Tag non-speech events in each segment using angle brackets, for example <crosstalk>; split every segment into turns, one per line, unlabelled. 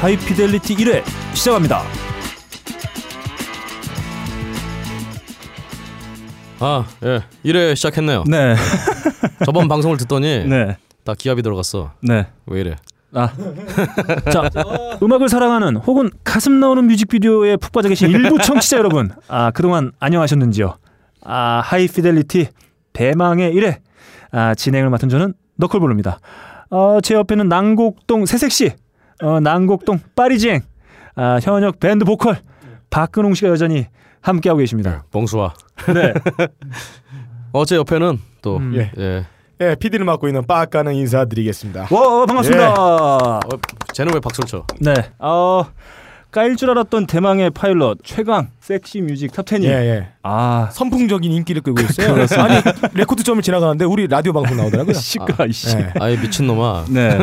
하이피델리티 1회 시작합니다.
아, 예. 1회 시작했네요.
네,
저번 방송을
<laughs>
듣더니
<laughs> 네,
다 기합이 들어갔어.
네.
왜 이래?
<laughs> 아, 자, 음악을 사랑하는 혹은 가슴 나오는 뮤직비디오에 푹 빠져 계신 일부 청취자 여러분, 아 그동안 안녕하셨는지요? 아 하이피델리티 대망의 1회 아, 진행을 맡은 저는 너클볼입니다. 어, 제 옆에는 난곡동 새색시, 어, 난곡동 파리지행, 아, 현역 밴드 보컬 박근홍 씨가 여전히 함께하고 계십니다.
멍수아.
네,
어제 옆에는 또
음.
예.
예.
예, PD를 맡고 있는 빠까는 인사드리겠습니다.
와 반갑습니다.
어, 쟤는 왜 박수를 쳐?
네. 어, 까일 줄 알았던 대망의 파일럿 최강 섹시 뮤직 탑10이
예, 예.
아,
선풍적인 인기를 끌고 있어요. 아니, 레코드점을 지나가는데 우리 라디오 방송 나오더라고요.
시끄러 이씨.
예.
아예
<laughs>
미친놈아.
네.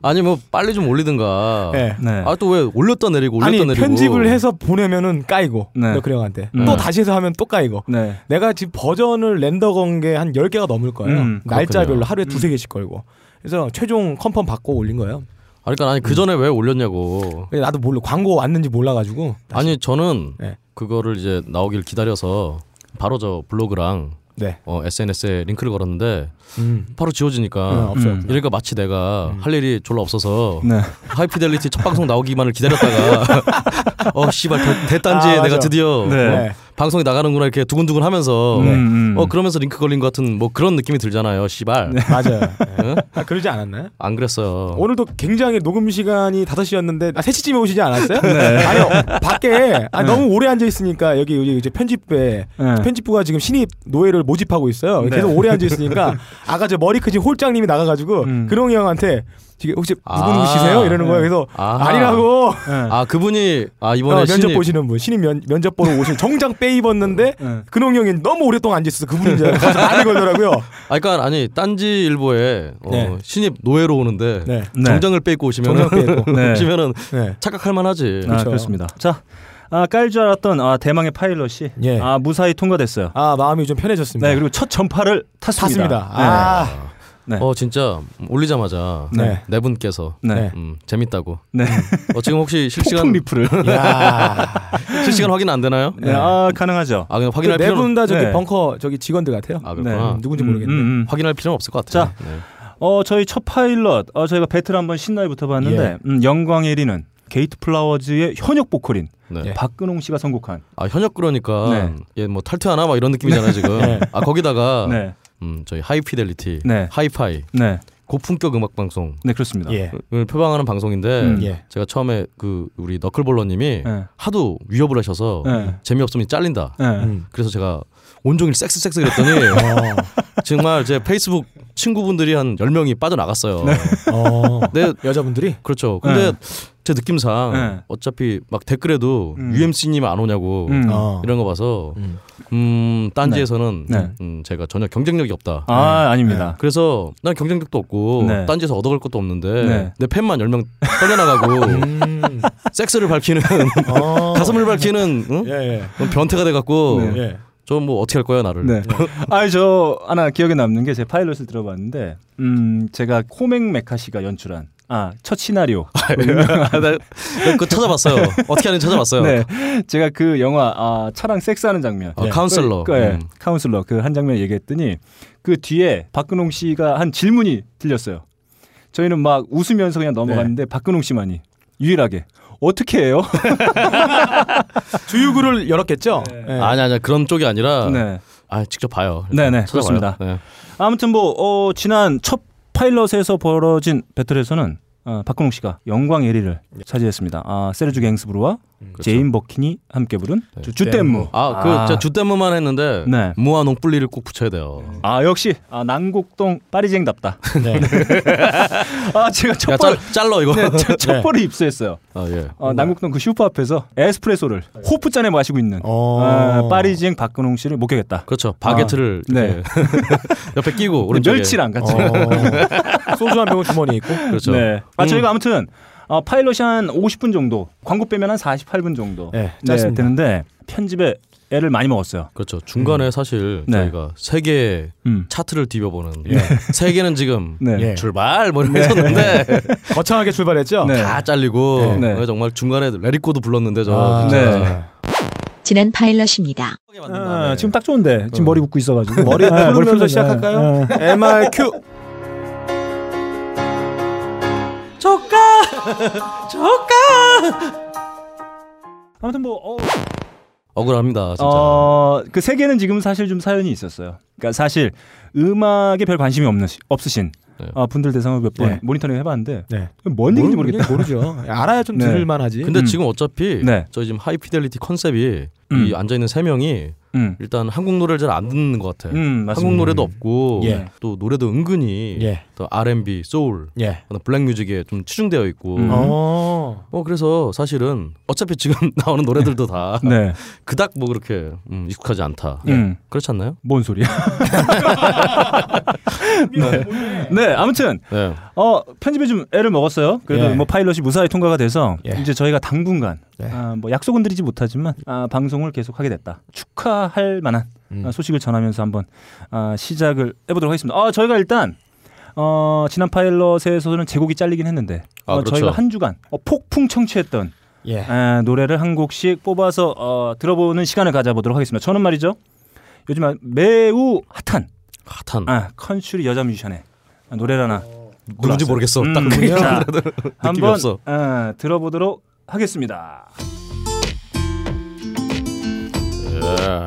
아니 뭐 빨리 좀 올리든가.
예.
네.
아 또 왜 올렸다 내리고 올렸다
아니,
내리고.
편집을 해서 보내면은 까이고.
네.
너크형한테
음.
또 다시 해서 하면 또 까이고.
네.
내가 지금 버전을 렌더 건 게 한 10개가 넘을 거예요.
음,
날짜별로
그렇군요.
하루에 두세 개씩 걸고. 그래서 최종 컨펌 받고 올린 거예요.
아니 그러니까 아니 그 전에 왜 올렸냐고.
근데 나도 몰라 광고 왔는지 몰라 가지고.
아니 저는
예.
그거를 이제 나오길 기다려서 바로 저 블로그랑
네.
어, SNS에 링크를 걸었는데
음.
바로
어, 음.
지워지니까
없어요.
음.
이러니까 마치 내가 할 일이 졸라 없어서
네.
하이피델리티 첫 방송 나오기만을 기다렸다가
<laughs>
어 씨발 대, 딴지에
아, 맞아.
내가 드디어
네.
어, 방송이 나가는구나 이렇게 두근두근 하면서
네.
음, 음.
어 그러면서 링크 걸린 것 같은 뭐 그런 느낌이 들잖아요 씨발
네. 맞아요.
응?
아, 그러지 않았나요?
안 그랬어요
오늘도 굉장히 녹음 시간이 5시였는데 아, 3시쯤에 오시지
<laughs>
않았어요?
네.
아니요. 밖에 아, 너무 오래 앉아 있으니까 여기 여기 이제 편집부에
네.
편집부가 지금 신입 노예를 모집하고 있어요.
네.
계속 오래 앉아 있으니까
<laughs>
아까 저 머리 크신 홀장님이 나가 가지고
음.
근홍이 형한테 지금 혹시 누구
아.
누구시세요? 이러는 거예요. 그래서
아하.
아. 니라고
네.
아 그분이 아 이번에
어, 면접
신입
보시는 분 신입 면, 면접 보러 오신 정장 빼 입었는데
네.
근홍이 형이 너무 오랫동안 앉아 있어서 그분인 줄 알고 가서
<laughs>
말이 걸더라고요.
아 그러니까 아니 딴지 일보에 어,
네.
신입 노예로 오는데
네.
정장을 빼입고
정장
오시면은 <laughs>
빼 입고.
네.
오시면은
네.
착각할 만하지
아,
그렇죠.
그렇습니다. 자, 아, 까일 줄 알았던 아, 대망의 파일럿이
예.
아, 무사히 통과됐어요.
아, 마음이 좀 편해졌습니다.
네, 그리고 첫 전파를 탔습니다.
탔습니다. 아.
네.
어 진짜 올리자마자
네.
네, 분께서
네. 네.
네.
음, 재밌다고
네.
어 지금
<laughs>
혹시
폭풍
실시간
리프를.
아. 야.
실시간 확인 안 되나요?
네. 아, 가능하죠.
아 그냥 확인할
네
필요는
분 다 저기
네.
벙커 저기 직원들 같아요.
아
네.
그렇구나
음, 누군지 모르겠는데.
음, 음.
확인할 필요는 없을 것 같아요. 네.
어, 저희 첫 파일럿, 어, 저희가 배틀 한번 신나게 붙어봤는데,
예.
음, 영광의 1위는 게이트 플라워즈의 현역 보컬인
네.
예.
박근홍 씨가 선곡한.
아 현역 그러니까 얘 뭐 탈퇴하나 막 이런 느낌이잖아요 지금.
네.
아 거기다가
<laughs> 네.
음, 저희 하이피델리티,
네.
하이파이,
네.
고품격 음악 방송을
네, 그렇습니다.
예.
표방하는 방송인데
음.
예.
제가 처음에 그 우리 너클볼러님이
네.
하도 위협을 하셔서
네.
재미없으면 잘린다.
네.
어. 음.
그래서 제가 온종일 섹스 섹스 그랬더니
어.
정말 제 페이스북 친구분들이 한 10명이 빠져나갔어요.
<laughs> 어.
근데
여자분들이
그렇죠. 근데
네.
제 느낌상
네. 어
차피막 댓글에도
음.
UMC님 안 오냐고
음.
어.
이런 거 봐서
음.
음 딴지에서는
네.
음, 제가 전혀 경쟁력이 없다.
네.
아, 아닙니다.
그래서 난 경쟁력도 없고
네.
딴지에서 얻어갈 것도 없는데
네.
내 팬만 10명
<laughs>
떨려나가고
음.
섹스를 밝히는
어.
가슴을 밝히는 응?
예, 예.
그럼 변태가 돼갖고
네.
예.
저 뭐 어떻게 할 거야 나를
네. <laughs> 아, 저 하나 기억에 남는 게 제 파일럿을 들어봤는데, 음, 제가 코맹 메카 씨가 연출한 아, 첫 시나리오.
아, 나 그거 찾아봤어요 어떻게 하는지 찾아봤어요
네. 제가 그 영화 아, 차랑 섹스하는
어.
장면.
아, 카운슬러
그, 예,
음.
카운슬러 그 한 장면 얘기했더니 그 뒤에 박근홍 씨가 한 질문이 들렸어요. 저희는 막 웃으면서 그냥
네.
넘어갔는데 박근홍 씨만이 유일하게 어떻게 해요?
주유구를 열었겠죠? 예.
음. 아니 아니 그런 쪽이
<laughs>
아니라
네.
아 직접 봐요
네네,
찾아봐요.
그렇습니다.
네.
아무튼 뭐 어, 지난 첫 파일럿에서 벌어진 배틀에서는 어, 박근홍 씨가 영광 1위를
네.
차지했습니다. 아, 세르주 갱스브루와
그렇죠.
제인 버킨이 함께 부른
네.
주- 주댐무.
아, 그, 제가 주댐무만 했는데,
네.
무한 옥불리를 꼭 붙여야 돼요.
아 역시 아, 난곡동
<laughs>
파리쟁답다.
네.
아 제가 첫
야,
번.
짤, 잘러, 이거.
네, 첫- 첫
네.
번을 입수했어요.
<laughs>
네.
아, 예.
어, 남국동 그 슈퍼 앞에서 에스프레소를 호프잔에 마시고 있는
어.
아, 파리지행 박근홍 씨를 목격했다.
그렇죠. 바게트를
아, 네.
이렇게 <laughs> 옆에 끼고, 오른쪽에. 어,
멸치랑 같이.
어. <laughs> 소주 한 병은 주머니에 있고.
<laughs>
그렇죠.
네. 아 저희가 아무튼 어, 파일럿이 한 50분 정도, 광고 빼면 한 48분 정도
네,
네,
짧습니다.
되는데 편집에 애를 많이 먹었어요.
그렇죠. 중간에 사실
네.
저희가 세계
음.
차트를 뒤져보는 예. 세계는 지금
네.
예.
출발 뭐 이러셨는데
거창하게 출발했죠.
<laughs> 네.
다 잘리고
네.
어, 정말 중간에 레리코도 불렀는데 저
아,
진짜
네.
지난 파일럿입니다.
아, 지금 딱 좋은데 지금 머리 붓고 있어가지고
머리
네,
풀면서
풀면서
시작할까요?
네.
MRQ
아무튼 뭐 어,
억울합니다 진짜
어, 그 세 개는 지금 사실 좀 사연이 있었어요. 그러니까 사실 음악에 별 관심이 없는 없으신
네.
어, 분들 대상으로 몇 번
네.
모니터링 해봤는데
네.
뭔 얘기인지 모르겠다.
모르죠. 알아야 좀
네.
들을만하지.
근데
음.
지금 어차피
네.
저희 지금 하이피델리티 컨셉이
음.
이 앉아있는 세 명이
음,
일단 한국 노래를 잘 안 듣는 것 같아요
음
네. 한국
맞습니다.
노래도 없고
예.
또 노래도 은근히
예.
또 R&B, 소울,
예.
그다음 블랙뮤직에 좀 치중되어 있고
음.
어.
어 그래서 사실은 어차피 지금 <laughs> 나오는 노래들도 다
<laughs> 네,
그닥 뭐 그렇게 음, 익숙하지 않다
음,
그렇지 않나요?
뭔 소리야? 네. 네, 아무튼
네.
어 편집에 좀 애를 먹었어요. 그래도
예.
뭐 파일럿이 무사히 통과가 돼서
예.
이제 저희가 당분간
예.
아, 뭐 약속은 드리지 못하지만 아, 방송을 계속하게 됐다. 축하할 만한
음.
아, 소식을 전하면서 한번 아, 시작을 해보도록 하겠습니다. 아, 저희가 일단 어, 지난 파일럿에서는 제곡이 잘리긴 했는데
아,
어,
그렇죠.
저희가 한 주간 어, 폭풍 청취했던
예.
아, 노래를 한 곡씩 뽑아서 어, 들어보는 시간을 가져보도록 하겠습니다. 저는 말이죠. 요즘 아- 매우 핫한
핫한
아, 컨츄리 여자 뮤지션의 노래를 하나
누군지 모르겠어 딱
음,
그게
자, 한번
없어.
어, 들어보도록 하겠습니다.
네.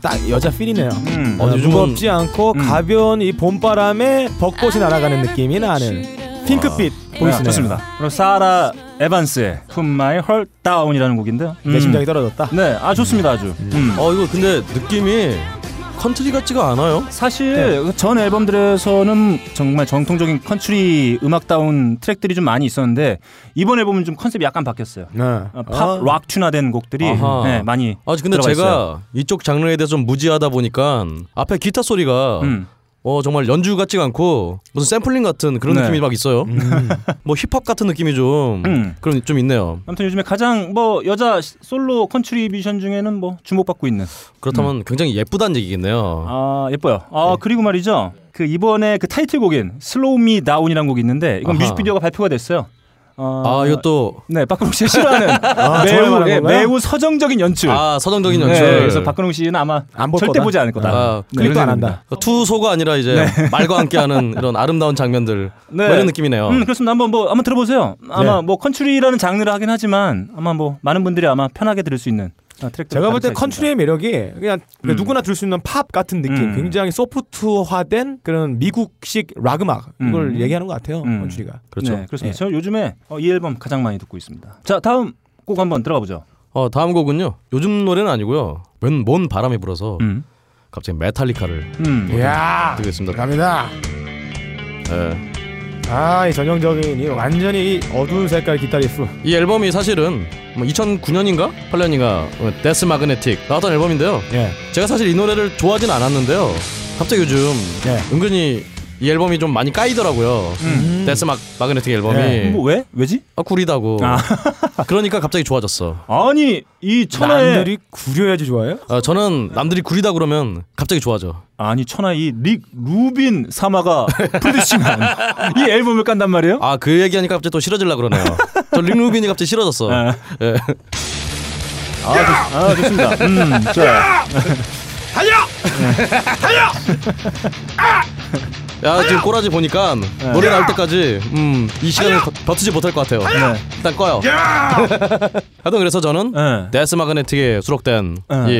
딱 여자 필이네요.
음.
어,
어,
요즘은-
무겁지 않고
음.
가벼운 이 봄바람에 벚꽃이 날아가는 느낌이 나는 핑크빛 보이시네요.
아, 좋습니다. 그럼 사라 에반스의 Put My Heart Down이라는 곡인데요.
내
음.
심장이 떨어졌다.
네, 아 좋습니다 아주. 음.
어 이거 근데 느낌이 컨트리 같지가 않아요.
네.
사실 그 전 앨범들에서는 정말 정통적인 컨트리 음악다운 트랙들이 좀 많이 있었는데 이번 앨범은 좀 컨셉이 약간 바뀌었어요.
네.
어, 팝,
아,
락 튜나된 곡들이
아하.
네, 많이
아 근데
들어가
제가
있어요.
이쪽 장르에 대해 좀 무지하다 보니까 앞에 기타 소리가
음.
어 정말 연주 같지가 않고 무슨 샘플링 같은 그런
네.
느낌이 막 있어요. <laughs> 뭐 힙합 같은 느낌이 좀
음.
그런 좀 있네요.
아무튼 요즘에 가장 뭐 여자 시- 솔로 컨트리 뮤지션 중에는 뭐 주목받고 있는
그렇다면 굉장히 예쁘다는 얘기겠네요.
음. 아 예뻐요. 아
네.
그리고 말이죠. 그 이번에 그 타이틀곡인 Slow Me Down이라는 곡이 있는데 이건
아하.
뮤직비디오가 발표가 됐어요. 어,
아 이거 또아
네 박근홍 씨가
<laughs>
싫어하는
아, 저를
매우
말하는
예,
건가요?
매우 서정적인 연출.
서정적인
네,
아, 연출.
그래서 박근홍 씨는 아마
안볼
절대
거다.
보지 않을 거다.
아,
네,
클릭도
이런
안
생각입니다.
한다.
투소가 아니라 이제
<laughs>
말과 함께하는 이런 아름다운 장면들
네.
뭐 이런 느낌이네요. 네.
음 그렇습니다. 한번 뭐 한번 들어보세요. 아마 뭐 컨츄리라는 장르를 하긴 하지만 아마 뭐 많은 분들이 아마 편하게 들을 수 있는 아, 트랙.
제가 볼 때 컨트리의 매력이 그냥 그
음.
누구나 들을 수 있는 팝 같은 느낌,
음.
굉장히 소프트화된 그런 미국식 락 음악 그걸
음.
얘기하는 것 같아요.
음.
컨트리가.
그렇죠.
네, 그렇습니다. 저 요즘에 어, 이 앨범 가장 많이 듣고 있습니다. 자 다음 곡 한번 들어가 보죠.
어 다음 곡은요. 요즘 노래는 아니고요. 맨 먼 바람이 불어서
음.
갑자기 메탈리카를
음.
예.
이야,
드리겠습니다.
갑니다.
예.
아, 이 전형적인 이 완전히 이 어두운 색깔 기타 리프.
이 앨범이 사실은 뭐 2009년인가 8년인가 어, 데스 마그네틱 나왔던 앨범인데요.
예,
제가 사실 이 노래를 좋아하진 않았는데요. 갑자기 요즘
예.
은근히 이 앨범이 좀 많이 까이더라고요. 데스 마, 마그네틱 앨범이
예.
뭐 왜? 왜지?
아, 구리다고.
아. <laughs>
그러니까 갑자기 좋아졌어.
아니 이 천하의
남들이 구려야지 좋아해요?
아, 저는 남들이 구리다 그러면 갑자기 좋아져.
아니 천하의 릭 루빈 사마가 <laughs> 프로듀싱한 이 앨범을 깐단 말이에요?
아 그 얘기하니까 갑자기 또 싫어질라 그러네요. 저릭 루빈이 갑자기 싫어졌어.
아,
예.
아 좋습니다. 음, 좋아요.
야 지금 꼬라지 보니까 노래 나올 때까지 음, 이 시간을 버- 버티지 못할 것 같아요.
네.
일단 꺼요. 하여튼 그래서 저는
네.
데스 마그네틱에 수록된
네.
이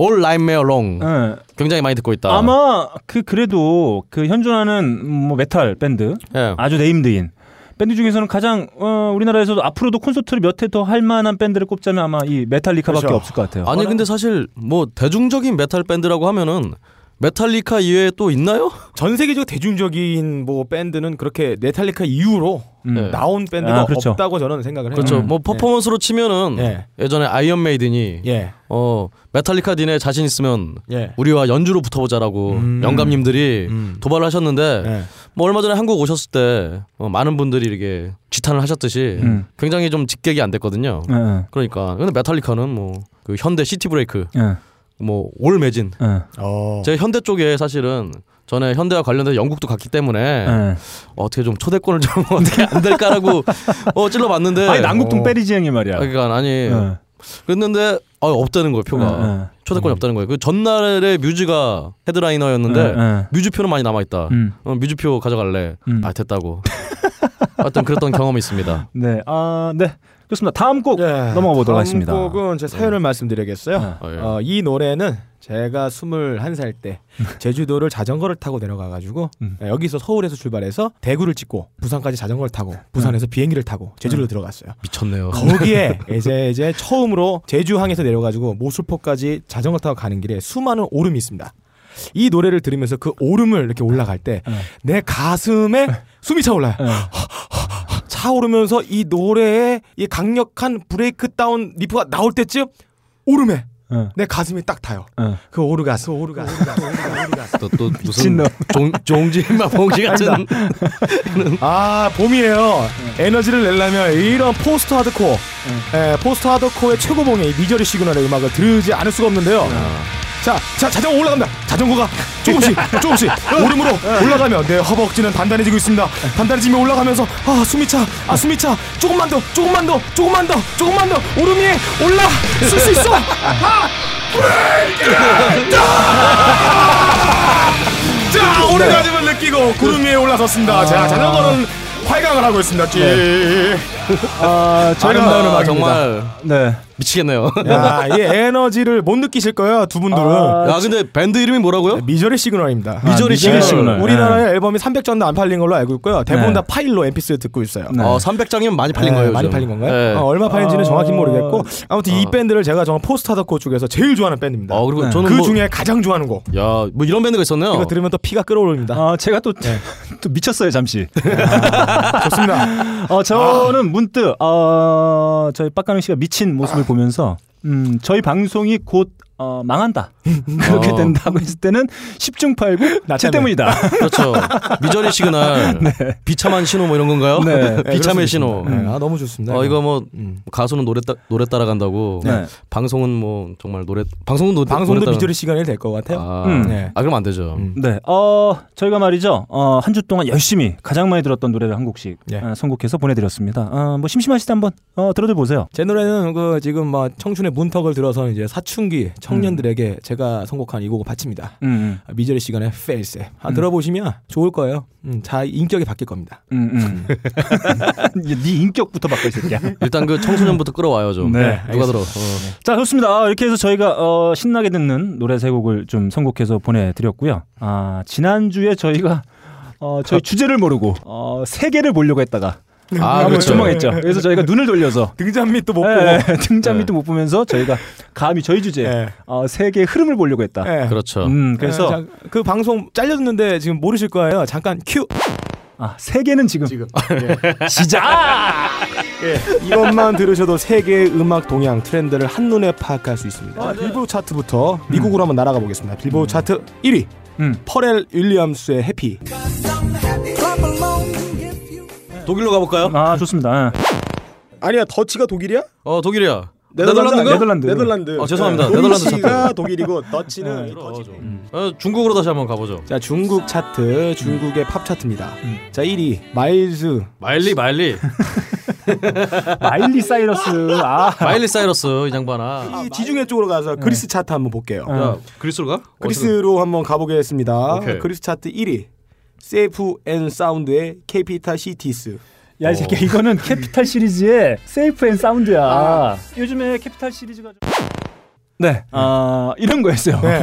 All Night May Long
예.
굉장히 많이 듣고 있다.
아마 그 그래도 그 현존하는 뭐 메탈 밴드
예.
아주 네임드인 밴드 중에서는 가장 어, 우리나라에서도 앞으로도 콘서트를 몇 회 더 할 만한 밴드를 꼽자면 아마 이 메탈리카밖에
그렇죠.
없을 것 같아요.
아니 근데 사실 뭐 대중적인 메탈 밴드라고 하면은 메탈리카 이외에 또 있나요?
전 세계적 대중적인 뭐 밴드는 그렇게 네탈리카 이후로
음.
네.
나온 밴드가
아, 그렇죠.
없다고 저는 생각을 해요.
그렇죠.
음.
뭐 퍼포먼스로 치면은
예.
예전에 아이언 메이든이
예.
어 메탈리카 니네 자신 있으면
예.
우리와 연주로 붙어보자라고
음.
예.
영감님들이
음.
도발을 하셨는데
네.
예.
뭐 얼마 전에 한국 오셨을 때 어, 많은 분들이 이렇게 지탄을 하셨듯이
음.
굉장히 좀 직격이 안 됐거든요.
음.
예, 예,
그러니까 근데 메탈리카는 뭐 그 현대 시티 브레이크
예,
뭐 올 매진
예,
어.
제가 현대 쪽에 사실은 전에 현대와 관련된 영국도 갔기 때문에
예.
어떻게 좀 초대권을 좀 <laughs> 어떻게 안 될까라고 어 찔러봤는데
아니 남국동
어.
빼리지 형이 말이야.
그러니까 아니
예,
그랬는데 아 없다는 거예요 표가
예, 예.
초대권이 없다는 거예요 그 전날에 뮤즈가 헤드라이너였는데
예,
뮤즈표는 많이 남아있다
예. 음.
어, 뮤즈표 가져갈래
음.
아 됐다고 하여튼 그랬던 경험이 있습니다
네, 아, 네, 좋습니다. 다음 곡
예.
넘어가 보도록
다음
하겠습니다. 네.
곡은 제 사연을 말씀드리겠어요.
예.
어, 예.
어, 이 노래는 제가 21살 때 제주도를 자전거를 타고 내려가 가지고 예,
음.
여기서 서울에서 출발해서 대구를 찍고 부산까지 자전거를 타고
네.
부산에서 비행기를 타고 제주로
음.
들어갔어요.
미쳤네요
거기에 이제 이제 처음으로 제주항에서 내려가지고 모술포까지 자전거 타고 가는 길에 수많은 오름이 있습니다. 이 노래를 들으면서 그 오름을 이렇게 올라갈 때 내 가슴에 숨이 차올라요. 차오르면서 이 노래의 이 강력한 브레이크 다운 리프가 나올 때쯤 오름에
예, 예,
내 가슴이 딱 타요.
예.
그 오르가스 오르가스 오르가스
또, 또 무슨
미친놈.
종, 종지마 봉지 같은
아 봄이에요 에너지를 내려면 이런 포스트 하드코어 에, 포스트 하드코어의 최고봉의 이 미저리 시그널의 음악을 들으지 않을 수가 없는데요 자, 자 자전거 올라간다 자전거가 <laughs> 조금씩 조금씩 오름으로 올라가며 내 허벅지는 단단해지고 있습니다 단단해지며 올라가면서 아 숨이 차아 숨이 차 조금만 더 조금만 더 조금만 더 조금만 더 오름 위에 올라 쓸 수 있어 자 오르가즘을 느끼고 구름 위에 올라섰습니다. 자 자전거는 활강을 하고 있습니다. 찌.
아,
네. 아름다운 아,
아,
음악입니다.
정말
네,
미치겠네요
야, 이 에너지를 못 느끼실 거예요 두 분들은.
아,
야 근데 밴드 이름이 뭐라고요?
미저리 시그널입니다.
미저리
미저리 예.
시그널. 네.
시그널.
우리나라에 앨범이 300장도 안 팔린 걸로 알고 있고요. 대부분
네.
다 파일로 MP3로 듣고 있어요.
네.
어, 300장이면 많이 팔린
네,
거예요.
많이
요즘.
팔린 건가요?
네.
어, 얼마 팔린지는 정확히
아.
모르겠고 아무튼 이
어.
밴드를 제가 정말 포스트하드코어 쪽에서 제일 좋아하는 밴드입니다.
어, 그리고
네.
저는
그
뭐,
중에 가장 좋아하는 곡.
야, 뭐 이런 밴드가 있었네요.
이거 들으면 또 피가 끓어오릅니다.
아, 제가 <laughs> 또 또
네.
미쳤어요 잠시.
<laughs> 좋습니다.
어, 저는 문득 어, 저희 빡가능 씨가 미친 모습을 보면서 음, 저희 방송이 곧 어, 망한다. <laughs> 그렇게
어.
된다고 했을 때는 10중 8구
나
제
때문에.
때문이다.
<laughs>
그렇죠. 미저리 시그널. 비참한 신호 뭐 이런 건가요?
네.
<laughs> 비참의 신호.
네, 아 너무 좋습니다.
어, 이거 뭐
음.
가수는 노래 따, 노래 따라간다고.
네.
방송은 뭐 정말 노래 방송은 노,
방송도
노래
미저리 시간이 될 것 같아요.
아,
음.
네.
아, 그럼 안 되죠.
음.
네. 어, 저희가 말이죠. 어, 한 주 동안 열심히 가장 많이 들었던 노래를 한 곡씩
예.
어, 선곡해서 보내 드렸습니다. 어, 뭐 심심하실 때 한번 어, 들어들 보세요.
제 노래는 그 지금 막 청춘의 문턱을 들어선 이제 사춘기 청년들에게 제가 선곡한 이 곡을 바칩니다.
음.
미저리 시간의 페이스. 아, 들어보시면 좋을 거예요. 음, 자 인격이 바뀔 겁니다.
음. 음. 음. <laughs> 네 인격부터 바꿔 이 새끼야.
일단 그
<laughs>
청소년부터 끌어와요 좀.
네,
누가
알겠습니다.
들어? 어.
자 좋습니다. 아, 이렇게 해서 저희가 어, 신나게 듣는 노래 세 곡을 좀 선곡해서 보내드렸고요. 아 지난 주에 저희가 어, 저희 <laughs> 주제를 모르고 어, 세 개를 보려고 했다가
아,
네.
아,
그렇죠.
조망했죠. 그래서 <laughs> 저희가 눈을 돌려서
등잔밑도 못
예, 예, 등잔
네.
밑도 못 보면서 저희가 감히 저희 주제
예.
어, 세 개의 흐름을 보려고 했다.
예.
그렇죠.
음
그래서
그래서
그 방송 잘렸는데 지금 모르실 거예요. 잠깐 큐.
아, 세 개는 지금,
지금.
시작.
이것만 들으셔도 세계의 음악 동향 트렌드를 한눈에 파악할 수 있습니다. 빌보드 차트부터 미국으로 한번 날아가 보겠습니다. 빌보드 차트 1위
음.
퍼렐 윌리엄스의 해피.
독일로 가볼까요?
아 좋습니다. 예.
아니야 더치가 독일이야?
어 독일이야.
네덜란드가?
네덜란드.
네덜란드.
어, 죄송합니다.
네.
네덜란드
도치가 독일이고
네.
더치는
들어와, 좀.
더치.
어, 중국으로 다시 한번 가보죠.
자 중국 차트 중국의 팝 차트입니다. 자 1위 마일즈
마일리 마일리
아, 마일리 사이러스 아
<laughs> 마일리 사이러스 이 장반아.
이
이 지중해 쪽으로 가서 그리스 차트 한번 볼게요.
아.
야 어. 그리스로 가?
그리스로 한번 가보겠습니다.
오케이.
그리스 차트 1위 세이프 앤 사운드의 E 케피타 시티스.
야, 이 새끼 이거는 캐피탈 시리즈의 세이프 앤 사운드야. 아, 요즘에 캐피탈 시리즈가 좀... 네, 아 이런 거였어요. <laughs>
네,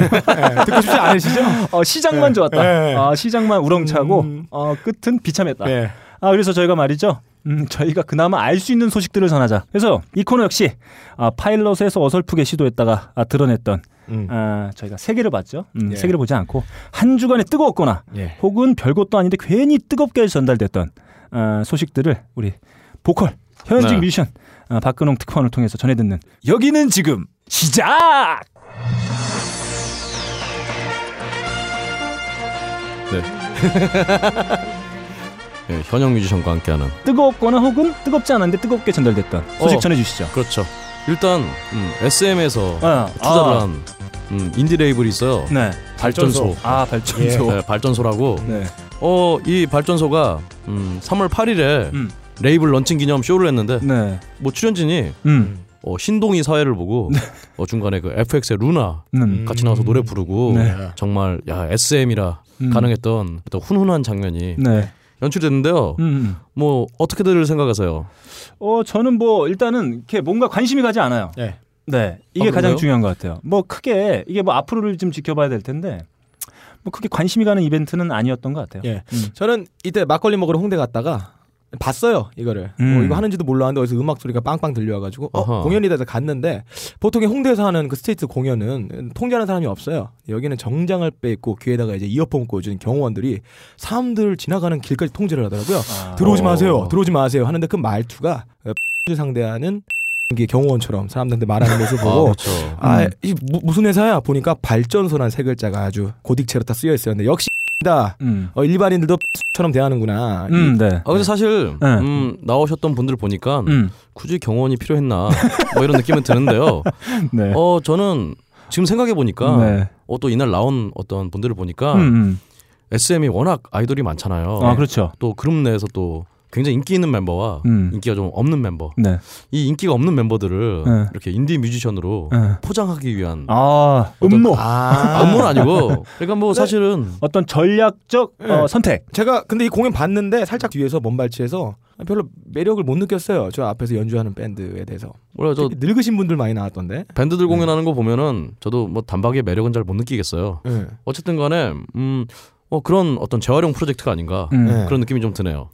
듣고 싶지 않으시죠?
어, 시작만 좋았다.
네.
아, 시작만 우렁차고
음.
어, 끝은 비참했다.
<laughs> 네.
아 그래서 저희가 말이죠. 음, 저희가 그나마 알 수 있는 소식들을 전하자. 그래서 이 코너 역시 아, 파일럿에서 어설프게 시도했다가 아, 드러냈던
음.
아, 저희가 세 개를 봤죠. 음,
예.
세 개를 보지 않고 한 주간에 뜨거웠거나
예.
혹은 별것도 아닌데 괜히 뜨겁게 전달됐던 아, 소식들을 우리 보컬 현직
네.
뮤지션 아, 박근홍 특파원을 통해서 전해 듣는 여기는 지금 시작.
어, 네. <laughs> 예, 현역 뮤지션과 함께하는
뜨거웠거나 혹은 뜨겁지 않은데 뜨겁게 전달됐던 소식
어.
전해 주시죠.
그렇죠. 일단 음, SM에서
아,
투자를
아.
한 음, 인디 레이블이 있어요.
네.
발전소.
아 발전소.
네, 발전소라고.
네.
어, 이 발전소가 음, 3월 8일에
음.
레이블 런칭 기념 쇼를 했는데
네.
뭐 출연진이
음.
어, 신동이 사회를 보고 어, 중간에 그 FX의 루나
음.
같이 나와서 노래 부르고
네.
정말 야 SM이라
음.
가능했던 어떤 훈훈한 장면이
네.
연출됐는데요.
음.
뭐 어떻게들 생각하세요?
어 저는 뭐 일단은 이렇게 뭔가 관심이 가지 않아요.
네.
네, 이게
아,
가장
그런가요?
중요한 것 같아요. 뭐 크게 이게 뭐 앞으로를 좀 지켜봐야 될 텐데 뭐 크게 관심이 가는 이벤트는 아니었던 것 같아요.
예.
음.
저는 이때 막걸리 먹으러 홍대 갔다가 봤어요 이거를
음.
어, 이거 하는지도 몰랐는데 어디서 음악 소리가 빵빵 들려와가지고 어,
어허.
공연이다 해서 갔는데 보통에 홍대에서 하는 그 스테이트 공연은 통제하는 사람이 없어요 여기는 정장을 빼입고 귀에다가 이제 이어폰 꽂은 경호원들이 사람들 지나가는 길까지 통제를 하더라고요
아,
들어오지
어.
마세요 들어오지 마세요 하는데 그 말투가 어, 상대하는 이게 경호원처럼 사람들한테 말하는 모습 보고
그렇죠.
아,
음.
이 무, 무슨 회사야? 보니까 발전소란 세 글자가 아주 고딕체로 다 쓰여 있었는데 역시 다
음,
어, 일반인들도 처럼 대하는구나. 이-
음, 네,
아 근데 사실
네.
음, 나오셨던 분들 보니까
음,
굳이 경호원이 필요했나 뭐 이런 느낌은 드는데요.
<laughs> 네,
어 저는 지금 생각해 보니까
네,
어, 또 이날 나온 어떤 분들을 보니까
음, 음.
SM이 워낙 아이돌이 많잖아요.
아 그렇죠.
또 그룹 내에서 또 굉장히 인기 있는 멤버와
음.
인기가 좀 없는 멤버.
네,
이 인기가 없는 멤버들을
네.
이렇게 인디 뮤지션으로
네.
포장하기 위한
아
어떤-
음모
아,
안무는 아니고
네.
그러니까 뭐 사실은
어떤 전략적 어, 선택.
제가 근데 이 공연 봤는데 살짝 뒤에서 먼발치에서 별로 매력을 못 느꼈어요. 저 앞에서 연주하는 밴드에 대해서.
원래 저
특히 늙으신 분들 많이 나왔던데.
네.
밴드들 공연하는 거 보면은 저도 뭐 단박에 매력은 잘 못 느끼겠어요.
예.
어쨌든 간에 음, 어, 그런 어떤 재활용 프로젝트가 아닌가
음.
네.
그런 느낌이 좀 드네요.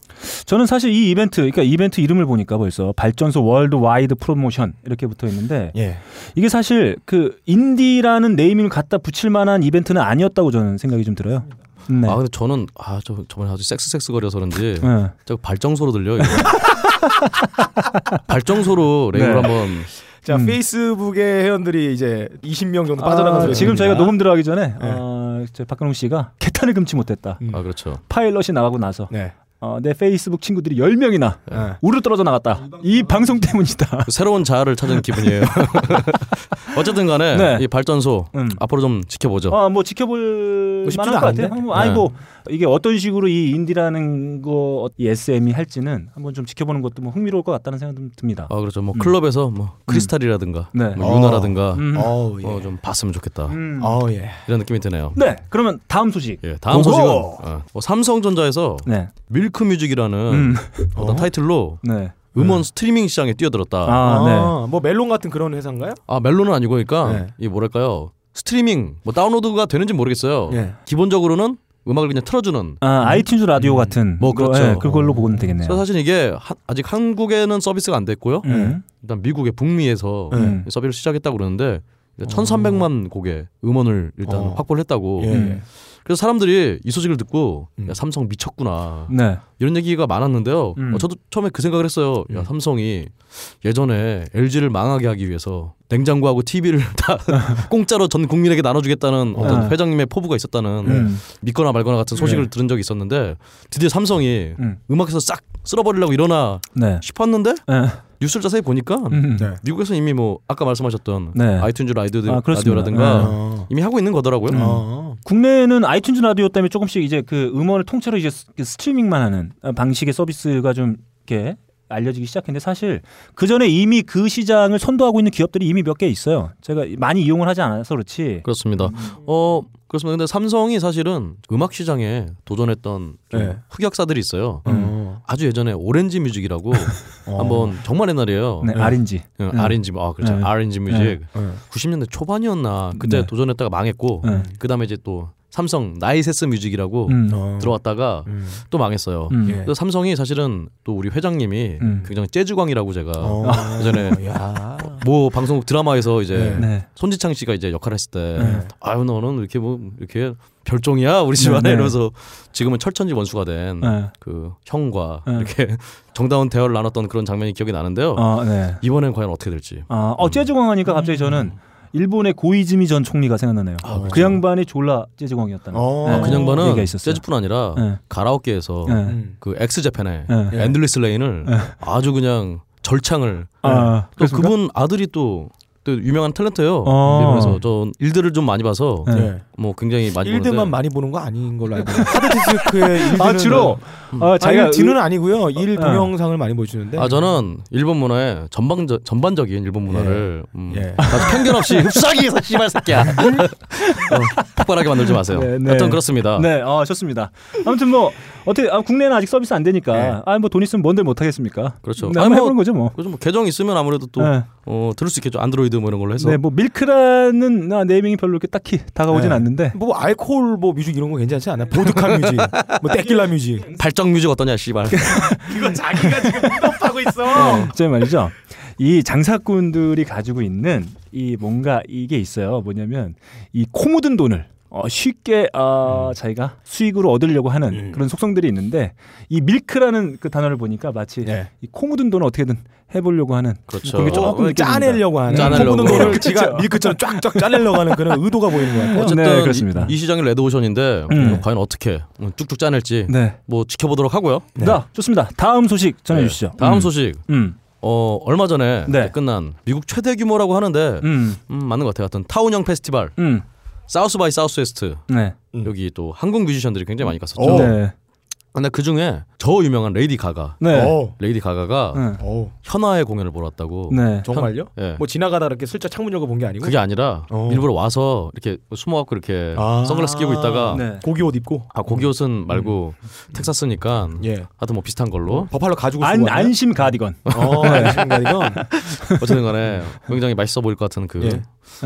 저는 사실 이 이벤트, 그러니까 이벤트 이름을 보니까 벌써 발전소 월드 와이드 프로모션 이렇게 붙어 있는데
예.
이게 사실 그 인디라는 네이밍을 갖다 붙일 만한 이벤트는 아니었다고 저는 생각이 좀 들어요. 네.
아 근데 저는 아 저 저번에 아주 섹스섹스 거려서 그런지
네.
저 발정소로 들려. 이거. <laughs> 발정소로 레이블
네.
한번
자,
음.
페이스북의 회원들이 이제 20명 정도 빠져나가서
아, 지금
그랬습니다. 네.
저희가 녹음 들어가기 전에 어, 저 박근홍 씨가 개탄을 금치 못했다.
음.
아 그렇죠.
파일럿이 나가고 나서
네.
어, 내 페이스북 친구들이 10명이나
예.
우르르 떨어져 나갔다. 이 방송 때문이다.
그 새로운 자아를 찾은 기분이에요. <laughs> 어쨌든 간에
네.
이 발전소
음.
앞으로 좀 지켜보죠.
아, 뭐 지켜볼
아, 뭐 쉽지도
만할 것 같아요.
않은데?
뭐, 아니
네.
뭐 이게 어떤 식으로 이 인디라는 거 이 SM이 할지는 한번 좀 지켜보는 것도 뭐 흥미로울 것 같다는 생각이 좀 듭니다.
아 그렇죠. 뭐
음.
클럽에서 뭐 크리스탈이라든가
네.
아,
뭐 유나라든가
음.
어우, 예.
어, 좀 봤으면 좋겠다.
음.
어우, 예.
이런 느낌이 드네요.
네, 그러면 다음 소식.
예, 다음
고고!
소식은 어, 뭐 삼성전자에서
네.
밀크뮤직이라는
음.
어떤 타이틀로
네.
음원 스트리밍 시장에 뛰어들었다. 아,
아, 네.
아, 뭐 멜론 같은 그런 회사인가요?
멜론은 아니고 그러니까
네.
이 뭐랄까요 스트리밍 뭐 다운로드가 되는지 모르겠어요.
예.
기본적으로는 음악을 그냥 틀어주는.
아, 아이튠즈 라디오 같은
뭐
거,
그렇죠.
예, 그걸로 보면 되겠네요.
그래서 사실 이게 하- 아직 한국에는 서비스가 안 됐고요.
음.
일단 미국의 북미에서
음.
이 서비스를 시작했다고 그러는데 1,300만 곡의 음원을 일단
어.
확보를 했다고.
예.
음.
그래서 사람들이 이 소식을 듣고
음.
야, 삼성 미쳤구나
네.
이런 얘기가 많았는데요.
음.
어, 저도 처음에 그 생각을 했어요. 야,
음.
삼성이 예전에 LG를 망하게 하기 위해서 냉장고하고 TV를 <laughs> 다 공짜로 전 국민에게 나눠주겠다는 어떤
아.
회장님의 포부가 있었다는
음.
믿거나 말거나 같은 소식을
네.
들은 적이 있었는데 드디어 삼성이
음.
음악에서 싹 쓸어버리려고 일어나
네.
싶었는데
예.
뉴스를 자세히 보니까
음.
네.
미국에서 이미 뭐 아까 말씀하셨던
네.
아이튠즈 음. 라디오,
아, 그렇습니다. 음.
라디오라든가
어.
이미 하고 있는 거더라고요.
어.
국내에는 아이튠즈 라디오 때문에 조금씩 이제 그 음원을 통째로 이제 스- 스트리밍만 하는 아, 방식의 서비스가 좀 이렇게 알려지기 시작했는데 사실 그 전에 이미 그 시장을 선도하고 있는 기업들이 이미 몇 개 있어요. 제가 많이 이용을 하지 않아서 그렇지.
그렇습니다. 어 그렇습니다. 근데 삼성이 사실은 음악 시장에 도전했던 좀
네.
흑역사들이 있어요.
어.
아주 예전에 오렌지 뮤직이라고 한번 정말 옛날이에요.
어. 네, 아린지.
응, R&G 아 그렇죠.
네.
R&G 뮤직
네.
예.
90년대 초반이었나 그때
네.
도전했다가 망했고
네.
그다음에 이제 또 삼성 나이세스 뮤직이라고
음.
어, 들어왔다가
음.
또 망했어요.
음.
예.
그래서 삼성이 사실은 또 우리 회장님이
음.
굉장히 재즈광이라고 제가
어.
예전에
야.
뭐 방송국 드라마에서 이제
네.
네.
손지창 씨가 이제 역할을 했을 때
네.
아유 너는 이렇게 뭐 이렇게 별종이야 우리 집안에
네, 네.
이러면서 지금은 철천지 원수가 된 그
네.
형과
네.
이렇게 <laughs> 정다운 대화를 나눴던 그런 장면이 기억이 나는데요.
어, 네.
이번엔 과연 어떻게 될지.
아, 어, 재즈광하니까 갑자기 저는 일본의 고이즈미 전 총리가 생각나네요.
아,
그 양반이 졸라 재즈광이었다는.
어.
네.
아,
그 양반은
얘기가 있었어요.
재즈뿐 아니라
네.
가라오케에서
네.
음.
그 엑스재팬의
네.
엔들리스 레인을
네.
아주 그냥 절창을
아,
또
그렇습니까?
예. 그분 아들이 또, 또 유명한 탤런트예요.
어.
일본에서 저 일들을 좀 많이 봐서
네.
네.
뭐 굉장히 많이
일드만
보는데
많이 보는 거 아닌 걸로 알고 <laughs> 있어요. 하드 디스크의 일드는
아, 주로 아,
자기가
자기가
뒤는 아니고요. 일
어.
동영상을 많이 보여주는데.
아 저는 일본 문화의 전방적 전반적인 일본 문화를 음,
예.
아주 편견 없이 흡수하기 위해서 씨발
<laughs>
새끼야 어, 폭발하게 만들지 마세요.
네, 네.
하여튼 그렇습니다.
네, 어, 좋습니다. 아무튼 뭐 어떻게 아, 국내는 아직 서비스 안 되니까
네.
아, 뭐 돈 있으면 뭔들 못 하겠습니까?
그렇죠.
네,
아니,
한번
뭐-
해보는 거죠 뭐.
그래서 뭐 계정 있으면 아무래도 또
네.
어, 들을 수 있겠죠. 안드로이드 뭐 이런 걸로 해서
네, 뭐 밀크라는 아, 네이밍이 별로 이렇게 딱히 다가오진
네.
않는데.
뭐 알코올 뭐 뮤직 이런 거 괜찮지 않아? 보드카 뮤직, 뭐 테킬라 뮤직.
발정 뮤직 어떠냐 씨발.
네.
이거 자기가 지금 하고 있어.
제 네, 말이죠. 이 장사꾼들이 가지고 있는 이 뭔가 이게 있어요. 뭐냐면 이 코 묻은 돈을 어, 쉽게
음.
어, 자기가 수익으로 얻으려고 하는 그런 속성들이 있는데 이 밀크라는 그 단어를 보니까 마치
네.
이 코 묻은 돈을 어떻게든 해보려고 하는
그렇죠.
그게 조금
어,
느껴집니다.
짜내려고 하는
짜내려고.
코부는 거를
그렇죠.
지가 밀크처럼 쫙쫙 짜내려고 하는 그런 의도가 보이는 것 같아요.
어쨌든
네, 그렇습니다.
이, 이 시장이 레드오션인데
음.
과연 어떻게 음, 쭉쭉 짜낼지
네.
뭐 지켜보도록 하고요.
네. 좋습니다. 다음 소식 전해 주시죠.
네. 다음 소식.
음.
어 얼마 전에
네.
끝난 미국 최대 규모라고 하는데
음.
음, 맞는 것 같아요. 하여튼 타운형 페스티벌
음.
사우스 바이 사우스웨스트
네.
음.
여기 또 한국 뮤지션들이 굉장히 많이 갔었죠. 아,
어.
네.
근데 그 중에 저 유명한 레이디 가가
음.
네.
어.
레이디 가가가
네.
어,
현아의 공연을 보러 왔다고.
네.
정말요?
예.
뭐 지나가다 이렇게 슬쩍 창문 열고 본 게 아니고
그게 아니라
어.
일부러 와서 이렇게 숨어갖고 이렇게
아. 음.
선글라스 끼고 있다가
네.
고기 옷 입고
아 고기 옷은 말고 텍사스니까
예
하여튼 뭐 비슷한 걸로
버팔로 가지고
안 안심 가디건.
어, 안심가 이건
어쨌든 간에 굉장히 맛있어 보일 것 같은 그
예.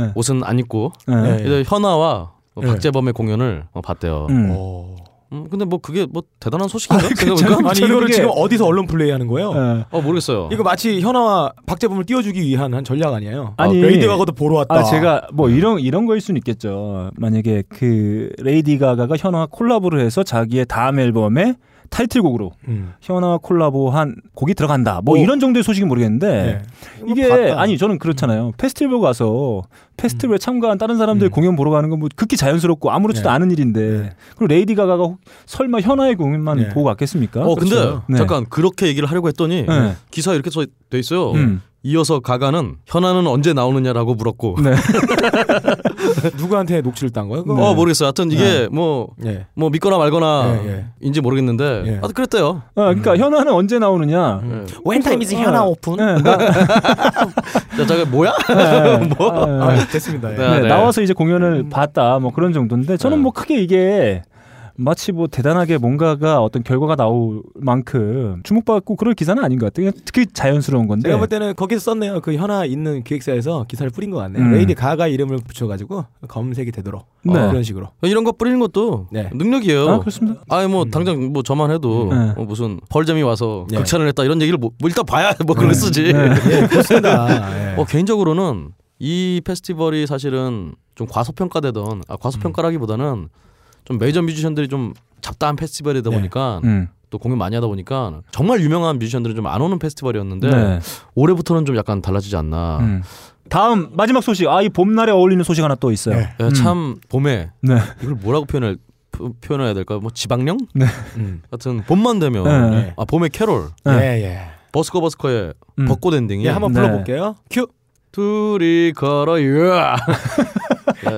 예.
옷은 안 입고
네.
예.
이제 현아와 뭐
예.
박재범의 공연을 어, 봤대요.
음.
어.
음, 근데 뭐 그게 뭐 대단한 소식인가?
저는-
생각해보니까
아니
저는
이거를
그게-
지금 어디서 언론 플레이하는 거예요?
예.
어 모르겠어요.
이거 마치 현아와 박재범을 띄워주기 위한 한 전략 아니에요?
아니.
레이디 가가도 보러 왔다. 네.
아 제가 뭐 이런 이런 거일 수는 있겠죠. 만약에 그 레이디 가가가 현아와 콜라보를 해서 자기의 다음 앨범에 타이틀곡으로
음.
현아와 콜라보한 곡이 들어간다. 뭐
오.
이런 정도의 소식은
예.
모르겠는데 이게
봤다.
아니 저는 그렇잖아요. 페스티벌 가서 페스티벌에 참가한 다른 사람들
음.
공연 보러 가는 건 뭐 극히 자연스럽고 아무렇지도
네.
않은 일인데
네.
그리고 레이디 가가가 혹- 설마 현아의 공연만
네.
보고 갔겠습니까?
어 근데
그렇죠.
네.
잠깐 그렇게 얘기를 하려고 했더니
네.
기사에 이렇게 써 돼 있어요.
음.
이어서 가가는 현아는 언제 나오느냐라고 물었고
네.
<laughs> 누구한테 녹취를 딴 거예요? 그거?
<laughs> 어 모르겠어요. 하여튼
네.
이게 뭐 뭐
예.
믿거나 말거나
예, 예.
인지 모르겠는데
예.
하여튼 그랬대요.
어,
음.
그러니까 현아는 언제 나오느냐?
When time is
현아
오픈?
네, 나,
야 자기 뭐야? <laughs> 뭐?
아,
아, 됐습니다. 예.
네.
네, 나와서 이제 공연을 봤다 뭐 그런 정도인데 저는
네.
뭐 크게 이게 마치 뭐 대단하게 뭔가가 어떤 결과가 나올 만큼 주목받고 그럴 기사는 아닌 것 같아요. 그냥 특히 자연스러운 건데.
내가 볼 때는 거기서 썼네요. 그 현아 있는 기획사에서 기사를 뿌린 것 같네요.
음.
레이디 가가 이름을 붙여가지고 검색이 되도록
네.
어, 그런 식으로.
이런 거 뿌리는 것도
네.
능력이에요.
아 그렇습니다.
아니 뭐 당장 뭐 저만 해도
네.
어, 무슨 벌점이 와서
네.
극찬을 했다 이런 얘기를 뭐, 뭐 일단 봐야
네.
뭐 글을 쓰지.
예, 그렇습니다. 예.
어, 개인적으로는 이 페스티벌이 사실은 좀 과소평가되던 아 과소평가라기보다는 좀 메이저 뮤지션들이 좀 잡다한 페스티벌이다
네.
보니까
음.
또 공연 많이 하다 보니까 정말 유명한 뮤지션들은 좀 안 오는 페스티벌이었는데
네.
올해부터는 좀 약간 달라지지 않나.
음. 다음 마지막 소식. 아 이 봄날에 어울리는 소식 하나 또 있어요.
네.
야, 예, 참 봄에
네.
이걸 뭐라고 표현할 표- 표현해야 될까? 뭐 지방령?
음.
하여튼 봄만 되면
네.
아 봄의 캐롤
예,
네.
예.
버스커 버스커의
음.
벚꽃 엔딩이
예, 한번
네.
불러볼게요. 큐.
둘이
<laughs>
걸어요. 예, 야,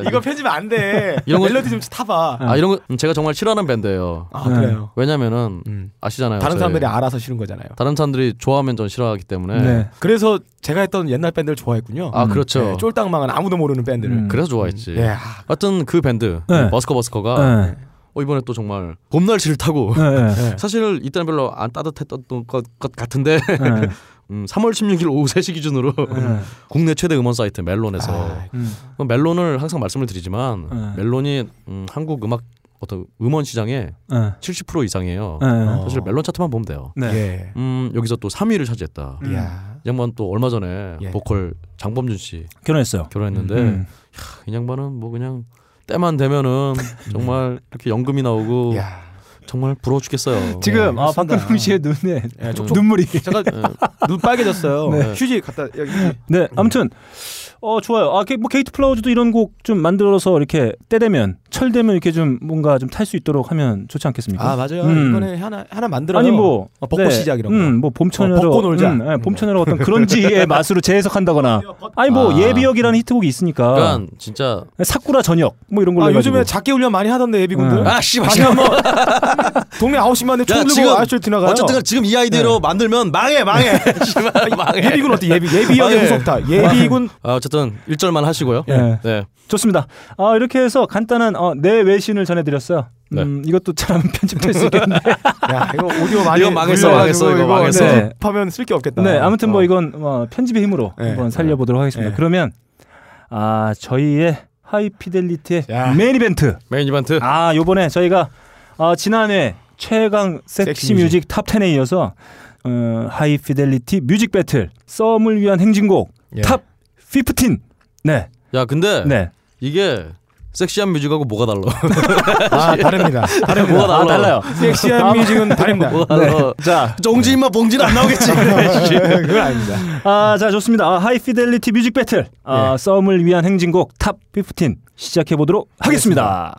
이거 편집 안 <laughs> 돼.
이런 거-
멜로디 좀 타봐.
아 이런 거 제가 정말 싫어하는 밴드예요.
아,
네.
그래요.
왜냐면은
음.
아시잖아요.
다른
저희.
사람들이 알아서 싫은 거잖아요.
다른 사람들이 좋아하면 전 싫어하기 때문에
네.
그래서 제가 했던 옛날 밴드를 좋아했군요.
아 네. 그렇죠.
예, 쫄딱망한 아무도 모르는 밴드를.
음.
그래서 좋아했지.
예. 아,
하여튼 그 밴드
네.
버스커 버스커가
네.
어, 이번에 또 정말 봄날씨를 타고
네. 네.
사실 이때는 별로 안 따뜻했던 것, 것 같은데 <laughs>
네.
음, 3월 16일 오후 3시 기준으로 음,
네.
국내 최대 음원 사이트 멜론에서
아,
음.
그 멜론을 항상 말씀을 드리지만
네.
멜론이 음, 한국 음악 어떤 음원 시장의
네.
70% 이상이에요.
네.
사실 멜론 차트만 보면 돼요.
네.
예.
음, 여기서 또 3위를 차지했다.
음.
야.
이 양반 또 얼마 전에
예.
보컬 장범준 씨
결혼했어요.
결혼했는데
음.
이 양반은 뭐 그냥 때만 되면은 정말 이렇게 연금이 나오고
야.
정말 부러워 죽겠어요.
지금 아,
그렇습니다.
박근홍 씨의 눈에
음.
예, 촉촉
눈물이.
잠깐
예,
눈 빨개졌어요.
네.
휴지 갖다 여기.
네,
음.
아무튼 어 좋아요. 아, 게- 뭐 게이트 플라워즈도 이런 곡 좀 만들어서 이렇게 때 되면 철 되면 이렇게 좀 뭔가 좀 탈 수 있도록 하면 좋지 않겠습니까?
아 맞아요.
음.
이번에 하나 하나 만들어요.
아니 뭐
어, 벚꽃 시작 이런 거.
음, 뭐 봄처녀로
어, 벚꽃 놀자.
음, 예, 봄처녀로
<laughs>
어떤 그런지의 맛으로 재해석한다거나. 아니 뭐
아.
예비역이라는 히트곡이 있으니까.
그러니까 진짜
사쿠라 저녁 뭐 이런 걸로
아,
해가지고.
요즘에 작게 훈련 많이 하던데 예비군들.
음.
아 씨발
아니, 뭐 <laughs> 동네 9시만에 총 들고 아저씨 지나가요.
어쨌든 지금 이 아이디로 만들면 망해 망해 <laughs> 씨발 망해
예비군 어때? 예비 예비형이
아, 예. <laughs>
무섭다. 예비군
아, 어쨌든 1절만 하시고요
예.
네.
좋습니다. 아 이렇게 해서 간단한 어, 내 외신을 전해드렸어요.
네.
음, 이것도 참 <laughs> 편집될 수 있겠네.
야, 이거 오디오 많이
이거 망했어,
올려가지고
망했어, 이거 망했어.
네. 하면 쓸 게 없겠다.
네, 아무튼 뭐
어.
이건 어, 편집의 힘으로
네.
한번 살려보도록 하겠습니다.
네.
그러면 아 저희의 하이피델리티의
야.
메인 이벤트.
메인 이벤트
아 요번에 저희가 아, 지난해 최강 섹시
섹시
뮤직 탑 10에 이어서 어, 하이피델리티 뮤직 배틀 썸을 위한 행진곡
예.
탑 15. 네,
야 근데
네.
이게 섹시한 뮤직하고 뭐가 달라
아, 다릅니다.
다른 뭐가 어,
아, 달라요. 네.
섹시한 뮤직은 다릅니다.
뭐가 달라
자,
정지 인마 봉지는 안 나오겠지
그건 아닙니다.
예, 아, 자 좋습니다. 아, 하이피델리티 뮤직 배틀 아,
예.
썸을 위한 행진곡 탑 15 시작해 보도록 하겠습니다.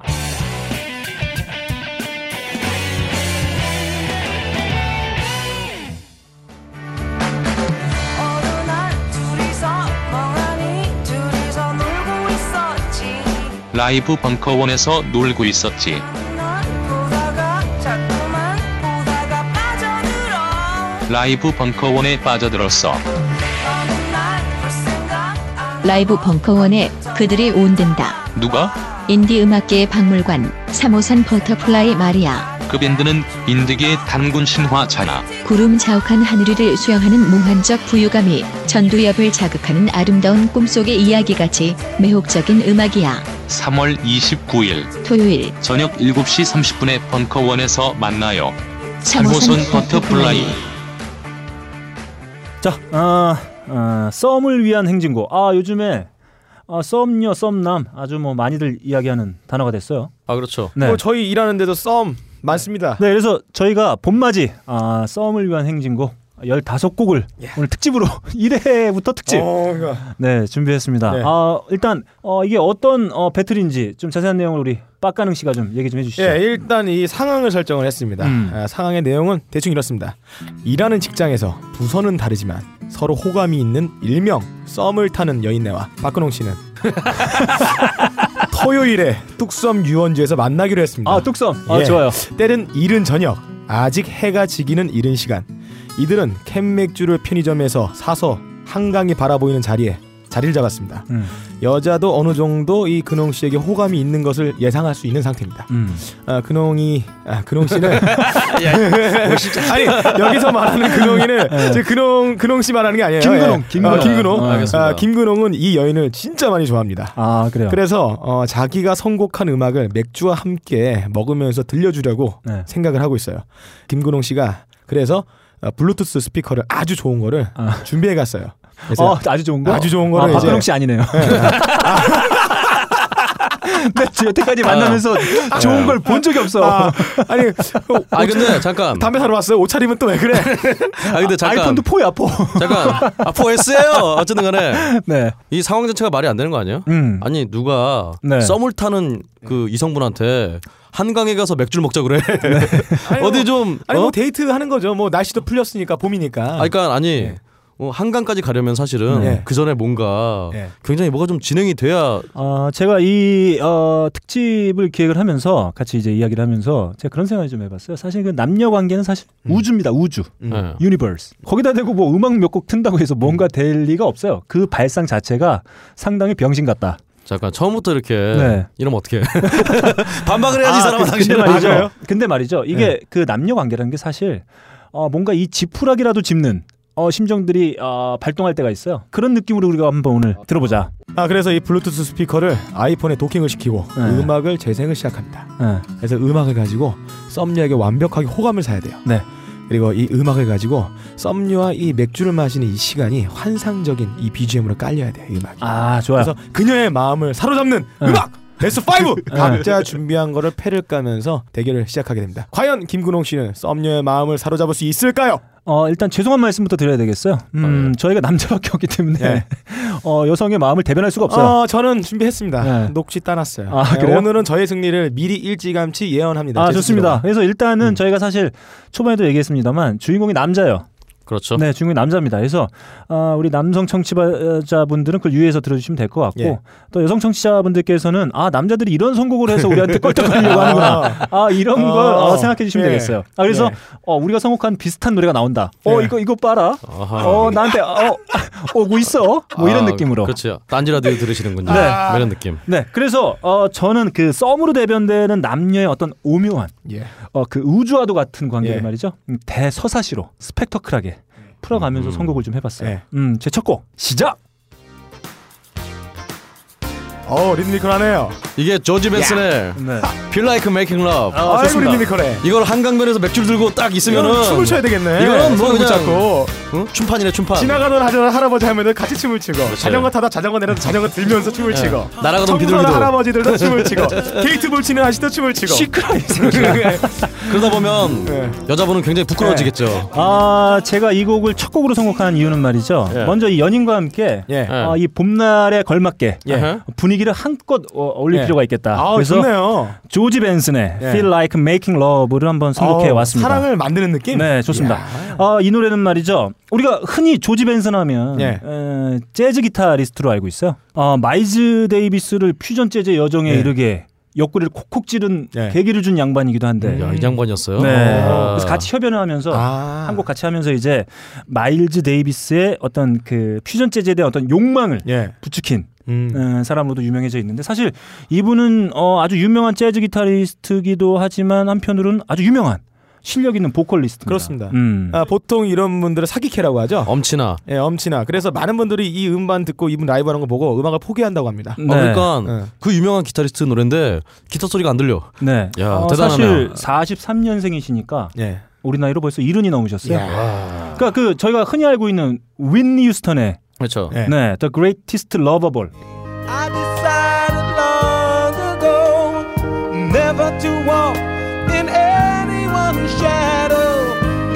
어느 날 둘이서 멍하니 둘이서 놀고 있었지
<laughs> 라이브 벙커원에서 어, 놀고 있었지.
난 보다가 자꾸만 보다가 빠져들어
라이브 벙커원에 빠져들었어.
어느 날 볼 생각 안
라이브 벙커원에 그들이 온댄다.
누가?
인디 음악계의 박물관 3호선 버터플라이 마리아.
그 밴드는 인디계의 단군 신화잖아.
구름 자욱한 하늘을 수영하는 몽환적 부유감이 전두엽을 자극하는 아름다운 꿈속의 이야기같이 매혹적인 음악이야.
3월 29일
토요일
저녁 7시 30분에 벙커원에서 만나요.
3호선
3호선
버터플라이.
버터플라이.
자, 아, 아, 썸을 위한 행진곡. 아, 요즘에 아, 썸녀, 썸남 아주 뭐 많이들 이야기하는 단어가 됐어요.
아 그렇죠
네.
뭐 저희 일하는 데도 썸 많습니다.
네, 그래서 저희가 봄맞이 아, 썸을 위한 행진곡 15곡을 오늘 특집으로 <laughs> 1회부터 특집
예. 어, 이거.
네, 준비했습니다.
네.
아, 일단 어, 이게 어떤 어, 배틀인지 좀 자세한 내용을 우리 빡가능 씨가 좀 얘기 좀 해주시죠.
예, 일단 이 상황을 설정을 했습니다.
음.
아, 상황의 내용은 대충 이렇습니다. 일하는 직장에서 부서는 다르지만 서로 호감이 있는 일명 썸을 타는 여인네와
<laughs>
박근홍 씨는 토요일에 뚝섬 유원지에서 만나기로 했습니다.
아, 뚝섬. 아,
예.
좋아요.
때는 이른 저녁, 아직 해가 지기는 이른 시간. 이들은 캔 맥주를 편의점에서 사서 한강이 바라보이는 자리에 자리를 잡았습니다.
음,
여자도 어느 정도 이 근홍 씨에게 호감이 있는 것을 예상할 수 있는 상태입니다.
음.
아, 근홍이 아, 근홍 씨는 <laughs> 아니 여기서 말하는 근홍이는 제 근홍 근홍 씨 말하는 게 아니에요.
네. 김근홍, 김근홍.
예. 아, 김근홍.
아,
알겠습니다.
아, 김근홍은 이 여인을 진짜 많이 좋아합니다.
아, 그래요.
그래서 어, 자기가 선곡한 음악을 맥주와 함께 먹으면서 들려주려고
네.
생각을 하고 있어요. 김근홍 씨가 그래서 어, 블루투스 스피커를 아주 좋은 거를
아.
준비해 갔어요. 그래서
어, 아주 좋은 거.
아주 좋은 거를
아,
이제-
박근홍 씨 아니네요. <laughs> 네, 저 여태까지 만나면서 좋은 걸 본 적이 없어.
아, <laughs> 아니 어,
아 근데 잠깐
담배 사러 왔어요. 옷차림은 또
<laughs>
왜 그래?
아 근데 잠깐
아이폰도 포야
<laughs>
포.
잠깐 아 4S예요 어쨌든
<laughs>
간에
네.
이 상황 자체가 말이 안 되는 거 아니에요?
음.
아니 누가
네.
썸을 타는 그 이성분한테 한강에 가서 맥주를 먹자 그래
네.
<laughs> 어디 좀
아니
어?
뭐 데이트 하는 거죠. 뭐 날씨도 풀렸으니까 봄이니까.
아, 그러니까 아니
네.
어, 한강까지 가려면 사실은
네.
그 전에 뭔가
네.
예.
굉장히 뭐가 좀 진행이 돼야
어, 제가 이 어, 특집을 기획을 하면서 같이 이제 이야기를 하면서 제가 그런 생각을 좀 해봤어요. 사실 그 남녀 관계는 사실
음.
우주입니다. 우주.
예.
유니버스. 거기다 대고 뭐 음악 몇 곡 튼다고 해서 뭔가 될 리가 없어요. 그 발상 자체가 상당히 병신 같다.
잠깐 처음부터 이렇게
네.
이러면 어떻게 반박을 해야지 이 사람은
그-
당신
근데 말이죠. 근데 말이죠. 이게 그 남녀 관계라는 게 사실 어, 뭔가 이 지푸라기라도 짚는 어, 심정들이 어, 발동할 때가 있어요. 그런 느낌으로 우리가 한번 오늘 들어보자.
아 그래서 이 블루투스 스피커를 아이폰에 도킹을 시키고
네.
음악을 재생을 시작합니다.
예.
그래서 음악을 가지고 썸녀에게 완벽하게 호감을 사야 돼요.
네.
그리고 이 음악을 가지고 썸녀와 이 맥주를 마시는 이 시간이 환상적인 이 BGM으로 깔려야 돼요. 이 음악이.
아 좋아요.
그래서 그녀의 마음을 사로잡는
네.
음악 베스트 5 각자 준비한 거를 패를 까면서 대결을 시작하게 됩니다. 과연 김근홍 씨는 썸녀의 마음을 사로잡을 수 있을까요?
어, 일단 죄송한 말씀부터 드려야 되겠어요. 음, 저희가 남자밖에 없기 때문에
네.
<laughs> 어, 여성의 마음을 대변할 수가 없어요.
어, 저는 준비했습니다.
네.
녹취 따놨어요.
아,
네,
그래요?
오늘은 저의 승리를 미리 일찌감치 예언합니다.
아
제
좋습니다.
스스로가.
그래서 일단은
네, 음.
저희가 사실 초반에도 얘기했습니다만 주인공이 남자예요.
<laughs> 그렇죠.
네, 중국인 남자입니다. 그래서 아, 우리 남성 청취자분들은 그걸 유의해서 들어주시면 될 것 같고
예.
또 여성 청취자분들께서는 아 남자들이 이런 선곡을 해서 우리한테 껄떡거리려고 하는구나 아 이런
어,
걸 어, 생각해 주시면
예.
되겠어요. 아 그래서
예.
어, 우리가 선곡한 비슷한 노래가 나온다. 어
예.
이거 이거 봐라.
아하.
어 나한테 어 오고 있어. 뭐 이런
아,
느낌으로.
그렇죠. 딴지라디오 들으시는군요.
네.
뭐 이런 느낌.
네, 그래서 어, 저는 그 썸으로 대변되는 남녀의 어떤 오묘한
예.
어, 그 우주와도 같은 관계를
예.
말이죠. 음, 대서사시로 스펙터클하게 풀어가면서
음.
선곡을 좀 해봤어요.
예.
음, 제 첫 곡 시작.
어 리드미컬하네요.
이게 조지 벤슨의
네.
Feel Like Making Love.
아, 이고 리드미컬해.
이걸 한강변에서 맥주를 들고 딱 있으면은
이거는 춤을 춰야 되겠네.
이거는 뭐 그냥
손을
아.
붙잡고.
응? 춤판이네 춤판.
지나가던 할- 할아버지 할머니들 같이 춤을 추고 자전거 타다 자전거 내려서 자전거 들면서 춤을 추고
날아가던
청소년
비둘기도.
할아버지들도 춤을 추고 게이트 볼 치는 아저씨도 춤을 추고
<laughs>
시끄러워
그러다 보면
네.
여자분은 굉장히 부끄러워지겠죠.
아, 제가 이 곡을 첫 곡으로 선곡한 이유는 말이죠.
예.
먼저 이 연인과 함께
예.
아, 이 봄날에 걸맞게
아하.
분위기를 한껏 어, 어울릴
예.
필요가 있겠다.
아
그래서
좋네요
조지 벤슨의
예.
Feel Like Making Love를 한번 선곡해
아우,
왔습니다.
어, 사랑을 만드는 느낌
네, 좋습니다. 아, 이 노래는 말이죠. 우리가 흔히 조지 벤슨 하면
예.
에, 재즈 기타리스트로 알고 있어요. 어, 마이즈 데이비스를 퓨전 재즈의 여정에
예.
이르게 옆구리를 콕콕 찌른
예. 음.
계기를 준 양반이기도 한데.
야, 이 장관이었어요.
네.
아.
그래서 같이 협연을 하면서
아.
한국 같이 하면서 이제 마일즈 데이비스의 어떤 그 퓨전 재즈에 대한 어떤 욕망을
예
부추긴
음.
어, 사람으로도 유명해져 있는데 사실 이분은 어, 아주 유명한 재즈 기타리스트기도 하지만 한편으로는 아주 유명한 실력 있는 보컬리스트입니다.
그렇습니다.
음.
아, 보통 이런 분들을 사기캐라고
어.
하죠
엄친아. 어,
예 엄친아 그래서 많은 분들이 이 음반 듣고 이분 라이브 하는 거 보고 음악을 포기한다고 합니다
네.
아, 그러니까
네.
그 유명한 기타리스트 노래인데 기타 소리가 안 들려.
네.
야,
어, 사실
대단하네요.
43년생이시니까
예
우리 나이로 벌써 70이 넘으셨어요.
야.
그러니까 그 저희가 흔히 알고 있는 윈니 휴스턴의
그렇죠.
네.
네, The Greatest Lovable.
I decided long ago never to walk in anyone's shadow.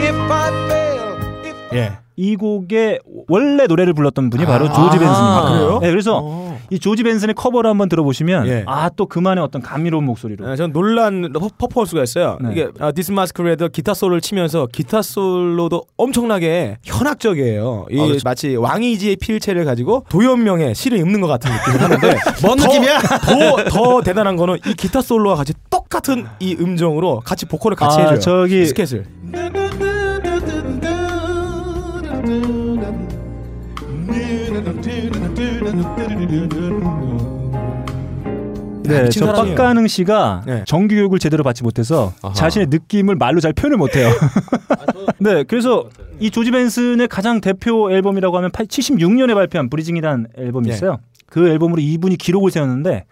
If I fail, if
예.
이 곡의 원래 노래를 불렀던 분이 바로 조지 벤슨입니다.
아, 그래요?
네, 그래서 이 조지 벤슨의 커버를 한번 들어보시면
어. 예.
아 또 그만의 어떤 감미로운 목소리로
아, 전 놀란 퍼- 퍼포먼스가 있어요.
네.
이게 아, 디스 마스크레드 기타 솔로를 치면서 기타 솔로도 엄청나게 현악적이에요. 이
아, 그렇죠.
마치 왕이지의 필체를 가지고 도연명의 시를 읊는 것 같은 느낌을 하는데
뭔
더-
느낌이야?
더, 더 대단한 거는 이 기타 솔로와 같이 똑같은 이 음정으로 같이 보컬을 같이
아,
해줘요.
저기-
스케줄.
네,
미친
저
사람이에요.
빡가능 씨가
네.
정규 교육을 제대로 받지 못해서
아하.
자신의 느낌을 말로 잘 표현을 못해요.
아,
<laughs> 네, 그래서 이 조지 벤슨의 가장 대표 앨범이라고 하면 76년에 발표한 브리징이라는 앨범이
예.
있어요. 그 앨범으로 이분이 기록을 세웠는데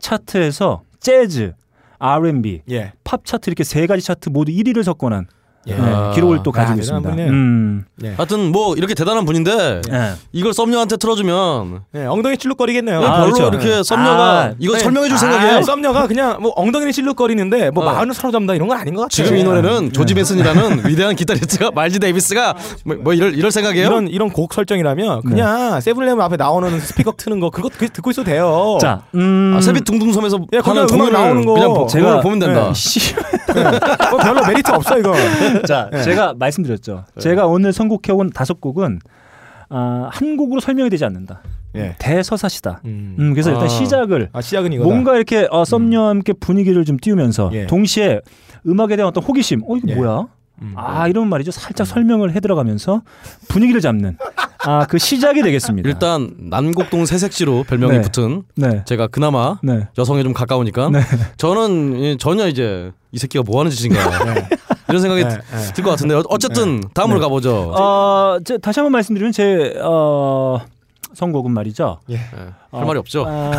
차트에서 재즈, R&B,
예.
팝 차트 이렇게 세 가지 차트 모두 1위를 석권한
예.
네, 기록을 또
아,
가지고
대단한
있습니다.
분이네요.
음,
예.
하여튼 뭐 이렇게 대단한 분인데
네.
예.
이걸 썸녀한테 틀어주면
예, 엉덩이 찔룩거리겠네요.
아,
별로
그렇죠.
이렇게 썸녀가
아,
이거
네.
설명해 줄
아,
생각이에요.
썸녀가 그냥 뭐 엉덩이를 찔룩거리는데 뭐
어.
마음을 사로잡는다 이런 건 아닌 것 같아요.
지금 이
네.
노래는 조지 벤슨이라는 <laughs> 위대한 기타리스트가 말지 데이비스가 뭐, 뭐 이럴 이럴 생각이에요.
이런 이런 곡 설정이라면
네.
그냥 세븐일레븐 앞에 나오는 스피커 트는 거 그거 그 듣고 있어도 돼요.
자, 음,
아, 세빛 둥둥섬에서
예, 거기
하는
음악
공연을
나오는 거. 네.
그냥 보-
제가- 네,
공연을
<laughs>
보면 된다.
어, 별로 메리트 없어 이거. <laughs>
자,
예.
제가 말씀드렸죠. 제가 오늘 선곡해온 다섯 곡은 아, 한 곡으로 설명이 되지 않는다.
예.
대서사시다.
음.
음, 그래서 일단
아.
시작을
아 시작은 이거다. 음.
뭔가 이렇게 어, 썸녀와 함께 분위기를 좀 띄우면서
예.
동시에 음악에 대한 어떤 호기심, 어 이거
예. 음.
뭐야? 아 이런 말이죠. 살짝 설명을 해들어가면서 분위기를 잡는 아 그 시작이 되겠습니다.
일단 난곡동 새색시로 별명이
네.
붙은
네,
제가 그나마
네.
여성에 좀 가까우니까
네.
저는 이- 전혀 이제 이 새끼가 뭐 하는 짓인가
네.
<laughs> 이런 생각이 들 것 같은데 어- 어쨌든 다음으로 가보죠.
어, 저, 다시 한번 말씀드리면 제 어, 선곡은 말이죠.
예, 할 말이 없죠.
아,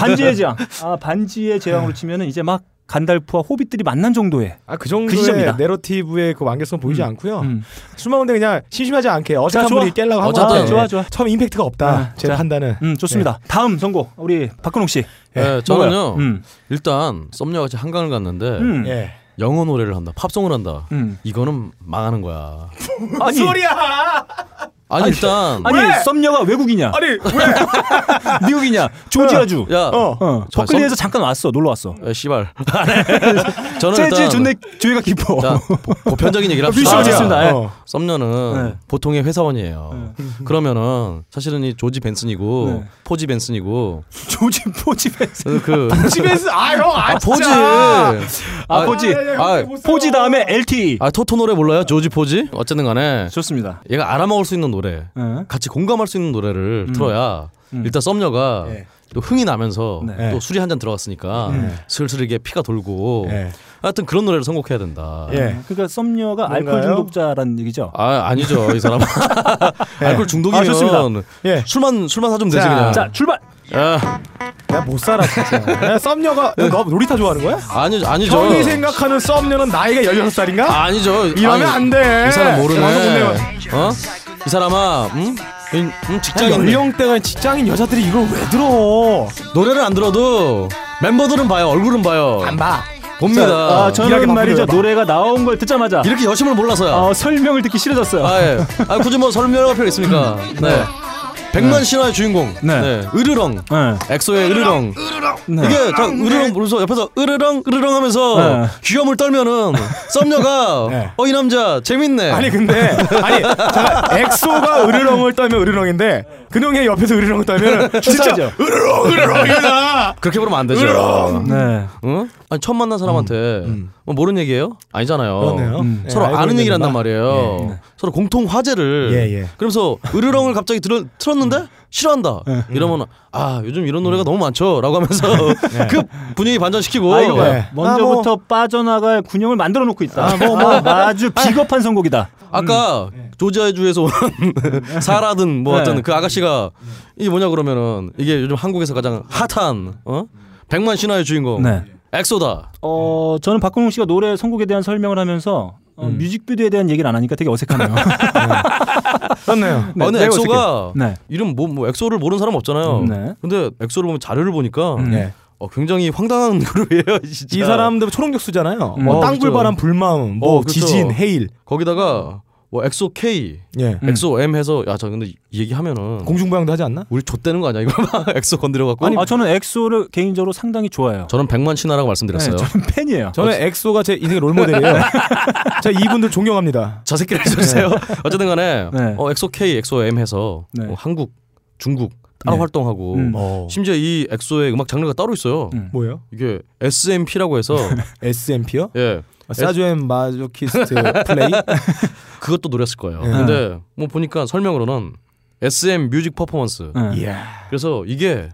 반지의 제왕. 아, 반지의 제왕으로 치면은 이제 막 간달프와 호빗들이 만난 정도의
아, 그 정도의
시점이다.
내러티브의 그 완결성 보이지 않고요.
음.
수많은데 그냥 심심하지 않게 어색한
좋아.
분이 깨려고 하면
어쨌든
좋아, 좋아.
처음 임팩트가 없다.
아,
제
자.
판단은.
음, 좋습니다. 다음 선곡 우리 박근홍 씨.
예,
뭐가요?
저는요
음,
일단 썸녀와 같이 한강을 갔는데
음,
예.
영어 노래를 한다, 팝송을 한다.
음.
이거는 망하는 거야.
아니,
소리야.
아니 일단
아니
왜?
썸녀가 외국이냐?
아니,
<laughs> 미국이냐? 조지아주.
야
어.
어,
자,
버클리에서
썸-
잠깐 왔어, 놀러 왔어.
야, 네, 씨발. <laughs> 저는
재즈
일단
존내 주의가 깊어.
자, 보- 보편적인 얘기를 합시다.
아, 좋습니다. 예.
어.
썸녀는
네.
보통의 회사원이에요.
<laughs>
그러면은 사실은 이 조지 벤슨이고
네.
포지 벤슨이고
<laughs> 조지 포지에서
그-
<laughs>
그
집에서 아형
아,
아,
포지.
진짜.
아, 포지.
아,
포지 다음에 LTE.
아 토토 노래
네.
몰라요? 조지 포지? 어쨌든 간에
좋습니다.
얘가 알아먹을 수 있는 노래.
예.
같이 공감할 수 있는 노래를 틀어야
음.
일단 썸녀가
예.
또 흥이 나면서
네.
또 술이 한 잔 들어갔으니까 슬슬 이게 피가 돌고
네.
예.
하여튼 그런 노래를 선곡해야 된다.
예.
그러니까 썸녀가 알코올
뭔가요?
중독자라는 얘기죠.
아 아니죠 이
<laughs>
사람 은 알코올 중독이면
아, 좋습니다.
예.
술만 술만 사주면 되지
자,
그냥
자, 출발.
아,
나못 살아 진짜. 야, 썸녀가 너, 너 놀이터 좋아하는 거야?
아니 아니죠
형이 생각하는 썸녀는 나이가 16살인가?
아니죠 아니,
이러면 안 돼.
이 사람
방송
모르네
보내면.
어이 사람아 응? 응, 응
아, 네.
직장인
연령대가 직장인 여자들이 이걸 왜 들어?
노래를 안 들어도 멤버들은 봐요 얼굴은 봐요
봐.
봅니다
아,
일하게
저는
바쁘게
말이죠.
해봐.
노래가 나온 걸 듣자마자
이렇게 여심을 몰라서요
아,
어, 설명을 듣기 싫어졌어요.
아, 예. 아 굳이 뭐 설명할 필요 있습니까
음.
네 백만 신화의 주인공
네.
으르렁
네.
엑소의 으르렁
네.
이게 다 으르렁 부르면서 옆에서 으르렁 으르렁 하면서
네.
귀염을 떨면은 썸녀가
네.
어 이 남자 재밌네
아니 그- 근데 아니 자, 엑소가 으르렁을 떨면 으르렁인데 근홍이 옆에서 으르렁을 <laughs> 떨면 진짜
추사죠.
으르렁 으르렁이다.
그렇게 부르면 안 되죠
네.
응? 아니 처음 만난 사람한테 뭐 모르는 얘기예요? 아니잖아요
음.
서로 아는 얘기를 한단 말이에요
예,
서로 공통 화제를
예, 예.
그러면서 으르렁을 갑자기 들어, 틀었는데 싫어한다 이러면 아 요즘 이런 노래가 너무 많죠 라고 하면서 그 분위기 반전시키고
아 이거 봐요.
네.
먼저부터 빠져나갈 군형을 만들어 놓고 있다. 아, 뭐, 뭐. 아주 비겁한 선곡이다.
아까 조지아주에서 온 <laughs> 사라든 뭐
음. 네. 음.
하여튼 그 아가씨가 이게 뭐냐 그러면은 이게 요즘 한국에서 가장 핫한 어? 백만 신화의 주인공
네.
엑소다
어, 저는 박근홍 씨가 노래 선곡에 대한 설명을 하면서 어, 뮤직비디오에 대한 얘기를 안 하니까 되게 <laughs> 어색하네요.
맞네요.
아, 근데
내가
엑소가
네.
이름 뭐, 뭐 엑소를 모르는 사람 없잖아요
네.
근데 엑소를 보면 자료를 보니까
음.
예.
어, 굉장히 황당한 <laughs> 그룹이에요 진짜.
이 사람들 초록육수잖아요.
음.
뭐
어, 그렇죠.
땅굴바람 불마음, 뭐
어, 그렇죠.
지진, 해일.
거기다가 뭐 엑소 K
예.
음.
엑소 M 해서 야 저 근데 이 얘기하면은
공중부양도 하지 않나?
우리 좆되는 거 아니야 이거 <laughs> 엑소 건드려갖고
아, 저는 엑소를 개인적으로 상당히 좋아해요. 네,
저는 백만 신화라고 말씀드렸어요
저는 팬이에요.
저는 엑소가 제 인생의
<laughs>
롤모델이에요. 제가 이분들 존경합니다.
저 새끼를 <laughs> 해주세요. 어쨌든 간에
네.
어, 엑소 K, 엑소 M 해서
네.
어, 한국, 중국 따로
네.
활동하고
음.
어.
심지어 이 엑소의 음악 장르가 따로 있어요.
음.
뭐예요?
이게
<laughs>
SMP라고 해서
SMP요?
예
아, 사주엔 마조키스트
<laughs>
플레이?
그것도 노렸을 거예요.
네.
근데 뭐 보니까 설명으로는 SM 뮤직 퍼포먼스.
네.
이야.
그래서 이게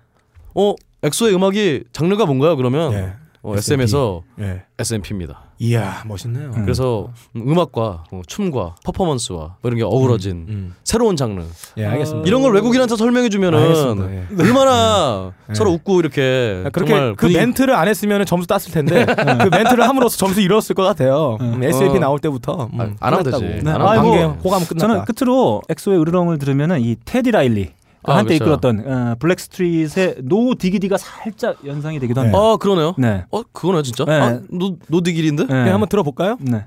어 엑소의 음악이 장르가 뭔가요? 그러면
네.
예.
어, SM에서
예.
SMP입니다.
음.
이야, 멋있네요.
그래서 음악과 어, 춤과 퍼포먼스와 뭐 이런 게 어우러진
음.
새로운 장르.
예,
어,
알겠습니다.
이런 걸 외국인한테 설명해
알겠습니다.
주면은
예.
얼마나 <laughs>
네.
서로 웃고 이렇게
아, 그렇게
네, 정말
그
분위기- 네.
멘트를 안 했으면 점수 땄을 텐데 그 멘트를 함으로써 점수 잃었을 것 같아요. 음, SAP
어.
나올 때부터 음,
아, 안 하면
끝났다고.
되지.
네.
안
아이고.
하면
관계
되지.
호감 끝났다.
저는 끝으로 엑소의 으르렁을 들으면은 이 테디 라일리 가
아,
한때
그렇죠.
이끌었던 어, 블랙스트릿의 노 디기디가 살짝 연상이 되기도 합니다.
아 그러네요.
네.
어 그거네 진짜.
네.
아, 노 노디길인데.
네.
네, 한번 들어볼까요?
네.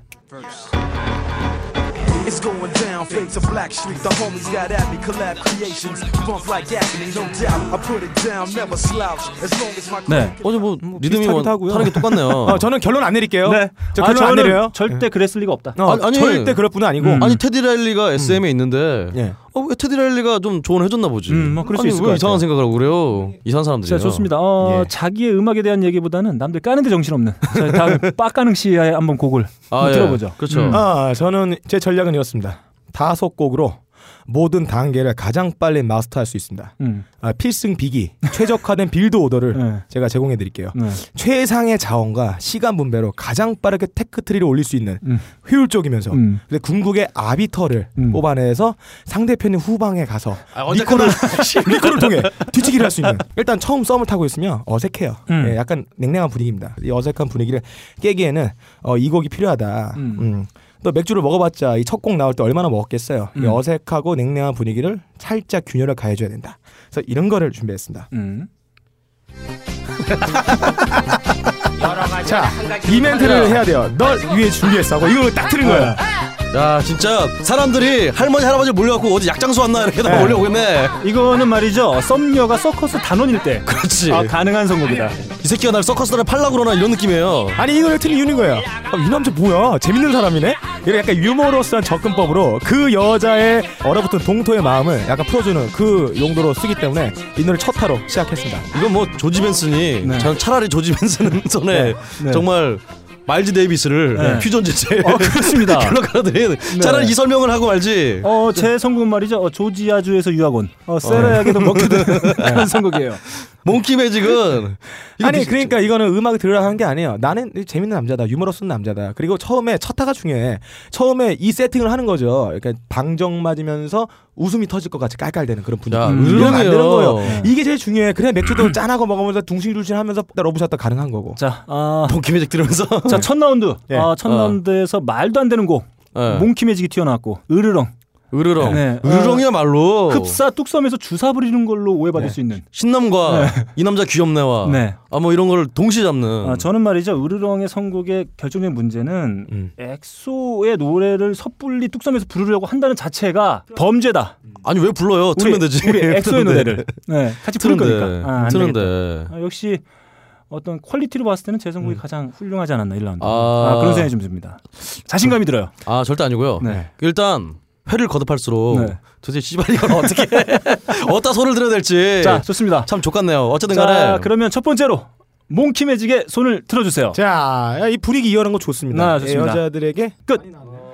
It's going down Fades of Black Street, the homies got at me, collab creations. Bump like agony, no doubt. I put it down, never slouch. As long as my
네.
어제 뭐, 리듬이
비슷하기도
원,
하고요.
하는 게
<laughs>
똑같네요.
아,
어, 저는 결론 안 내릴게요.
네.
저
아,
결론 안
저는 예.
내려요.
절대 그랬을 리가 없다.
어,
아니, 아니.
절대 그럴 뿐은 아니고.
음.
아니 테디 라일리가 SM에 있는데
예.
어, 왜 테디 라일리가 좀 조언해줬나 보지.
음, 뭐 그럴 수
아니,
있을
왜
것 같아요.
이상한
예.
생각을 하고 그래요. 이상한 사람들이에요.
자, 좋습니다. 어,
예.
자기의 음악에 대한 얘기보다는 남들 까는데 정신없는. 자, <laughs> 다음 빡가능 씨의 한번 곡을
아, 예.
들어보죠.
그렇죠.
음.
아, 저는 제 전략은 이렇습니다. 다섯 곡으로 모든 단계를 가장 빨리 마스터할 수 있습니다.
음.
아, 필승 비기, 최적화된 빌드 오더를
네.
제가 제공해 드릴게요.
네.
최상의 자원과 시간 분배로 가장 빠르게 테크 트리를 올릴 수 있는
음.
효율적이면서
음.
근데 궁극의 아비터를
음.
뽑아내서 상대편의 후방에 가서
아, 언제
리코를 <laughs> 리코를 통해 뒤치기를 할 수 있는 일단 처음 썸을 타고 있으면 어색해요.
음.
예, 약간 냉랭한 분위기입니다. 이 어색한 분위기를 깨기에는 어, 이 곡이 필요하다.
음.
음. 또 맥주를 먹어봤자 이 첫 곡 나올 때 얼마나 먹었겠어요. 이
음.
어색하고 냉랭한 분위기를 살짝 균열을 가해줘야 된다. 그래서 이런 거를 준비했습니다. <laughs>
음.
자, 이 멘트를 해야 돼요. 널 위해 준비했어. 하고 이거 딱 틀은 거예요.
야 진짜 사람들이 할머니 할아버지 몰려갖고 어디 약장수 왔나 이렇게
<laughs>
다 몰려오겠네.
이거는 말이죠. 썸녀가 서커스 단원일 때
그렇지.
아, 가능한 선곡이다.
이 새끼가 날 서커스단에 팔라 그러나 이런 느낌이에요.
아니 이걸 틀린 이유는 거예요. 아, 이 남자 뭐야? 재밌는 사람이네. 이런 약간 유머러스한 접근법으로 그 여자의 얼어붙은 동토의 마음을 약간 풀어주는 그 용도로 쓰기 때문에 이 노래 첫 타로 시작했습니다.
이건 뭐 조지 벤슨이
네.
저는 차라리 조지 벤슨 <laughs> 손에
네. 정말
정말 마일즈 데이비스를
네.
퓨전 제체
어,
<laughs>
그렇습니다. 네.
별로 가라드린 차라리 이 설명을 하고 말지.
어, 제 선곡은 말이죠. 어, 조지아주에서 유학온. 어, <laughs> 네. 세라야게도 먹게 되는 그런 선곡이에요.
몽키 매직은 <laughs> 이거
아니
무슨-
그러니까 이거는 음악을 들으라 하는 게 아니에요. 나는 재밌는 남자다, 유머러스한 남자다. 그리고 처음에 첫 타가 중요해. 처음에 이 세팅을 하는 거죠. 그러니까 방정 맞으면서 웃음이 터질 것 같이 깔깔대는 그런 분위기.
야,
이러면 안 되는
의외네요.
거예요. 이게 제일 중요해. 그래 맥주도 <clears throat> 짠하고 먹으면서 둥실둥실하면서 러브샷도 가능한 거고.
자, 아,
몽키
<laughs>
매직 들으면서
자, 첫 라운드.
예.
아, 첫
어.
라운드에서 말도 안 되는 곡.
네.
몽키 매직이 튀어나왔고. 으르렁.
으르렁
네. 어.
으르렁이야말로
흡사 뚝섬에서 주사 부리는 걸로 오해받을 수 있는.
신남과 이 남자 귀엽네와
네.
아 뭐 이런 거를 동시에 잡는
아, 저는 말이죠. 으르렁의 선곡의 결정적인 문제는
음.
엑소의 노래를 섣불리 뚝섬에서 부르려고 한다는 자체가 범죄다.
아니 왜 불러요 틀면 되지 <laughs>
우리 엑소의
틀는데.
노래를 네, 같이 부를
트는데
거니까. 아, 안 되겠다.
트는데
아, 역시 어떤 퀄리티로 봤을 때는 제 선곡이 가장 훌륭하지 않았나 1라운드.
아.
아, 그런 생각이 좀 듭니다. 자신감이 들어요.
아 절대 아니고요
네.
일단 회를 거듭할수록
네.
도대체 씨발 이걸 어떻게 <laughs> 어디다 손을 들어야 될지
자, 좋습니다.
참 좋겠네요 어쨌든
자,
간에
그러면 첫 번째로 몽키 매직의 손을 들어 주세요.
자, 야, 이 분위기 이어는 거 좋습니다.
아, 좋습니다.
예, 여자들에게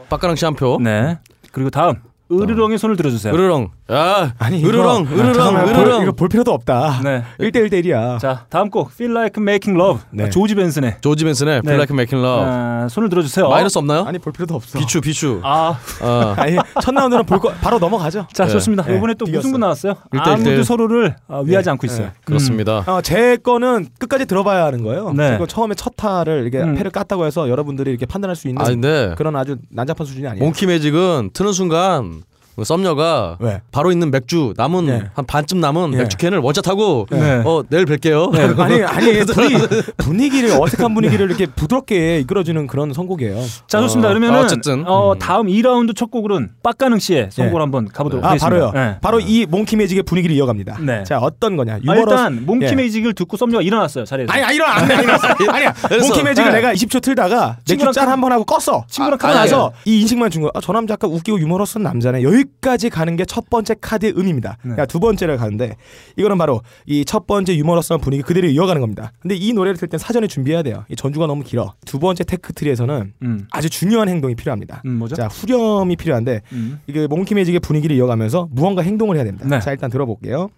박가랑 씨 한표
네. 그리고 다음 으르렁의 손을 들어 주세요.
으르렁 야
아니
으르렁
이거, 아,
으르렁
잠깐만, 볼, 이거
으르렁
볼 필요도 없다.
네.
1대1 대일이야.
자, 다음 곡 Feel Like Making Love.
네.
조지 벤슨의
조지 맨슨의
네.
블랙 맥킨 러브
아, 손을 들어 주세요.
마이너스 없나요
네. 아니 볼 필요도 없어.
비추 비추
아,
어.
아니 예. 첫 라운드는 볼 거 바로 넘어가죠.
자
네.
좋습니다.
네,
이번에 또
비겼어요.
무승부 나왔어요.
일대 일대.
아무도 서로를 아, 위하지
네,
않고 있어요.
네.
그렇습니다
어, 제 거는 끝까지 들어봐야 하는 거예요.
네.
제 거 처음에 네. 첫 타를 이렇게
음.
패를 깠다고 해서 여러분들이 이렇게 판단할 수 있는
아 근데
그런 아주 예. 난잡한 수준이 아니에요.
몽키 매직은 트는 순간 그 썸녀가
왜?
바로 있는 맥주 남은
예.
한 반쯤 남은
예. 네.
맥주 캔을 원샷하고
네.
어 내일 뵐게요. <laughs>
아니 아니 분위, 분위기를 어색한 분위기를 이렇게 부드럽게 이끌어주는 그런 선곡이에요.
자 좋습니다.
어,
그러면은
어쨌든.
어, 다음 2라운드 첫 곡은 빡가능 씨의 선곡을 한번 가보도록
네. 아
하겠습니다.
바로요.
네.
바로 이 몽키 매직의 분위기를 이어갑니다.
네.
자 어떤 거냐?
아,
유머러스.
일단 몽키
예.
매직을 듣고 썸녀가 일어났어요. 자리에서.
아니, 아니, 일어나, 안 돼, 안 일어났어. 아니야.
그래서-
몽키 매직을
네.
내가 20초 틀다가
친구랑
친구랑 짠
카-
한 번 하고 껐어.
친구랑
아,
카드
그래서 이 인식만 준 거야. 아, 저 남자 아까 웃기고 유머러스한 남자네. 여기까지 가는 게 첫 번째 카드의 의미입니다.
네.
야, 두 번째를 가는데 이거는 바로 이 첫 번째 유머러스한 분위기 그대로 이어가는 겁니다. 근데 이 노래를 들땐 사전에 준비해야 돼요. 이 전주가 너무 길어. 두 번째 테크트리에서는
음.
아주 중요한 행동이 필요합니다.
음, 뭐죠?
자, 후렴이 필요한데
음.
이게 몽키 매직의 분위기를 이어가면서 무언가 행동을 해야 됩니다.
네.
자 일단 들어볼게요.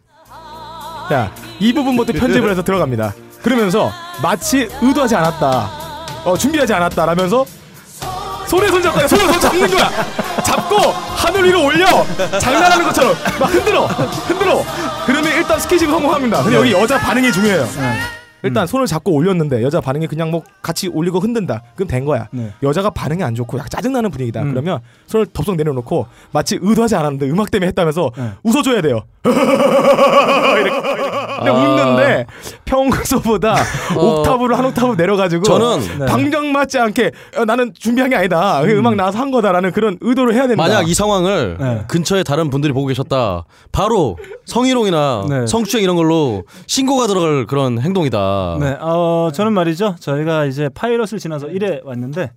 자 이 부분부터 편집을 해서 들어갑니다. 그러면서 마치 의도하지 않았다, 어, 준비하지 않았다라면서 손에 손 잡고 손을 손 잡는 거야. 잡고 하늘 위로 올려 장난하는 것처럼 막 흔들어 흔들어. 그러면 일단 스킨십 성공합니다. 근데 여기 여자 반응이 중요해요. 일단 손을 잡고 올렸는데 여자 반응이 그냥 뭐 같이 올리고 흔든다 그럼 된 거야
네.
여자가 반응이 안 좋고 약간 짜증나는 분위기다
음.
그러면 손을 덥석 내려놓고 <laughs> 마치 의도하지 않았는데 음악 때문에 했다면서
네.
웃어줘야 돼요 근데 웃는데 평소보다 옥타브를 한 옥타브 내려가지고
저는-
방정 맞지 않게 어, 나는 준비한 게 아니다. 음. 악 나와서 한 거다라는 그런 의도를 해야 된다.
만약 이 상황을
네.
근처에 다른 분들이 보고 계셨다. 바로 성희롱이나
네.
성추행 이런 걸로 신고가 들어갈 그런 행동이다.
네, 어, 저는 말이죠. 저희가 이제 파이럿을 지나서 1회 왔는데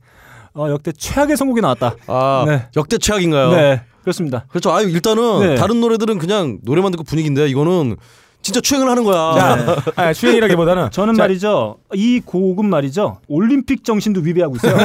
어, 역대 최악의 선곡이 나왔다.
아
네.
역대 최악인가요?
네, 그렇습니다.
그렇죠. 아유 일단은
네.
다른 노래들은 그냥 노래만 듣고 분위기인데 이거는 진짜 추행을 하는 거야.
자, 아, 주행이라기보다는
저는
자,
말이죠. 이 곡은 말이죠. 올림픽 정신도 위배하고
<laughs>
있어요.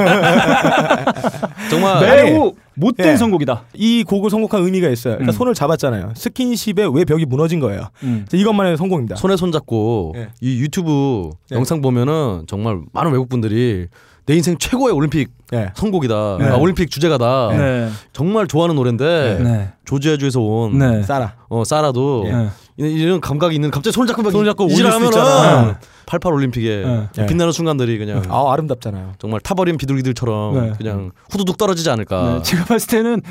정말
네.
매우 못된
예.
선곡이다.
이 곡을 선곡한 의미가 있어요. 일단
음.
손을 잡았잖아요. 스킨십에 왜 벽이 무너진 거예요.
음.
자, 이것만 해도 성공입니다.
손에 손 잡고
예.
네.
이 유튜브
네.
영상 보면은 정말 많은 외국 분들이 내 인생 최고의 올림픽
네.
선곡이다.
네.
아, 올림픽 주제가다.
네.
정말 좋아하는 노래인데
네.
조지아주에서 온
네.
싸라.
어, 사라도
네.
이런- 이런 감각이 있는 갑자기 손을 잡고
손을 잡고 올릴 수
이질하면은
있잖아.
88 올림픽에
네.
빛나는 순간들이 그냥
아 아름답잖아요.
정말 타버린 비둘기들처럼
네.
그냥 후두둑 떨어지지 않을까.
네, 제가 봤을 때는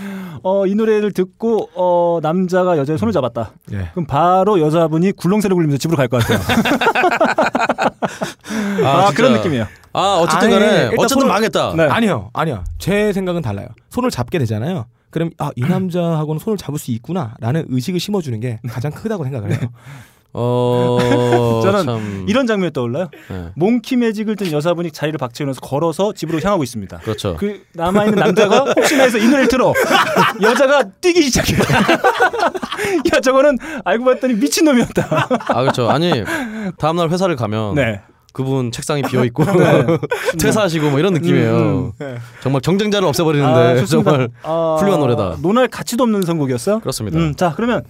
어, 이 노래를 듣고 어, 남자가 여자의 손을 잡았다.
예.
그럼 바로 여자분이 굴렁쇠를 굴리면서 집으로 갈 것 같아요. 아,
진짜.
그런 느낌이에요. 예,
아 어쨌든
아니,
간에
일단
어쨌든
손을-
망했다.
네.
아니요, 아니요. 제 생각은 달라요. 손을 잡게 되잖아요. 그럼 아, 이 남자하고는 손을 잡을 수 있구나라는 의식을 심어주는 게 가장 크다고 생각을 해요.
<laughs> 어
<laughs> 저는
참...
이런 장면이 떠올라요.
네.
몽키 매직을 든 여자분이 자리를 박채우면서 걸어서 집으로 향하고 있습니다.
그렇죠.
그 남아 있는 남자가 혹시나 해서 이 노래를 틀어 여자가 뛰기 <laughs> 시작해. 야 저거는 알고 봤더니 미친 놈이었다.
아 그렇죠. 아니 다음 날 회사를 가면
네.
그분 책상이
<laughs>
비어 있고 <laughs> 퇴사하시고 뭐 이런 느낌이에요.
음,
정말 경쟁자를
아,
없애버리는데
좋습니다.
<laughs> 정말
아,
훌륭한 노래다.
논할 가치도 없는 선곡이었어요.
그렇습니다.
음, 자 그러면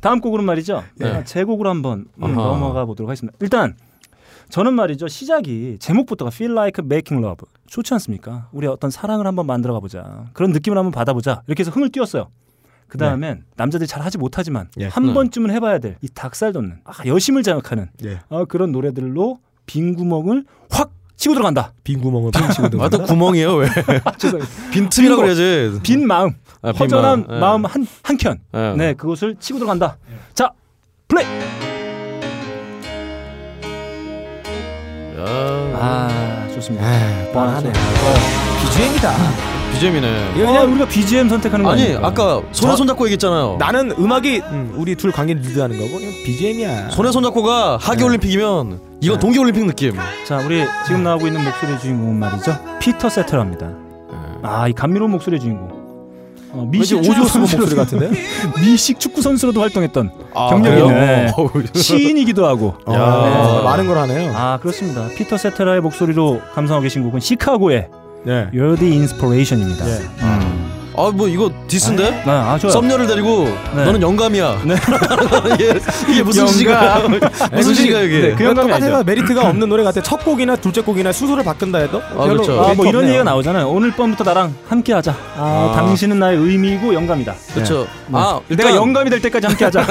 다음 곡으로 말이죠.
네.
제 곡으로 한번 음,
아하.
넘어가 보도록 하겠습니다. 일단 저는 말이죠 시작이 제목부터가 Feel Like Making Love 좋지 않습니까? 우리 어떤 사랑을 한번 만들어 가보자 그런 느낌을 한번 받아보자 이렇게 해서 흥을 띄웠어요. 그 다음엔 남자들이 잘 하지 못하지만
예.
한
네.
번쯤은 해봐야 될 이 닭살 돋는 아, 여심을 자극하는
예.
어, 그런 노래들로 빈 구멍을 확 치고 들어간다.
빈 구멍을 훔치고 들어간다.
아또 구멍이에요 왜?
<laughs> 죄송해요.
빈틈이라고
빈
그래야지.
빈 마음,
아, 빈
허전한
마음. 예.
마음 한 한 켠.
예.
네, 그것을 치고 들어간다. 자, 플레이.
야,
아, 좋습니다.
에이, 뻔하네. 어, 기주행이다.
BGM이네.
아, 우리가 BGM 선택하는 거
아니
아니에요?
아까 손에
저-
손잡고 얘기했잖아요.
나는 음악이 음, 우리 둘 관계를 리드하는 거고 이건 BGM이야.
손에 손잡고가 하계 올림픽이면 이건 동계 올림픽 느낌.
자, 우리 지금 나오고 있는 목소리의 주인공은 말이죠. 피터 세터라입니다. 아, 이 감미로운 목소리의 주인공. 어,
왠지
미식 축구
오조수 목소리
선수로도-
같은데요?
<laughs> 미식 축구 선수로도 활동했던 경력이
그래요?
있네.
어우,
시인이기도 하고.
야,
야.
많은 걸 아. 하네요.
아, 그렇습니다. 피터 세테라의 목소리로 감상하고 계신 곡은 시카고의
네.
You're the Inspiration입니다.
예.
음.
아, 뭐 이거 디스인데?
아, 아, 좋아요.
썸녀를 데리고
네.
너는 영감이야. <laughs> 이게, 이게 무슨 짓이야? 무슨 짓이야 이게?
네, 그
그러니까 그냥
영감이
똑같아서
아니죠.
<laughs> 메리트가 없는 노래 같아. 첫 곡이나 둘째 곡이나 수소를 바꾼다 해도 별로
그렇죠.
메리트
아, 뭐 이런
없네요.
얘기가 나오잖아요. 오늘 밤부터 나랑 함께하자. 아,
아.
당신은 나의 의미이고 영감이다. 네.
그렇죠. 아, 일단
내가 영감이 될 때까지 함께하자.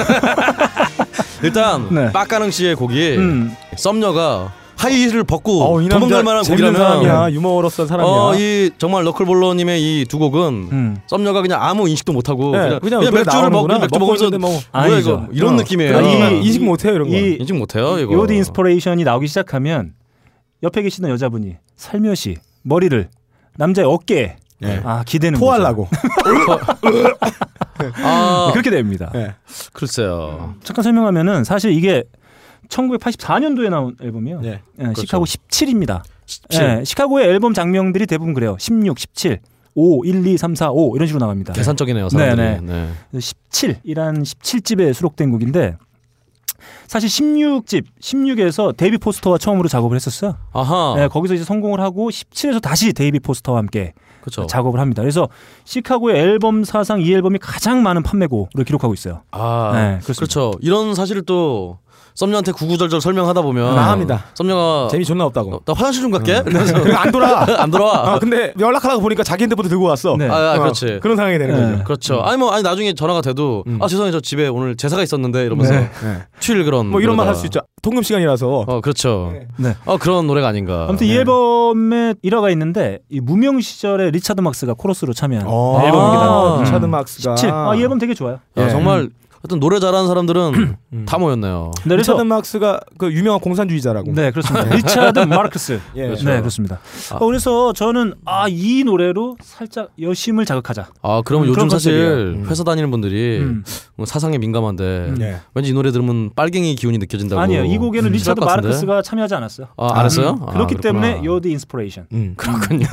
일단
네.
빡가능 씨의 곡이
음.
썸녀가 하이힐을 벗고
어우, 이 남자
도망갈 만한
재밌는
곡이라면
사람이야. 유머로서 사람이야.
어, 이 정말 너클볼러님의 이 두 곡은
음.
썸녀가 그냥 아무 인식도 못 하고
네,
그냥,
그냥
그냥,
노래
맥주를 먹고
나오는구나.
맥주
먹고
먹으면서
있는데 뭐.
뭐야
아니죠.
이거 이런
어.
느낌이에요.
아,
이-
이- 인식 못해요 이런 거.
이
인식 못해요 이거.
요디 인스퍼레이션이 나오기 시작하면 옆에 계시던 여자분이 살며시 머리를 남자의 어깨에
예.
아 기대는
토하려고.
아 어.
거죠. 그렇게 됩니다.
예.
글쎄요.
잠깐 설명하면은 사실 이게 1984년도에 나온 앨범이에요.
예.
예, 시카고 17입니다. 예,
칠.
시카고의 앨범 장명들이 대부분 그래요. 16, 17, 5, 1, 2, 3, 4, 5 이런 식으로 나갑니다.
계산적이네요
네,
사람들이.
네.
네.
17이란 17집에 수록된 곡인데 사실 16집, 16에서 데이비 포스터와 처음으로 작업을 했었어요.
아하.
네, 거기서 이제 성공을 하고 17에서 다시 데이비 포스터와 함께
그렇죠.
작업을 합니다. 그래서 시카고의 앨범 사상 이 앨범이 가장 많은 판매고를 기록하고 있어요.
아,
네, 그렇습니다.
그렇죠. 이런 사실을 또 썸녀한테 구구절절 설명하다 보면
망합니다.
썸녀가
재미 존나 없다고.
어, 나 화장실 좀 갈게. 그래서
그리고 안 돌아.
<laughs> 안 돌아와.
아 근데 연락하라고 보니까 자기 핸드폰 들고 왔어.
네.
아, 아,
어,
그렇지.
그런 상황이 되는
네.
거죠.
그렇죠. 아니 뭐 아니 나중에 전화가 돼도 아 죄송해요 저 집에 오늘 제사가 있었는데 이러면서 <laughs>
네.
취일 음, 그런
뭐 이런 말 할
노래다.
수 있죠. 통금 시간이라서.
어 그렇죠.
네.
어 그런 노래가 아닌가.
아무튼 이 앨범에 일화가 있는데 이 무명 시절에 리차드 막스가 코러스로 참여한
어.
앨범입니다.
아,
음.
리차드 막스가
17. 아, 이 앨범 되게 좋아요.
야, 정말 하여튼 노래 잘하는
<clears throat>
사람들은 다 모였네요.
네, 그래서
리차드 마크스가 그 유명한 공산주의자라고.
네 그렇습니다. 리차드
<laughs>
마르크스.
예.
그렇죠.
네 그렇습니다.
아.
어, 그래서 저는 아 이 노래로 살짝 여심을 자극하자.
아
음,
그럼 요즘
그런
사실
컨셉이에요. 음.
회사 다니는 분들이
음.
뭐 사상에 민감한데
음.
예.
왠지 이 노래 들으면 빨갱이 기운이 느껴진다고.
아니에요. 이 곡에는
음,
리차드
그럴 것 같은데?
마르크스가 참여하지 않았어요.
아, 안 했어요?
음,
아,
그렇기
그렇구나.
때문에 네. you're the inspiration.
음.
<laughs>
그렇군요.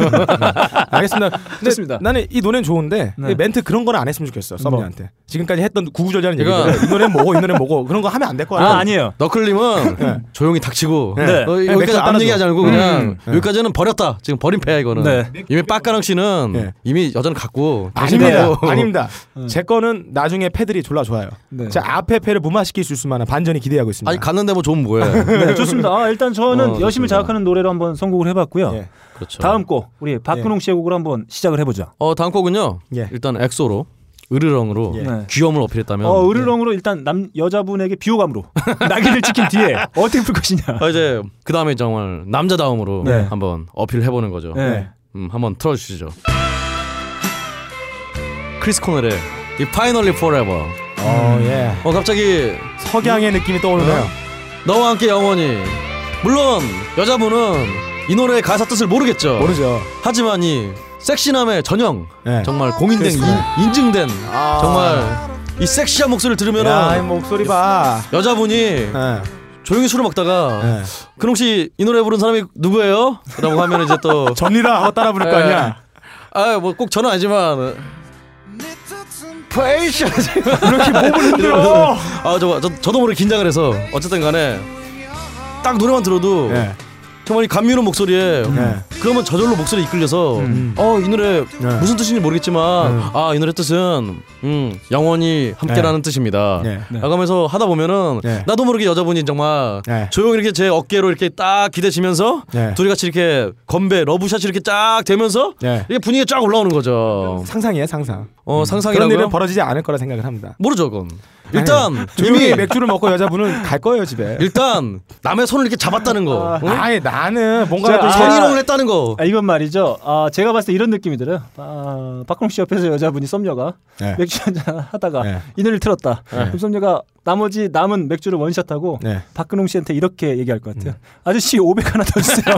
알겠습니다. 근데
좋습니다.
나는 이 노래는 좋은데
네. 뭐.
이 멘트 그런 거는 안 했으면 좋겠어. 썸니한테 지금까지 했던 구구절절한
그러니까-
얘기들 이 노래는 뭐고 이 노래는 뭐고 그런 거 하면 안 될 거 같아.
아 아니에요.
너클님은 조용히 닥치고
네.
어,
네,
여기까지
맥주
남
따라줘.
얘기하지 않고 그냥
네.
여기까지는 버렸다. 지금 버린 패야 이거는.
음, 네.
이미 빡가랑 씨는
네.
이미 여자는 갖고 뭐
<laughs> 아닙니다.
당신하고
아닙니다. 제 거는 나중에 패들이 졸라 좋아요.
네.
제 앞에 패를 무마시킬 수 있을 만한 반전이 기대하고 있습니다.
아니 갔는데 뭐 좋은 뭐해.
<laughs> 네, 좋습니다. 아, 일단 저는
어,
여심을
좋습니다.
자극하는 노래로 한번 선곡을 해봤고요.
예.
그렇죠.
다음 곡 우리 박근홍 씨의 곡으로 한번 시작을 해보죠.
어 다음 곡은요.
예.
일단 엑소로 으르렁으로
네.
귀염을 어필했다면 예.
어, 으르렁으로 일단 남 여자분에게 비호감으로 <laughs> 낙인을 찍힌 뒤에 어떻게 풀 것이냐.
아, 이제 그 다음에 정말 남자다움으로
네.
한번 어필해보는 거죠.
네.
음, 한번 틀어주시죠. 크리스 코넬의 이 Finally Forever.
어, 예.
어 갑자기
석양의 느낌이 떠오르네요.
너와 함께 영원히. 물론 여자분은 이 노래의 가사 뜻을
어.
모르겠죠.
모르죠.
하지만 이 섹시남의 전형
예.
정말 공인된
크리스 코넬.
인, 인증된 정말 이 섹시한 목소리를 들으면은
야, 이 뭐. 목소리 봐.
여자분이
예.
조용히 술을 먹다가
예.
그럼 혹시 이 노래 부른 사람이 누구예요? 라고 하면 이제
<laughs>
또
전리라 하고 따라 부를 거 아니야.
아, 뭐 꼭 저는 아니지만 페이션아
이렇게 몸을 흔들어.
아, 저, 저 저도 모르게 긴장을 해서 어쨌든 간에 딱 노래만 들어도
네.
예.
정말 이 감미로운 목소리에
음.
그러면 저절로 목소리에 이끌려서 어 이 노래
네.
무슨 뜻인지 모르겠지만 아 이 노래 뜻은 음 영원히 함께라는 뜻입니다.
네.
네.
나가면서 하다 보면은
네.
나도 모르게 여자분이 정말
네.
조용히 이렇게 제 어깨로 이렇게 딱 기대시면서
네.
둘이 같이 이렇게 건배 러브샷이 이렇게 쫙 되면서
네.
이게 분위기가 쫙 올라오는 거죠.
상상이에요, 상상.
어
그런
상상이라고요?
일은 벌어지지 않을 거라 생각을 합니다.
모르죠 그건. 일단
조용히
이미
맥주를 먹고 여자분은 갈 거예요, 집에.
일단 남의 손을 이렇게 잡았다는 거. 응?
아니, 나는 뭔가
자,
좀
아,
성희롱을 했다는 거.
아, 이건 말이죠. 아, 제가 봤을 때 이런 느낌이 들어요. 아, 박근홍 씨 옆에서 여자분이 썸녀가
네.
맥주 한잔 하다가
네.
이 노래를 틀었다. 그럼 썸녀가 나머지 남은 맥주를 원샷하고
네.
박근홍 씨한테 이렇게 얘기할 것 같아요. 아저씨 500 하나 더 주세요.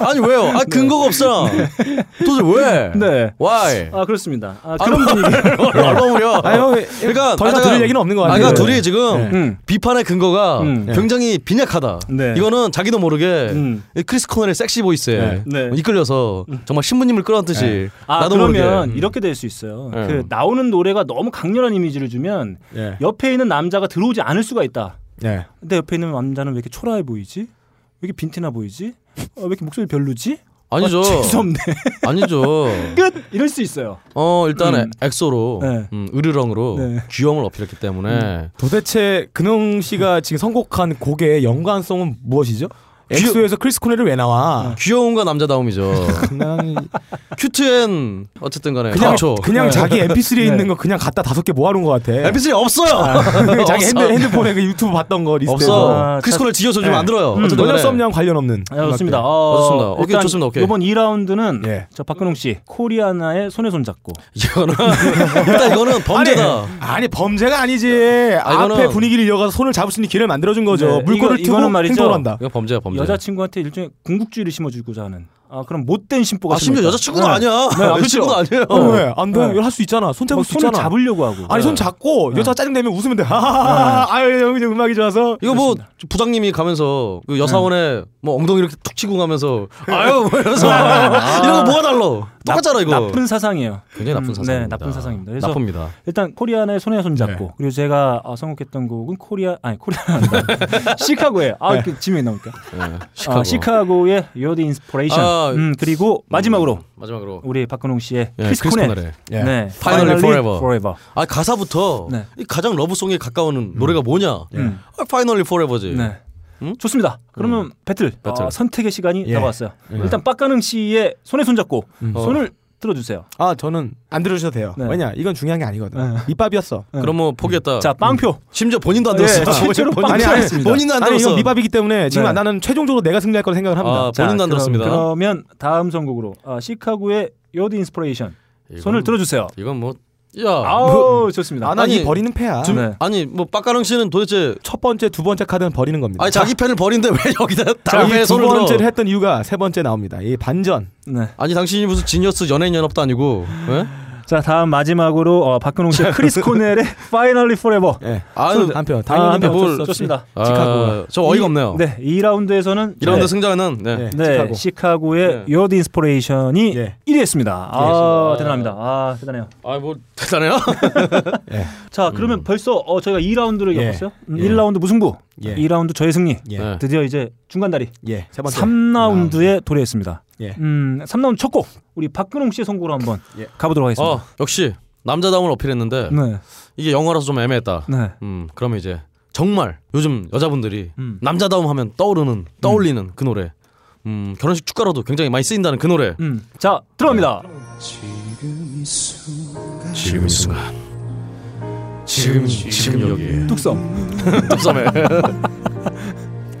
아니 왜요?
네.
아 근거가 없어. 도대체 왜?
네.
Why?
아 그렇습니다. 아, 그런 분위기.
얼렁무려.
아니, 형,
그러니까
더 이상
아,
들을 얘기는 없는 것
아,
같아요. 네.
그러니까 둘이 지금
음.
비판의 근거가
음.
굉장히 빈약하다.
네.
이거는 자기도 모르게
음.
이 크리스 코넬의 섹시 보이스에
네. 네.
이끌려서
음.
정말 신부님을 끌어안듯이
네.
아
나도
그러면
모르게. 음.
이렇게 될 수 있어요.
네.
그 나오는 노래가 너무 강렬한 이미지를 주면
예.
옆에 있는 남자가 들어오지 않을 수가 있다.
예.
근데 옆에 있는 남자는 왜 이렇게 초라해 보이지? 왜 이렇게 빈티나 보이지? 어, 왜 이렇게 목소리 별로지?
아니죠.
어,
아, 재수없네.
아니죠.
<laughs> 끝 이럴 수 있어요.
어 일단
음.
엑소로
네.
음, 으르렁으로
네.
귀염을 어필했기 때문에
음. 도대체 근홍 씨가 지금 선곡한 곡의 연관성은 무엇이죠?
귀여-
엑소에서 크리스 코넬이 왜
아,
나와?
귀여움과
<laughs>
남자다움이죠.
그냥
큐트엔 어쨌든간에
그냥,
<laughs> 그렇죠.
그냥
네.
자기 MP3에
네.
있는 거 그냥 갖다 다섯 개 모아놓은 것 같아.
MP3 네. 없어요.
<laughs> 자기
없어.
핸드, 핸드폰에 그 유튜브 봤던 거 리스트에서.
없어.
아,
크리스코넬 지어서
네.
좀안 들어요.
음,
어쨌든
논리
간에.
썸냥 관련 없는.
아, 좋습니다.
음악들.
어,
좋습니다. 오케이, 좋습니다. 오케이.
이번 2라운드는
예.
저 박근홍 씨 코리아나의 손에 손 잡고
이거는 <laughs> 일단 이거는 범죄다.
아니, 아니 범죄가 아니지.
이거는-
앞에 분위기를 이어가서 손을 잡을 수 있는 길을 만들어준 거죠.
네,
물꼬를
이거-
트고
이거는 말이죠.
행동을 한다.
이거 범죄야 범죄.
여자친구한테 일종의 궁극주의를 심어주고자 하는 아 그런 못된 심보가
아 심지어
심어있다.
여자친구는
네.
아니야.
네, 그렇죠.
<laughs> 여자친구는 아니에요.
어, 왜? 안 돼.
네.
이걸 할 수 있잖아. 손 잡을
막
수
손을
있잖아.
잡으려고 하고 네.
아니 손 잡고 여자가 짜증내면 웃으면 돼. 하하하하. <laughs> 아유 형이 음악이 좋아서.
이거 뭐 부장님이 가면서 그
네.
여사원에 뭐 엉덩이 이렇게 툭 치고 가면서 아유 뭐 이러면서 <laughs> 이런 거 뭐가 달라? 똑같잖아 이거.
나쁜 사상이에요.
굉장히 나쁜
음,
사상입니다.
네, 나쁜 사상입니다. 그래서
나쁩니다. 네.
일단 코리아나의 손에 손 잡고 그리고 제가 어, 선곡했던 곡은 코리아 아니 코리아 <laughs> 시카고예요. 아 이렇게 지명이 나오니까
예, 네.
시카고.
시카고.
시카고의 You're the Inspiration.
아,
음, 그리고 마지막으로
음, 마지막으로
우리 박근홍 씨의
예,
크리스
크리스
코넬.
코넬의,
예.
네,
Finally Forever.
Forever.
아 가사부터
네.
이 가장 러브송에 가까운 노래가 뭐냐?
음.
아, Finally Forever지.
네.
음?
좋습니다. 그러면 배틀,
배틀. 예.
어, 선택의 시간이 나왔어요. 일단 빡가능 씨의 손에 손잡고
음.
손을 들어주세요.
아 저는 안 들어주셔도 돼요.
네.
왜냐 이건 중요한 게 아니거든.
네.
입밥이었어. 네.
그럼 뭐 포기했다.
자, 빵표.
심지어 본인도 안
예,
들었어.
실제로
네. 본인도
아니,
안
아니,
들었습니다.
본인은 안
아니, 이건
들었어. 아니, 이건 밑밥이기 때문에 지금
네.
나는 최종적으로 내가 승리할 거라 생각을 합니다.
아, 본인도 안
그럼-
들었습니다.
그러면 다음 선곡으로 아, 시카고의 You're the Inspiration. 손을 들어주세요.
<laughs> 이건 뭐 야,
아우 좋습니다.
아나 이
아니,
버리는 패야.
좀- 네.
아니 뭐 빡가릉 씨는 도대체
첫 번째, 두 번째 카드는 버리는 겁니다.
아니 자기 팬을 버린데 왜 <laughs> 여기다
자,
다른
이
팬
두
손을 들어?
번째를 했던 이유가 세 번째 나옵니다. 이 반전.
네.
아니 당신이 무슨 지니어스 연예인 연합도 아니고, 예?
자 다음 마지막으로 어, 박근홍 씨의 크리스 코넬의 Finally Forever.
예.
아,
소- 한편 당연히
아, 한편
어쩔
뭘-
수 없이
좋습니다.
시카고.
아, 저 어이가 없네요.
네, 2라운드에서는
이라운드
네,
승자는 네.
네.
네,
시카고.
시카고. 의
네.
요드 인스퍼레이션이
예.
1위했습니다. 아, 대단합니다. 아, 대단해요.
아뭐 대단해요.
자, 그러면 벌써 어, 저희가 2라운드를
예.
엮었어요. 음, 1라운드 무승부,
예.
2라운드 저의 승리.
예.
네.
드디어 이제 중간 다리
예. 세 번째.
3라운드에 도래했습니다.
예.
음, 3라운드 첫 곡 우리 박근홍 씨의 선곡으로 한번
예.
가보도록 하겠습니다.
어 역시 남자다움을 어필했는데
네,
이게 영어라서 좀 애매했다.
네.
음 그러면 이제 정말 요즘 여자분들이
음.
남자다움 하면 떠오르는 떠올리는 그 노래. 음 결혼식 축가로도 굉장히 많이 쓰인다는 그 노래.
음, 자 들어갑니다.
지금 이 순간. 지금 지금
예.
여기
뚝섬.
뚝섬에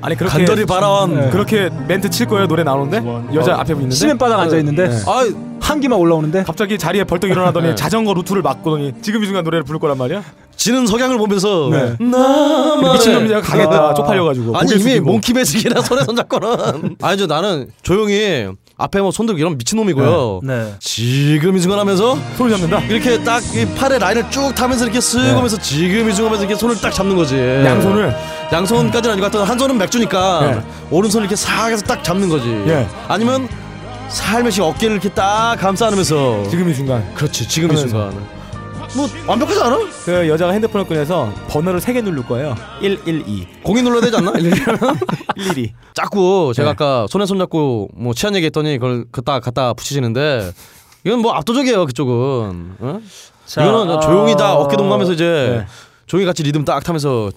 아니 그렇게
간절히 바라온
그렇게 멘트 칠 거예요 노래 나오는데 여자 앞에 있는데
시멘바닥 앉아
예.
있는데
아
한기만 올라오는데
어, 갑자기 자리에 벌떡 일어나더니 자전거 루트를 막고더니 지금 이 순간 노래를 부를 거란 말이야.
지는 석양을 보면서
네.
나만
미친놈이야 가겠다
아.
쪽팔려가지고.
아니
고개
이미
숙이고.
몽키 매직이나 손에 손잡고는 <laughs> 아니죠 나는 조용히 앞에 뭐 손들고 이런 미친놈이고요
네.
지금 이 순간 하면서
손을 잡는다.
이렇게 딱 이 팔의 라인을 쭉 타면서 이렇게 쓰고 하면서 지금 이 순간 하면서 이렇게 손을 딱 잡는 거지
양손을
양손까지는 아니고 하여튼 한 손은 맥주니까
네.
오른손을 이렇게 싹 해서 딱 잡는 거지
예.
아니면 살며시 어깨를 이렇게 딱 감싸 안으면서
지금 이 순간
그렇지 지금 이 순간 뭐 완벽하지 않아?
그 여자가 핸드폰을 꺼내서 번호를 세 개 누를 거예요. 112,
공이 눌러야 되지 않나? 이렇게 하면
112.
자꾸 제가
네.
아까 손에 손 잡고 뭐 치안 얘기했더니 그걸 그다 갖다 붙이시는데 이건 뭐 압도적이에요 그쪽은. 어?
자,
이거는
아,
조용히 다 어깨 동무하면서 이제
네.
조용히 같이 리듬 딱 타면서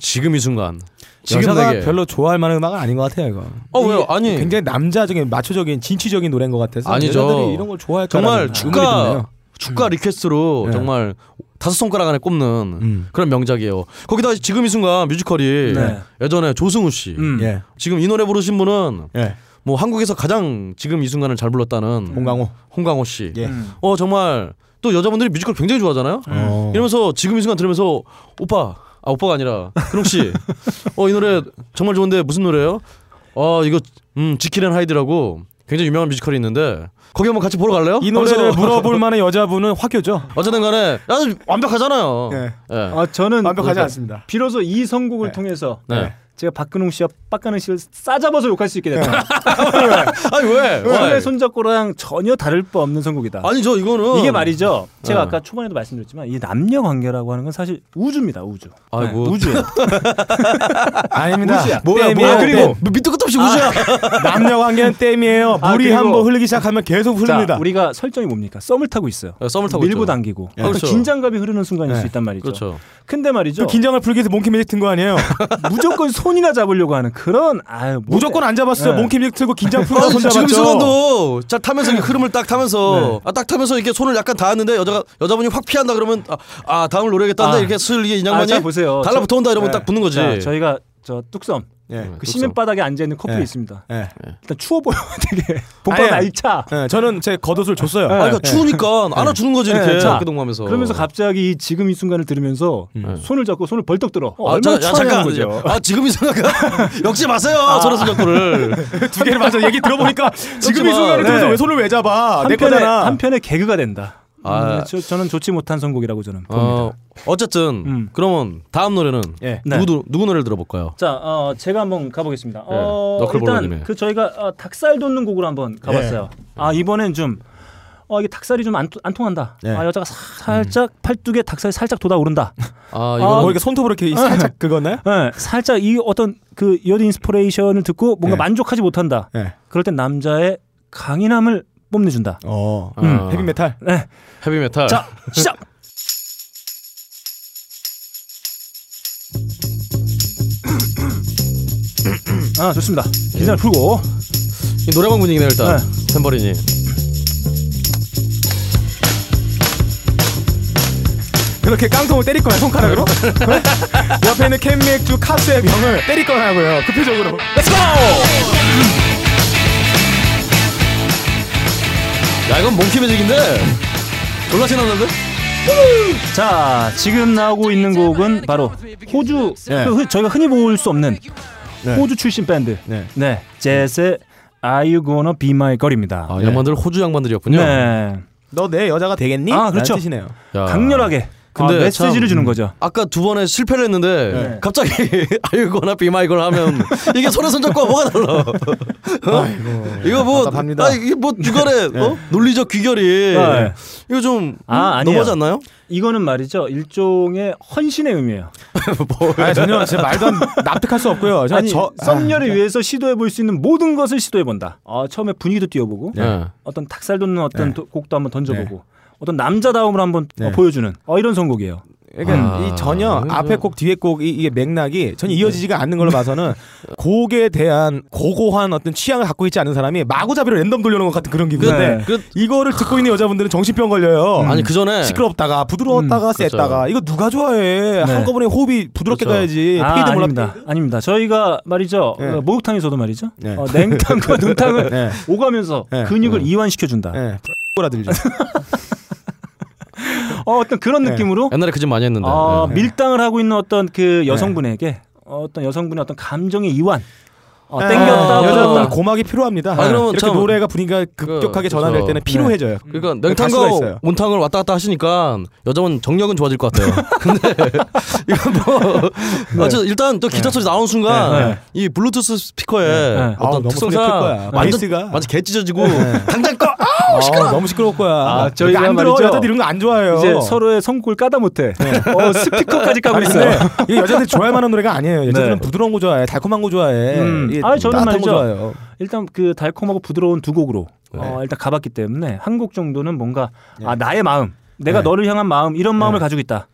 지금 이 순간. 지금
여자가
내게.
별로 좋아할 만한 음악은 아닌 것 같아요 이거.
어 왜요?
이게
아니
굉장히 남자적인 마초적인 진취적인 노래인 것 같아서
아니죠.
여자들이 이런 걸 좋아할
정말 축가
요
축가 리퀘스트로
네.
정말 다섯 손가락 안에 꼽는
음.
그런 명작이에요. 거기다 지금 이 순간 뮤지컬이
네.
예전에 조승우 씨
음.
예,
지금 이 노래 부르신 분은
예.
뭐 한국에서 가장 지금 이 순간을 잘 불렀다는
음. 홍강호.
홍강호 씨.
예.
음.
어 정말 또 여자분들이 뮤지컬 굉장히 좋아하잖아요.
어.
이러면서 지금 이 순간 들으면서 오빠 아 오빠가 아니라 근홍 씨어 이 노래 정말 좋은데 무슨 노래예요? 어 이거 음 지킬앤 하이드라고 굉장히 유명한 뮤지컬이 있는데 거기 한번 같이 보러 갈래요?
이 노래를
하면서
물어볼 만한 여자분은 화교죠.
<laughs> 어쨌든 간에 아주 완벽하잖아요.
예.
예.
아 저는
완벽하지 않습니다.
비로소 이 선곡을
네.
통해서
네.
제가 박근홍 씨와 빡가는 씨를 싸잡아서 욕할 수 있게 됐다.
아니 왜?
네.
원래
왜?
손잡고랑 전혀 다를 바 없는 선곡이다.
아니 저 이거는
이게 말이죠. 제가
어.
네.
아까 초반에도 말씀드렸지만 이 남녀 관계라고 하는 건 사실 우주입니다. 우주.
아이, 뭐.
우주예요.
아닙니다.
<laughs> 뭐야
땜이에요,
뭐야 그리고
땜.
뭐 밑도 끝도 없이 우주야.
남녀 관계는 땜이에요.
아,
물이
그리고-
한 번 흐르기 시작하면 계속 흐릅니다.
자, 우리가 설정이 뭡니까? 썸을 타고 있어요.
예, 썸을 타고
밀고
있죠.
당기고.
예. 그렇죠.
긴장감이 흐르는 순간일
네.
수 있단 말이죠.
그렇죠.
근데 말이죠.
그 긴장을 풀기 위해서 몽키 매직 튼 거
<laughs>
아니에요?
무조건 손이나 잡으려고 하는 그런 아유 뭐-
무조건 안 잡았어요.
네.
몽키 매직 틀고 긴장 풀고
아니,
손
지금
잡았죠.
순간도 자 타면서 이렇게 흐름을 딱
네.
타면서 아, 딱 타면서 이렇게 손을 약간 닿았는데 여자가 여자분이 확 피한다 그러면 아, 아 다음을 노려야겠다는데
아.
이렇게 슬 이게
아,
인양만이
자 보세요. 저-
달라붙어 온다 이러면
네.
딱 붙는 거지.
자, 저희가 저 뚝섬
예.
그 시멘바닥에 앉아 있는 커플이
예.
있습니다.
예.
일단 추워 보여 <laughs> 되게 봄바람
아예.
날차.
예. 저는 제 겉옷을 줬어요.
아, 그러니까
예.
추우니까 안아주는 거지
네,
이렇게
자,
어깨 동무하면서.
그러면서 갑자기 이 지금 이 순간을 들으면서
음. 예.
손을 잡고 손을 벌떡 들어. 어,
아, 자,
얼마나
야, 잠깐
추하냐는 거죠.
아 지금 이 순간 <laughs> 역지 마세요
아.
손에
<laughs>
손잡고를.
<laughs> 두 개를 맞아. 얘기 들어보니까 지금 이
그렇지만,
순간을
네.
들면서 왜 손을 왜 잡아? 내
한편의
거잖아.
한편의 개그가 된다.
아.
음, 저, 저는 좋지 못한 선곡이라고 저는 봅니다.
어 어쨌든
음.
그러면 다음 노래는
예.
네.
누구 누구 노래를 들어볼까요?
자, 어, 제가 한번 가보겠습니다.
예,
어, 일단
너클볼러님의. 예.
그 저희가 어, 닭살 돋는 곡으로 한번 가봤어요. 아 이번엔 좀 어, 이게 닭살이 좀 안 통한다.
예.
아 여자가 사- 살짝
음.
팔뚝에 닭살이 살짝
<laughs>
돋아오른다.
아
뭐
이거
이렇게 손톱으로 이렇게 살짝 그거나요?
예, 살짝 이 어떤 그 여드 인스퍼레이션을 듣고 뭔가
예.
만족하지 못한다.
예.
그럴 땐 남자의 강인함을
<laughs>
뽐내준다.
어.
음.
헤비메탈.
아. 네.
아. 헤비메탈.
자,
<laughs>
시작. 아, 좋습니다. 긴장을 풀고.
이 노래방 분위기네요 일단 탬버린이.
그렇게 깡통을 때릴 거야
<laughs>
손가락으로? 옆에 있는 캔맥주 카스의 병을 때릴
<laughs>
거라고요. 급표적으로.
야 이건 몽키 매직인데 졸라 신났는데?
자, 지금 나오고 있는 곡은 바로 호주
네.
그 흔- 저희가 흔히 볼 수 없는
네.
호주 출신 밴드.
네.
네. 제스의 Are You Gonna Be My Girl입니다.
아, 양반들 호주 양반들이었군요.
네.
너 내 여자가 되겠니?
아, 그렇죠.
라는 뜻이네요.
야.
강렬하게
근데
아, 메시지를
참, 음.
주는 거죠. 네.
아까 두 번에 실패를 했는데 갑자기 <laughs> 아이거나 비마이걸 하면 이게 손에 손잡고 뭐가 달라. 어? 이거 뭐
답답합니다. 네.
아, 이게 뭐
<laughs>
주거래 어? 논리적 귀결이
네.
이거 좀
아, 아니에요.
넘어지
<laughs>
않나요?
이거는 말이죠. 일종의 헌신의 의미예요.
아니, 전혀 제 말도 안-
네.
납득할 수 없고요. 저,
아니,
저
썸녀를 위해서 시도해 볼 수 있는 모든 것을 시도해 본다. 어, 처음에 분위기도 띄워보고
네.
어떤 탁살 돋는 어떤 도- 곡도 한번 던져보고 어떤 남자다움을 한번 어,
네.
보여주는 어, 이런 선곡이에요.
그러니까
아,
이 전혀
그래서-
앞에 곡 뒤에 곡 이, 이게 맥락이 전혀 이어지지가 않는 걸로 봐서는 곡에 대한 고고한 어떤 취향을 갖고 있지 않은 사람이 마구잡이로 랜덤 돌려놓은 것 같은 그런 기분인데
네. 음.
그
이거를 듣고 있는 여자분들은 정신병 걸려요.
아니 그 전에
시끄럽다가 부드러웠다가
그렇죠.
셌다가 이거 누가 좋아해? 한꺼번에 호흡이 부드럽게
그렇죠.
가야지.
네. 아,
예, 페이드 몰라.
아닙니다. 아닙니다. 저희가 말이죠.
네.
어, 목욕탕에서도 말이죠.
네.
어, 냉탕과 눈탕을
<laughs> 네.
오가면서
네.
근육을 이완시켜준다.
<laughs> 예. 라들죠
어, 어떤 그런
네.
느낌으로
옛날에 그 집 많이 했는데.
어,
네.
밀당을 하고 있는 어떤
예.
그 여성분에게 어떤 여성분의 어떤 감정의 이완 어,
아,
땡겼다
여자분
떨었다.
고막이 필요합니다.
아, 그러면
이렇게
참-
노래가 분위기가 급격하게
그,
전환될
그렇죠.
때는 피로해져요.
네.
그러니까
갈 음. 네, 수가 있어요.
냉탕과 온탕을 왔다 갔다 하시니까 여자분 정력은 좋아질 것
<laughs>
같아요. 근데 <laughs> 이거 뭐
네.
아, 저 일단 또 기타 소리 나오는 순간
네, 네.
이 블루투스 스피커에
네.
아우,
어떤
너무
특성상
소리 클 거야.
완전
베이스가.
완전 개 찢어지고 당장 꺼.
아, 너무 시끄러울 거야.
아, 저희가
그러니까 안 들어.
말이죠.
여자들 이런 거 안 좋아해요. 예.
이제 서로의 성골 까다 못해. 어, 스피커까지 까고 있어요.
<laughs> 이게 여자들 좋아할 만한 노래가 아니에요. 여자들은
네.
부드러운 거 좋아해, 달콤한 거 좋아해.
음.
이게
아니, 저는
따뜻한 거
말이죠.
좋아해요.
일단 그 달콤하고 부드러운 두 곡으로
네.
어, 일단 가봤기 때문에 한 곡 정도는 뭔가 아 나의 마음, 내가
네.
너를 향한 마음 이런 마음을 가지고 있다.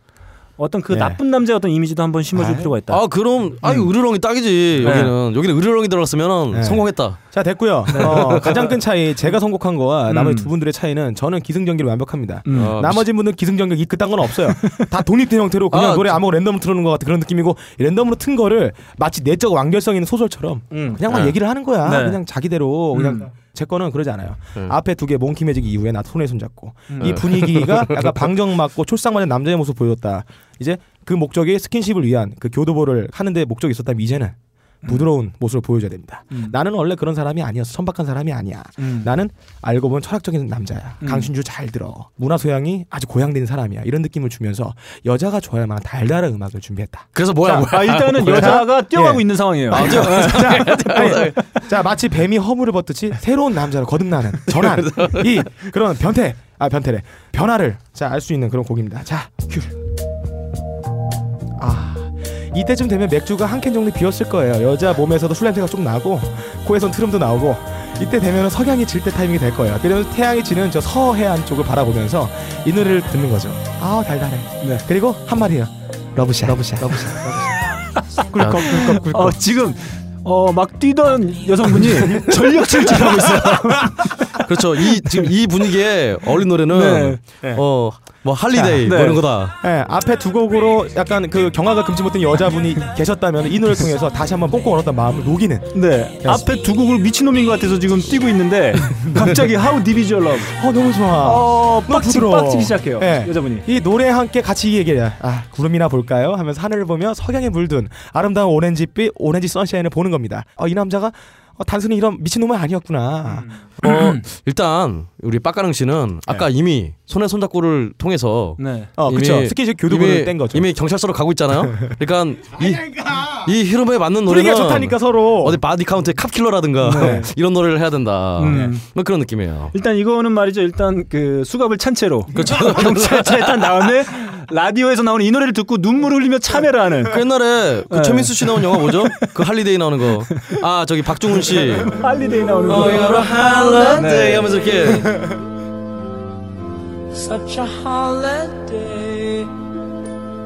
어떤 그
네.
나쁜 남자의 어떤 이미지도 한번 심어줄
아이,
필요가 있다.
아 그럼 아이 으르렁이 딱이지
네.
여기는 여기는 으르렁이 들어갔으면
음. 네.
성공했다.
자 됐고요. 어, 가장 큰 차이 제가 선곡한 거와
음.
나머지 두 분들의 차이는 저는 기승전결이 완벽합니다.
음.
아,
나머지 분들 기승전결 이 그딴 건 없어요. 다 독립된 형태로 그냥
아,
노래 아무거나 랜덤으로 틀어놓은 것 같은 그런 느낌이고 랜덤으로 튼 거를 마치 내적 완결성 있는 소설처럼
음.
그냥 막
네.
얘기를 하는 거야.
네.
그냥 자기대로 그냥
음.
제 거는 그러지 않아요.
네.
앞에 두 개 몽키 매직 이후에 나 손에 손잡고 이
음. <laughs>
네.
분위기가 약간 방정 맞고 촐싹 맞은 남자의 모습 보였다. 이제 그 목적이 스킨십을 위한 그 교도보를 하는데 목적이 있었다면 이제는 부드러운 모습을 보여줘야 됩니다.
음.
나는 원래 그런 사람이 아니었어. 천박한 사람이 아니야.
음.
나는 알고 보면 철학적인 남자야.
음.
강신주 잘 들어. 문화 소양이 아주 고양된 사람이야. 이런 느낌을 주면서 여자가 좋아할 만한 달달한 음악을 준비했다.
그래서 뭐야 뭐야.
아, 일단은
뭐야?
여자가 뛰어가고
예.
있는 상황이에요.
<laughs> 자, 아니, 자, 마치 뱀이 허물을 벗듯이 새로운 남자로 거듭나는 전환 이 그런 변태 아 변태래 변화를 자 알 수 있는 그런 곡입니다. 자 큐. 아 이때쯤 되면 맥주가 한 캔 정도 비었을 거예요. 여자 몸에서도 술 냄새가 좀 나고 코에선 트름도 나오고 이때 되면 서양이 질 때 타이밍이 될 거예요. 그래서 태양이 지는 저 서해안 쪽을 바라보면서 이 노래를 듣는 거죠. 아 달달해.
네.
그리고 한 마디요. 러브샷. 러브샷. 러브샷. 꿀꺽 꿀꺽 꿀꺽.
어, 지금 어, 막 뛰던
<laughs>
여성분이 전력질 질하고 있어요.
그렇죠. 이 지금 이 분위기에 어울린 노래는
네.
어뭐 할리데이
자,
뭐
네.
이런 거다.
예, 앞에 두 곡으로 약간 그 경화가 금치 못한 여자분이 계셨다면 이 노래를 통해서 다시 한번 꽁꽁 얼었던 마음을 녹이는
네. 앞에 두 곡을 미친놈인 것 같아서 지금 뛰고 있는데 갑자기 하우 디비주얼 러브
어 너무 좋아
어,
너무
빡치기
부드러워.
빡치기 시작해요.
예.
여자분이.
이 노래와 함께 같이 이 얘기를 해요. 아 구름이나 볼까요 하면서 하늘을 보며 석양에 물든 아름다운 오렌지빛 오렌지 선샤인을 보는 겁니다 어, 이 남자가 어, 단순히 이런 미친놈은 아니었구나
음.
어 일단 우리 빡가능 씨는 아까
네.
이미 손에 손잡고를 통해서
네.
어 그쵸 스키즈 교두보를
이미-
뗀 거죠
이미 경찰서로 가고 있잖아요. 그러니까 이, 이 흐름에 맞는
분위기가
노래는
좋다니까 서로
어디 바디 카운트의 캅킬러라든가
네.
<laughs> 이런 노래를 해야 된다.
음.
뭐 그런 느낌이에요.
일단 이거는 말이죠. 일단 그 수갑을 찬 채로 <laughs>
그렇죠.
경찰차에 탄 다음에 라디오에서 나오는 이 노래를 듣고 눈물을 흘리며 참회를 하는
그 옛날에
네.
그 최민수 씨 나온 영화
<laughs>
뭐죠? 그 할리데이 나오는 거. 아 저기 박종훈 씨.
네. 할리데이 나오는
어,
노래.
you're a holiday 하면서 이렇게
Such a holiday.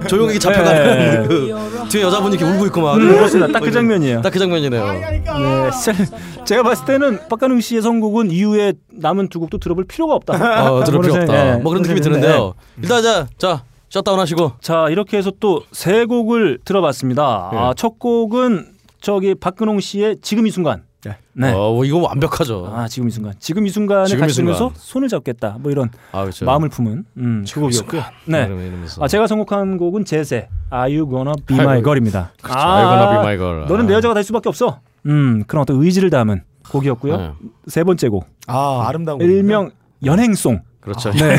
조용히
네.
잡혀가는 그 뒤에 여자분이 이렇게 울고 있고 막.
그렇습니다. 딱 그 장면이에요.
딱 그 장면이네요.
네. 셀- 제가 봤을 때는 박가능 씨의 선곡은 이후에 남은 두 곡도 들어볼 필요가
<laughs>
없다.
어, 들을 필요
그런
없다.
생각- 네.
뭐 그런 느낌이
그런
드는데요. 일단 자, 자 셧다운 하시고.
자 이렇게 해서 또
예.
세 곡을 들어봤습니다. 아, 첫 곡은 저기 박근홍 씨의 지금 이 순간 네. 네.
어, 이거 완벽하죠.
아 지금 이 순간 지금 이 순간에
지금 이
같이 들면서
순간.
손을 잡겠다 뭐 이런
아, 그렇죠.
마음을 품은 음, 그 곡이었고요. 네.
뭐 이러면서.
아 제가 선곡한 곡은 제세 Are You Gonna Be My Girl입니다.
그렇죠. Are You Gonna Be My Girl.
아, 너는
아.
내 여자가 될 수밖에 없어. 음 그런 어떤 의지를 담은 곡이었고요.
네.
세 번째 곡
아 아름다운 곡이구나.
일명 연행송.
그렇죠.
<laughs>
네.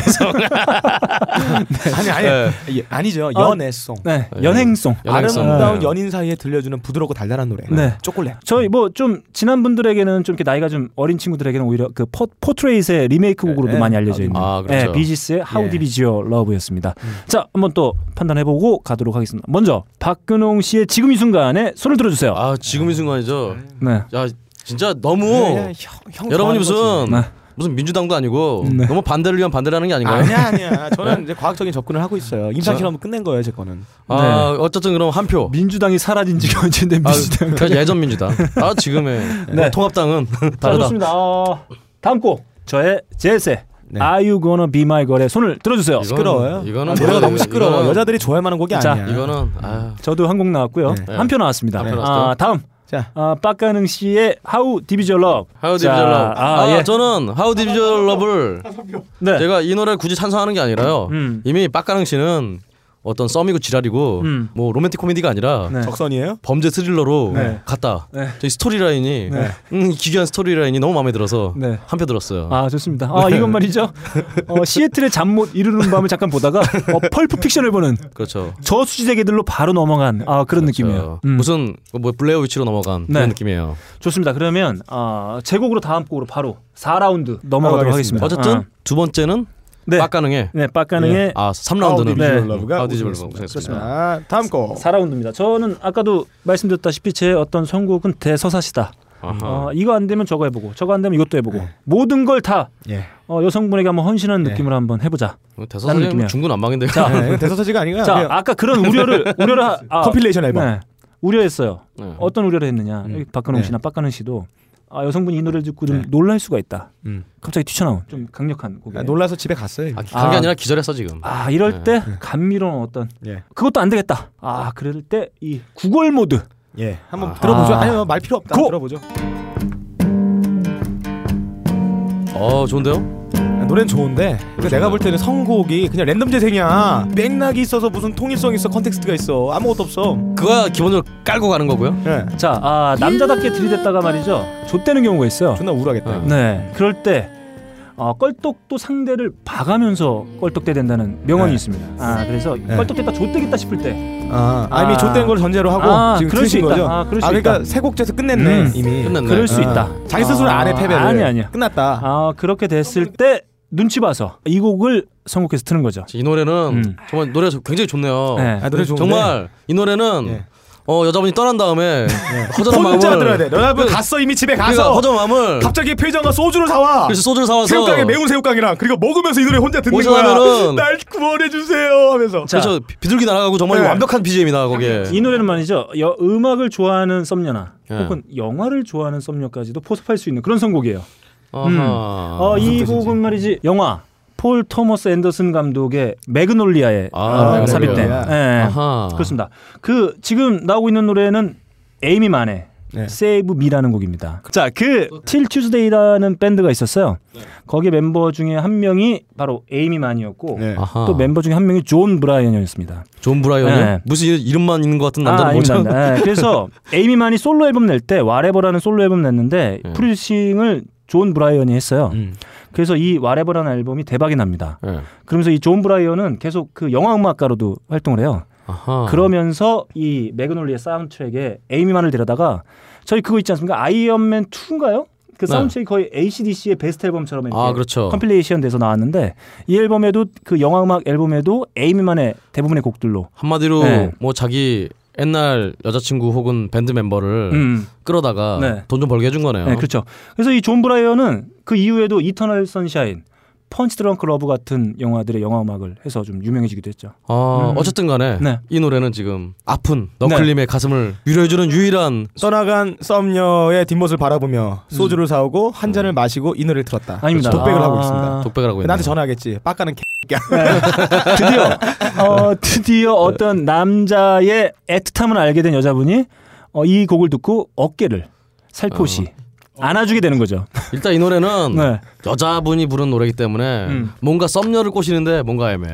아니 아니
네.
예, 아니죠 연애송
네 연행송.
연행성.
아름다운
네.
연인 사이에 들려주는 부드럽고 달달한 노래
네.
초콜릿
저희 뭐 좀 지난 분들에게는 좀 이렇게 나이가 좀 어린 친구들에게는 오히려 그 포, 포트레이트의 리메이크 곡으로도
네.
많이 알려져 있는
아, 그렇죠. 음.
네, 비지스의 How
예.
Did You Your Love였습니다. 자 한번 또 판단해보고 가도록 하겠습니다. 먼저 박근홍 씨의 지금 이 순간에 손을 들어주세요.
아 지금 이 순간이죠.
네.
야 진짜 너무
그냥 네, 형, 형
여러분이
좋아하는
무슨
네.
무슨 민주당도 아니고
네.
너무 반대를 위한 반대를 하는 게
거지.
아닌가요? 네.
아니야 아니야
<laughs>
저는 이제 과학적인 접근을 하고 있어요 임상 실험은 끝낸 거예요 제 거는
아 어쨌든 그럼 한 표.
민주당이 사라진 지가 언젠데
아,
네. 민주당.
그 예전 민주당. 아 지금의
<laughs> 네.
통합당은 <laughs>
자,
다르다.
좋습니다. 어, 다음 곡 저의 제세 Are You Gonna Be My Girl의 손을 들어주세요.
네. 이거는-
시끄러워요 아,
이거는
노래가
뭐,
너무 시끄러워
이거는-
여자들이 좋아할 만한 곡이
자,
아니야
이거는 아
저도 한 곡 나왔고요.
네.
한 표 나왔습니다.
한표
아,
나왔어요.
다음.
자.
아, 빡가능 씨의 How d i v i s o Love.
How Deep
자,
Is Your Love.
아,
아,
예.
저는 How Deep Is Your
<laughs>
Love를
네.
제가 이 노래를 굳이 찬성하는 게 아니라요.
음.
이미 빡가능 씨는 어떤 썸이고 지랄이고
음.
뭐 로맨틱 코미디가 아니라
네.
적선이에요
범죄 스릴러로
네.
갔다.
네.
저희 스토리 라인이 음, 기괴한 스토리 라인이 너무 마음에 들어서
네.
한 표 들었어요.
아 좋습니다.
네.
아 이건 말이죠. 어, 시애틀의 잠 못 이루는 밤을 잠깐 보다가 어, 펄프 픽션을 보는
그렇죠.
저수지 세계들로 바로 넘어간 아, 그런 느낌이에요.
저,
음,
무슨 뭐 블레어 위치로 넘어간
네.
그런 느낌이에요.
좋습니다. 그러면 아, 제 곡으로 다음 곡으로 바로 4라운드 넘어가도록 하겠습니다.
넘어가겠습니다.
어쨌든
아,
두 번째는
네.
빡가능의
네 빡가능의
아
예. 아우디
3라운드는
네.
비주얼 러브가
아우디지블
우승했습니다.
우승했습니다.
자 다음 곡
4라운드입니다. 저는 아까도 말씀드렸다시피 제 어떤 선곡은 대서사시다.
아하.
어, 이거 안 되면 저거 해보고 저거 안 되면 이것도 해보고
네.
모든 걸 다
예.
어, 여성분에게 한번 헌신하는 느낌으로 한번 해보자. 어, 다른
대사선생님
느낌이야.
중구난방인데
네, 대서사지가 아닌가
자
그냥
아까 그런
<laughs>
우려를 우려를 하- 아,
컴필레이션 앨범
네. 우려했어요.
네.
어떤 우려를 했느냐? 여기 박근홍
네.
씨나 박가능 씨도 아, 여성분이 이 노래를 듣고 좀 놀랄 수가 있다.
음.
갑자기 튀쳐나온 좀 강력한 곡이.
아, 놀라서 집에 갔어요
<laughs> 아, 간게
아.
아니라 기절했어 지금.
아 이럴 때 감미로운 어떤
네. 예.
그것도 안 되겠다. 아 그럴 때 이 구걸 모드.
예 한번 들어보죠
아.
아니요 말 필요 없다
고!
들어보죠
어 좋은데요?
아, 노래는 좋은데 이거 내가 볼 때는 선곡이 그냥 랜덤 재생이야 맥락이 있어서 무슨 통일성 있어 컨텍스트가 있어 아무것도 없어
그거야 기본적으로 깔고 가는 거고요.
예
자 아, 남자답게 들이댔다가 말이죠. 좆되는 경우가 있어요.
존나 우울하겠다
네.
네 그럴 때. 어, 껄떡도 상대를 봐가면서 껄떡대된다는 명언이
네.
있습니다. 아 그래서 껄떡대다 좆되겠다 싶을 때
아, 아 이미
아.
좆된 걸 전제로 하고
아,
지금
그럴 수
틀으신
있다.
거죠
아, 그럴 수
러니까
있다.
세 곡째에서 끝냈네
음.
이미
끝났네.
그럴 수
아,
있다.
자기 스스로
아,
안해 패배를
아니 아니야.
끝났다
아 그렇게 됐을 때 눈치 봐서 이 곡을 선곡해서 트는 거죠.
이 노래는
음.
정말 노래가 굉장히 좋네요.
네.
아, 노래 좋은데
정말 이 노래는
예.
어 여자분이 떠난 다음에 허전한 마음을
혼자 들어야 돼 여러분
그러니까-
갔어 이미 집에 가서
그러니까 허전한 마음을
갑자기 표정과 소주를 사와
그래서 소주를 사와서
새우깡에 매운 새우깡이랑 그리고 먹으면서 이 노래 혼자 듣는 거야
오전하면은-
날 구원해 주세요 하면서
그래서 비- 비둘기 날아가고 정말
네.
완벽한 BGM이 나 거기에.
아, 이 노래는 말이죠. 여- 음악을 좋아하는 썸녀나
네.
예.
혹은 영화를 좋아하는 썸녀까지도 포섭할 수 있는 그런 선곡이에요.
아하.
어, 이 곡은 말이지 영화 폴 토머스 앤더슨 감독의 매그놀리아에
아,
어,
매그놀리아.
삽입된. 예.
아하.
그렇습니다. 그 지금 나오고 있는 노래는 에이미 만의
네.
세이브 미라는 곡입니다. 자, 그틸 튜스데이라는 밴드가 있었어요.
네.
거기 멤버 중에 한 명이 바로 에이미 만이었고
네.
네.
아하.
또 멤버 중에 한 명이 존 브라이언이었습니다.
존 브라이언이
네.
무슨 이- 이름만 있는 것 같은
아,
남자는
아닙니다.
뭐죠?
네,
<laughs>
그래서 에이미만이 솔로 앨범 낼 때 와레버라는 솔로 앨범 냈는데
예.
프로듀싱을 존 브라이언이 했어요.
음.
그래서 이 와레버라는 앨범이 대박이 납니다.
네.
그러면서 이 존 브라이언은 계속 그 영화 음악가로도 활동을 해요.
아하.
그러면서 이 매그놀리의 사운드트랙에 에이미만을 데려다가 저희 그거 있지 않습니까? 아이언맨 2인가요? 그
네.
사운드트랙이 거의 ACDC의 베스트 앨범처럼 이렇게
아, 그렇죠.
컴필레이션 돼서 나왔는데 이 앨범에도 그 영화 음악 앨범에도 에이미만의 대부분의 곡들로
한마디로
네.
뭐 자기 옛날 여자친구 혹은 밴드 멤버를
음.
끌어다가
네.
돈 좀 벌게 해준 거네요.
네, 그렇죠. 그래서 이 존 브라이언은 그 이후에도 이터널 선샤인, 펀치 드렁크 러브 같은 영화들의 영화 음악을 해서 좀 유명해지기도 했죠.
아, 어쨌든 간에
네.
이 노래는 지금 아픈 너클림의 가슴을 위로해주는 유일한
떠나간 썸녀의 뒷모습을 바라보며 소주를 사오고 한 잔을 마시고 이 노래를 들었다.
음. 아닙니다.
그렇죠. 독백을 하고
아, 네.
있습니다.
독백을 하고 있는
나한테 전화하겠지. 빡가는 개.
<laughs> 드디어 어, 드디어 어떤 남자의 애틋함을 알게 된 여자분이 어, 이 곡을 듣고 어깨를 살포시 안아주게 되는 거죠.
일단 이 노래는
네.
여자분이 부른 노래이기 때문에
음.
뭔가 썸녀를 꼬시는데 뭔가 애매.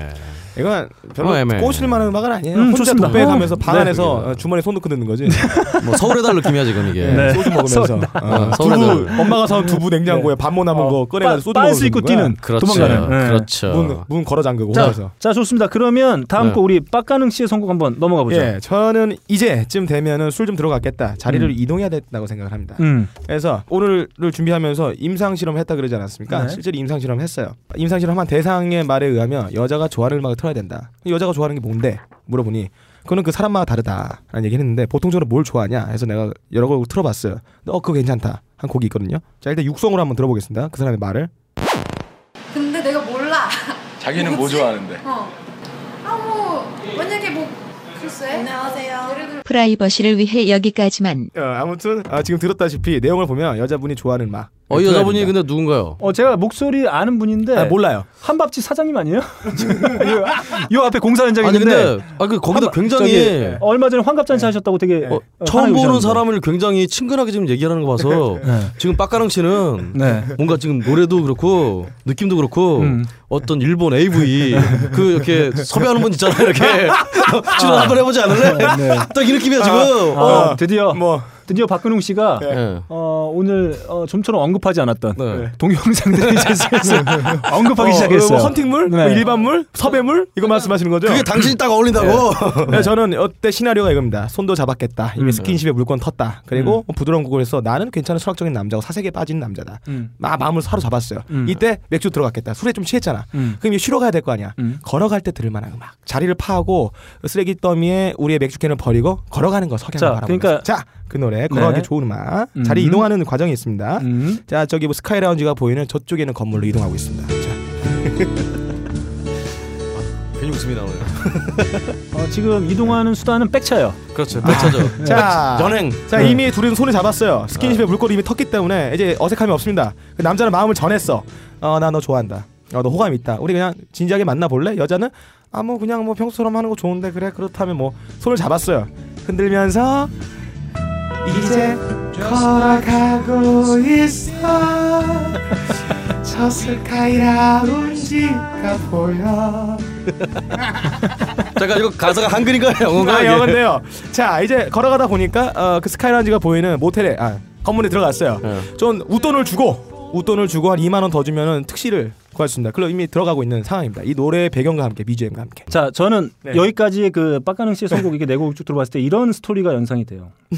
이건 별로
어, 애매해.
꼬실 만한 음악은 아니에요.
음,
혼자
좋습니다.
독백하면서 방
네.
안에서 어, 주머니 손 넣고 듣는 거지.
뭐 서울의 달 느낌이야 지금 이게.
네.
소주 먹으면서 어,
서울에 네.
두부
들어가요.
엄마가 사온 두부 냉장고에 밥 못 남은 거뭐 꺼내가지고 소주 먹으면서
어, 빤스 입고
듣는 거야.
뛰는
그렇죠.
도망가는. 네.
그렇죠.
문, 문 걸어 잠그고
자,
혼자서.
자 좋습니다. 그러면 다음
네.
곡 우리 빡가능 씨의 선곡 한번 넘어가 보죠.
예, 저는 이제쯤 되면은 술 좀 들어갔겠다. 자리를
음.
이동해야 된다고 생각을 합니다.
음.
그래서 오늘을 준비하면서 임상 실험 했다 그러지 않았습니까?
네.
실제로 임상 실험 했어요. 임상 실험한 대상의 말에 의하면 여자가 좋아하는 음악을 틀어야 된다. 여자가 좋아하는 게 뭔데? 물어보니 그거는 그 사람마다 다르다라는 얘기를 했는데 보통적으로 뭘 좋아하냐? 해서 내가 여러 곡을 틀어봤어요. 근데 어 그거 괜찮다. 한 곡이 있거든요. 자 일단 육성으로 한번 들어보겠습니다. 그 사람의 말을.
근데 내가 몰라.
자기는 뭐 좋아하는데?
어. 아, 뭐, 만약에 뭐, 글쎄. 안녕하세요. 예를 들어,
프라이버시를 위해 여기까지만
어, 아무튼 아, 지금 들었다시피 내용을 보면 여자분이 좋아하는 음악.
어, 이
틀어야
여자분이 네.
된다.
근데 누군가요?
어 제가 목소리 아는 분인데
아, 몰라요.
한밥집 사장님 아니에요? <laughs> 요, 요 앞에 공사 현장
아니
있는데
근데 아 그 거기다 굉장히
저기 네. 예, 얼마 전에
예.
환갑잔치 하셨다고 되게
어,
어,
처음
환하게
보는
오셨는데.
사람을 굉장히 친근하게 지금 얘기하는 거 봐서
네.
지금 빡가랑 씨는
네.
뭔가 지금 노래도 그렇고 느낌도 그렇고
음.
어떤 일본 AV 그 이렇게 섭외하는 분 있잖아요 이렇게 출연 한번 해보지 않을래? 딱 이 느낌이야 지금.
아,
어.
드디어
뭐
드디어 박근홍 씨가
예.
어, 오늘 어, 좀처럼 언급하지 않았던
네.
동영상들이
<laughs>
제시해서 언급하기 시작했어요.
예. 뭐 헌팅물,
네.
뭐 일반물, 섭외물 이거 말씀하시는 거죠?
그게 당신이 딱 어울린다고.
<laughs> 네, 저는 어때 시나리오가 이겁니다. 손도 잡았겠다. 이미
음.
스킨십에 물건 텄다. 그리고 뭐 부드러운 곡을 해서 나는 괜찮은 철학적인 남자고 사색에 빠진 남자다.
음.
마, 마음을 사로잡았어요.
음.
이때 맥주 들어갔겠다. 술에 좀 취했잖아.
음.
그럼 이제 쉬러 가야 될 거 아니야.
음.
걸어갈 때 들을 만한 음악. 자리를 파고 쓰레기 더미에 우리의 맥주 캔을 버리고 걸어가는 거
자,
석양을 바라보면서.
그러니까-
자, 그 노래 걸어가기
네.
좋은 음악. 자리
음.
이동하는 과정이 있습니다.
음.
자, 저기 뭐 스카이 라운지가 보이는 저쪽에 는 건물로 이동하고 있습니다. 자,
괜히 웃음이 나오네요.
어, 지금 이동하는 수단은 백차예요.
그렇죠. 백차죠.
자.
연행. 네.
자 이미 둘은 손을 잡았어요. 스킨십에 물꼬를 이미 텄기 때문에 이제 어색함이 없습니다. 그 남자는 마음을 전했어. 어 나 너 좋아한다. 어 너 호감 있다. 우리 그냥 진지하게 만나 볼래? 여자는 아 뭐 그냥 뭐 평소처럼 하는 거 좋은데 그래 그렇다면 뭐 손을 잡았어요. 흔들면서 이제 걸어가고 있어. <laughs> 저 스카이 라운지가 보여.
잠깐 이거 가사가 한글인가요? 영어인가요?
아,
이게?
영어인데요. 자, 이제 걸어가다 보니까 어, 그 스카이라운지가 보이는 모텔에 아, 건물에 들어갔어요.
네.
전 웃돈을 주고 웃돈을 주고 한 2만 원 더 주면은 특시를 구할 수 있습니다. 그럼 이미 들어가고 있는 상황입니다. 이 노래의 배경과 함께 BGM과 함께.
자, 저는
네.
여기까지의 그 빡가능 씨의 선곡 이게 내곡 쭉 들어봤을 때 이런 스토리가 연상이 돼요. <laughs>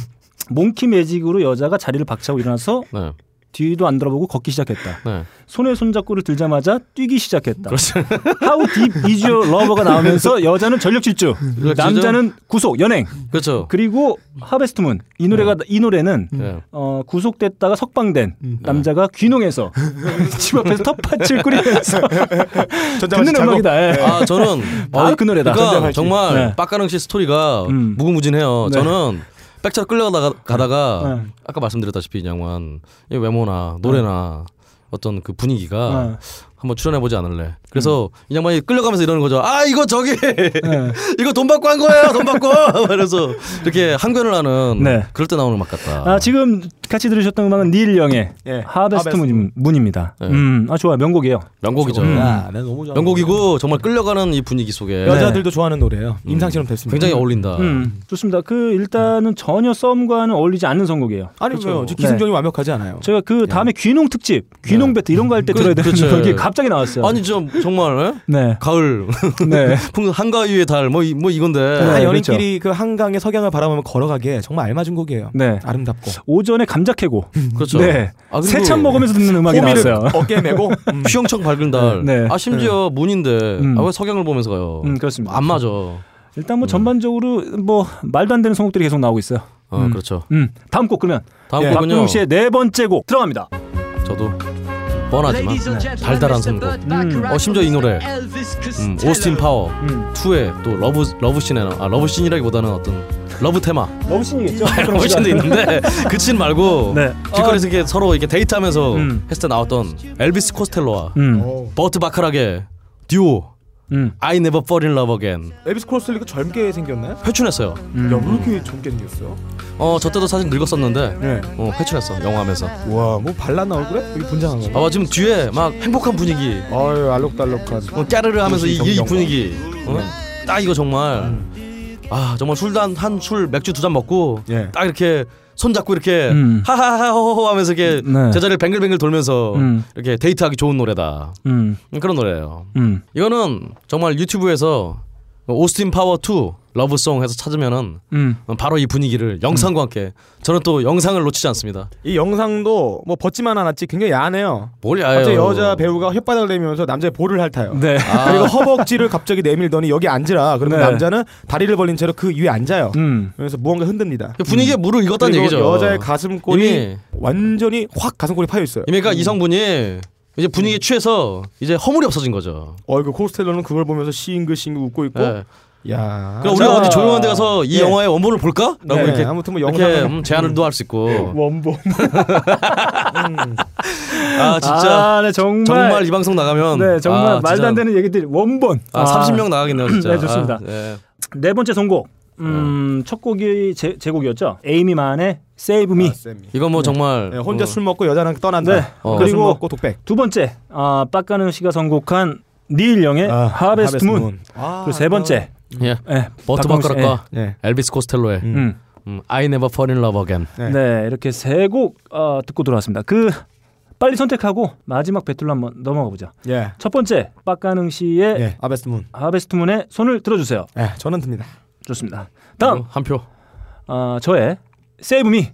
몽키 매직으로 여자가 자리를 박차고 일어나서
네.
뒤도 안 돌아보고 걷기 시작했다.
네.
손에 손잡고를 들자마자 뛰기 시작했다.
그렇죠. <laughs>
How deep is your love가 나오면서 여자는 전력 질주,
질주.
그렇죠.
남자는 구속, 연행.
그렇죠.
그리고 하베스트문 이 노래가 이 노래는
네.
어, 구속됐다가 석방된
음. 네.
자가
<laughs>
귀농해서 집 앞에서 텃밭을 꾸리면서
네.
듣는
전자마치 자고. 네.
음악이다. 예.
아 저는
<laughs> 바로 그 노래다.
그러니까
전자발찌.
정말
네.
빡가능 씨 스토리가
음.
무궁무진해요.
네.
저는 백차로 끌려가다가 가다가
네.
아까 말씀드렸다시피 양반 이 외모나 노래나 어떤 그 분위기가
네. 음.
한번 출연해 보지 않을래. 그래서 이 양반이 끌려가면서 이러는 거죠. 아 이거 저기
네.
<laughs> 이거 돈 받고 한 거예요. 돈 받고 <laughs> 그래서 이렇게 항변을 하는
네.
그럴 때 나오는 음악 같다.
아, 지금 같이 들으셨던 음악은 닐 영의
예. 네.
하베스트
하베스트
문, 문입니다. 음, 아 좋아요. 명곡이에요.
명곡이죠. 음.
음.
야, 나 너무 음. 좋아.
명곡이고 정말 끌려가는 이 분위기 속에
여자들도 좋아하는 노래예요. 임상처럼 됐습니다.
음. 굉장히 어울린다.
네.
네.
음, 좋습니다. 그 일단은 전혀 썸과는 어울리지 않는 선곡이에요.
아니 왜요?
그렇죠.
저
네.
기승전이 완벽하지 않아요.
제가 그 다음에 귀농 특집, 귀농 배트 이런 거 할 때
예. 그-
들어야 되는
그쵸.
곡이 갑자기 나왔어요.
아니 좀 정말 예? 에?
네.
가을
네.
<laughs> 풍 한가위의 달뭐 뭐 이건데
아,
네,
연인끼리
그렇죠.
그 한강의 석양을 바라보며 걸어가기에 정말 알맞은 곡이에요.
음.
네.
아름답고.
오전에 감자 캐고.
그렇죠.
네.
아, 그리고
세참 먹으면서 듣는 음악이
호미를
나왔어요.
어깨에 메고 음.
휘영청 밝은 달.
네.
아 심지어 문인데
음.
아, 왜 석양을 보면서 가요?
음, 그렇습니다.
안 맞아. 어
일단 뭐 전반적으로 뭐 말도 안 되는 선곡들이 계속 나오고 있어요. 음.
그렇죠.
음, 다음 곡 그러면
다음
예,
곡은요.
박근홍 씨의 네 번째 곡 들어갑니다.
저도 뻔하지만
네.
달달한 선곡. 어 심지어 이 노래. 음, 오스틴 파워
음.
2의 또 러브 러브 씬에 나- 아 러브 씬이라기보다는 어떤 러브 테마 <laughs>
러브신이겠죠?
러브
<laughs>
씬도 있는데 그씬 말고
네.
길거리에서 이렇게 서로 이렇게 데이트하면서
음.
어. 했을 때 나왔던 엘비스 코스텔로와
음.
버트 바카락의 듀오
음.
I Never Fall in Love Again
엘비스 크로슬리가 젊게 생겼나요?
회춘했어요.
음.
야, 왜 이렇게 젊게 생겼어?
어, 저 때도 사실 늙었었는데
네.
어, 회춘했어. 영화하면서.
와, 뭐 발랄한 얼굴에 여기 분장한 거.
봐봐 지금 뒤에 막 행복한 분위기
아유, 알록달록한.
어, 까르르 하면서 이, 이
정경화.
분위기 어?
네.
딱 이거 정말
음.
아 정말 술한술 맥주 두 잔 먹고
예.
딱 이렇게 손 잡고 이렇게
음.
하하하 호호호 하면서 이렇게
네.
제자리를 뱅글뱅글 돌면서
음.
이렇게 데이트하기 좋은 노래다
음.
음, 그런 노래예요
음.
이거는 정말 유튜브에서 오스틴 파워 2 러브송 해서 찾으면은
음.
어, 바로 이 분위기를
음.
영상과 함께 저는 또 영상을 놓치지 않습니다
이 영상도 뭐 벗지만 않았지 굉장히 야하네요.
뭘 야요
갑자기 여자 배우가 혓바닥을 내밀면서 남자의 볼을 핥아요.
네.
그리고 허벅지를 갑자기 내밀더니 여기 앉으라. 그러면
네.
남자는 다리를 벌린 채로 그 위에 앉아요.
음.
그래서 무언가 흔듭니다.
분위기에 물을 익었다는
음. 그리고
얘기죠
여자의 가슴골이 음.
이미-
완전히 확 가슴골이 파여 있어요.
그러니까 이성분이 이제
음.
분위기에 취해서 이제 허물이 없어진 거죠.
어, 이거 코스텔러는 그걸 보면서 싱글싱글 웃고 있고.
예.
야.
그럼 그러니까 우리가
네. 아, 자,
어디 조용한 데 가서 이
예.
영화의 원본을 볼까? 라고
네,
이렇게
아무튼 뭐
이렇게
영상을
음, 제안을도 할 수 있고.
예. 원본.
아 진짜
아, 네, 정말.
정말 이 방송 나가면
네, 정말
아,
말도
진짜
안 되는 얘기들 원본.
아, 30명 나가겠네요, 진짜.
네, 좋습니다.
아, 네.
네 번째 선곡.
어.
음, 첫 곡이 제, 제 곡이었죠. 에이미만의 Save Me.
이거 뭐 정말
예, 혼자
어,
술 먹고 여자랑 떠난다.
네.
어.
그리고 술
그리고
먹고 독백.
두 번째, 아, 빡가는 씨가 선곡한 닐 영의 네,
아,
아, 하베스트 문.
아,
그리고 세 번째,
예.
예,
버트
박광수 씨,
버커락과
예. 예.
엘비스 코스텔로의
예.
음.
음.
I Never Fall in Love Again.
네.
네.
이렇게 세 곡 어, 듣고 들어왔습니다. 그 빨리 선택하고 마지막 배틀로 한번 넘어가 보자.
예.
첫 번째, 빡가능 씨의
예. 아베스트 문.
하베스트 문의 손을 들어주세요.
예. 저는 듭니다.
좋습니다. 다음,
어, 한 표.
어, 저의 Save Me.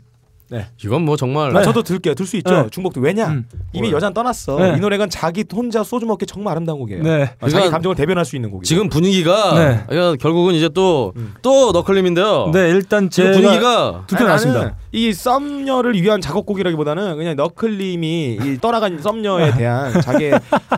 이건 뭐 정말
아, 저도 들게요. 들 수 있죠.
네.
중복도 왜냐?
음.
이미 여자는 떠났어.
네.
이 노래가 자기 혼자 소주 먹기 정말 아름다운 곡이에요.
네.
아, 자기
그러니까
감정을 대변할 수 있는 곡이.
지금 분위기가
네. 음.
그러니까 결국은 이제 또 또 너클림인데요.
네, 일단 제
지금 어. 분위기가
두표 났습니다.
이 썸녀를 위한 작업곡이라기보다는 그냥 너클림이 이 떠나간
네.
썸녀에 대한 자기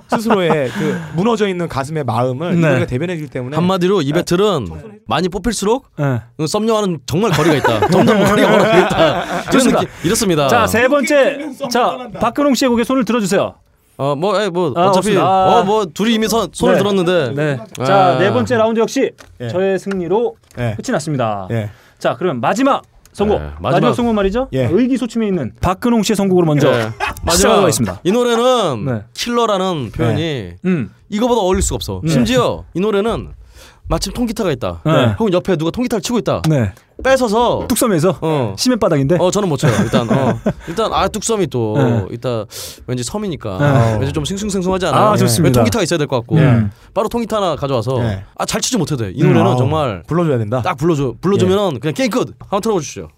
스스로의 그 무너져 있는 가슴의 마음을 이
네.
노래가 대변해 주기 때문에
한마디로 이 배틀은 많이 뽑힐수록
예.
썸녀와는 정말 거리가 있다. <laughs> 점점 거리가 멀어지겠다.
네. 좋습니다.
좋습니다. 이렇습니다.
자, 세
어,
번째. 자, 박근홍 씨의 곡에 손을 들어주세요.
어, 뭐, 에, 뭐
아,
어차피
없습니다. 아.
어, 뭐 둘이 이미 선, 손을
네.
들었는데.
네.
아.
자, 네 번째 라운드 역시
예.
저의 승리로
예.
끝이 났습니다.
예.
자, 그러면 마지막 선곡.
네, 마지막.
마지막. 선곡 말이죠?
예.
의기소침해 있는 박근홍 씨의 선곡으로 먼저 <laughs>
네.
시작하고 있습니다.
이 노래는
네.
킬러라는 표현이
음.
이거보다 어울릴 수가 없어. 심지어 이 노래는 마침 통기타가 있다.
네.
혹은 옆에 누가 통기타를 치고 있다.
네.
뺏어서
뚝섬에서
어.
시멘 바닥인데.
어 저는 못 쳐요. 일단 어, 일단 아 뚝섬이 또
네.
일단 왠지 섬이니까
네.
왠지 좀 싱숭생숭하지 않아요. 네.
아, 좋습니다.
왜 통기타가 있어야 될 것 같고
네.
바로 통기타 하나 가져와서
네.
아 잘 치지 못해도 돼. 이 노래는
아우,
정말
불러줘야 된다.
딱 불러줘 불러주면 그냥 게임 끝. 한번 틀어봐 주시죠.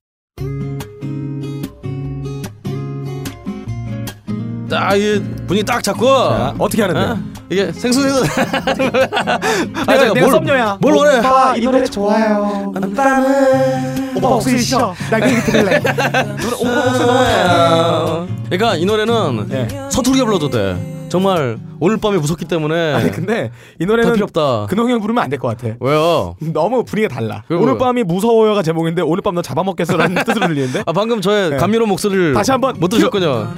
딱이 분위기 딱 잡고
자, 어떻게 하는데?
어? 이게 생숭생숭. 아
내가,
제가
내가
뭘
썸녀야.
뭘 원해?
오빠 이 노래 좋아요. 나는 오빠 목소리 싫어. 나 그냥 들을래. 누나, 오빠 목소리 너무 좋아.
그러니까 이 노래는
예.
서투르게 불러도 돼. 정말 오늘 밤이 무섭기 때문에
<laughs> 아니 근데 이
더
노래는
필요 없다.
근홍이 형 부르면 안 될 것 같아.
왜요?
너무 분위기가 달라.
그리고
오늘
뭐야?
밤이 무서워요가 제목인데 오늘 밤
<laughs>
너 잡아먹겠어라는 뜻으로 들리는데.
아 방금 저의
네.
감미로운 목소리를
다시 한번 네.
못 들으셨군요.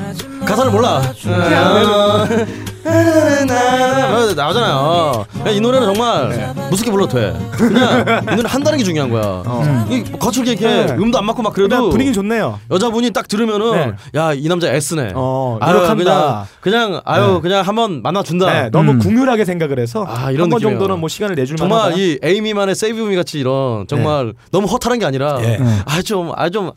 가사를 몰라. 아, 나오잖아요. 야, 이 노래는 정말
네.
무섭게 불러도 돼. 그냥 이 노래 한다는 게 중요한 거야. 이 거칠게 이렇게
어. 네.
음도 안 맞고 막
일단
그래도
분위기 좋네요. 네.
여자분이 딱 들으면은 야 이 남자 애쓰네.
어,
아유,
노력한다.
그냥 그냥 아유 그냥 한번 만나준다.
네, 너무
음.
궁률하게 생각을 해서
아, 이런
한 번
느낌이에요.
정도는 뭐 시간을 내줄
정말
만하다. 네.
이 에이미만의 세이브미 같이 이런 정말 너무 허탈한 게 아니라
예. 네.
음. <laughs> 아좀아좀아좀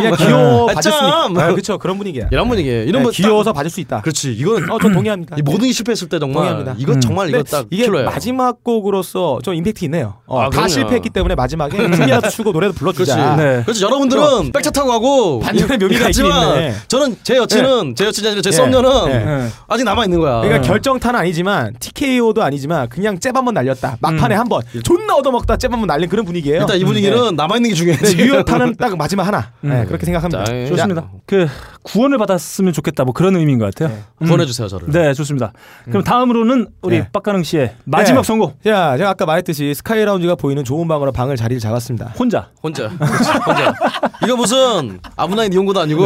그냥 귀여워 받을 수
좀
있는. 아, 그렇죠 그런 분위기야.
이런 분위기 이런
네,
분
귀여워서 받을 수 있다.
그렇지 이거는
어, 저 동의합니다.
이 모든 게 실패했을 때 정말
동의합니다.
이거
음.
정말 이거
근데
딱
이게
킬러예요.
마지막 곡으로서 좀 임팩트 있네요. 어,
아,
다
그럼요. 음.
실패했기 때문에 마지막에 춤이라도 추고 노래도
그렇지.
불러주자.
네.
그렇지. 여러분들은 백차 타고 가고
반전의 묘미가 있긴 있네.
저는 제 여친은 제 여친이 아니라 제 썸녀는
예.
예.
아직 남아 있는 거야.
그러니까 결정타는 아니지만 TKO도 아니지만 그냥 잽 한 번 날렸다. 막판에 한 번 존나 얻어먹다 잽 한 번 날린 그런
음.
분위기예요.
예.
음,
일단 이 분위기는 남아 있는 게 <laughs>
네.
중요해.
네, 유효타는 딱 마지막 하나. 네, 그렇게 생각합니다.
자, 예.
좋습니다. 그 구원을 받았으면 좋겠다. 뭐 그런 의미인 것 같아요.
예.
음.
구원해 주세요 저를.
네, 좋습니다. 그럼 다음으로는 우리
네.
빡가능 씨의 마지막
네.
선곡
자, 제가 아까 말했듯이 스카이 라운지가 보이는 좋은 방으로 방을 자리를 잡았습니다.
혼자.
혼자. 혼자. 이거 무슨 아브나인 이용고도 아니고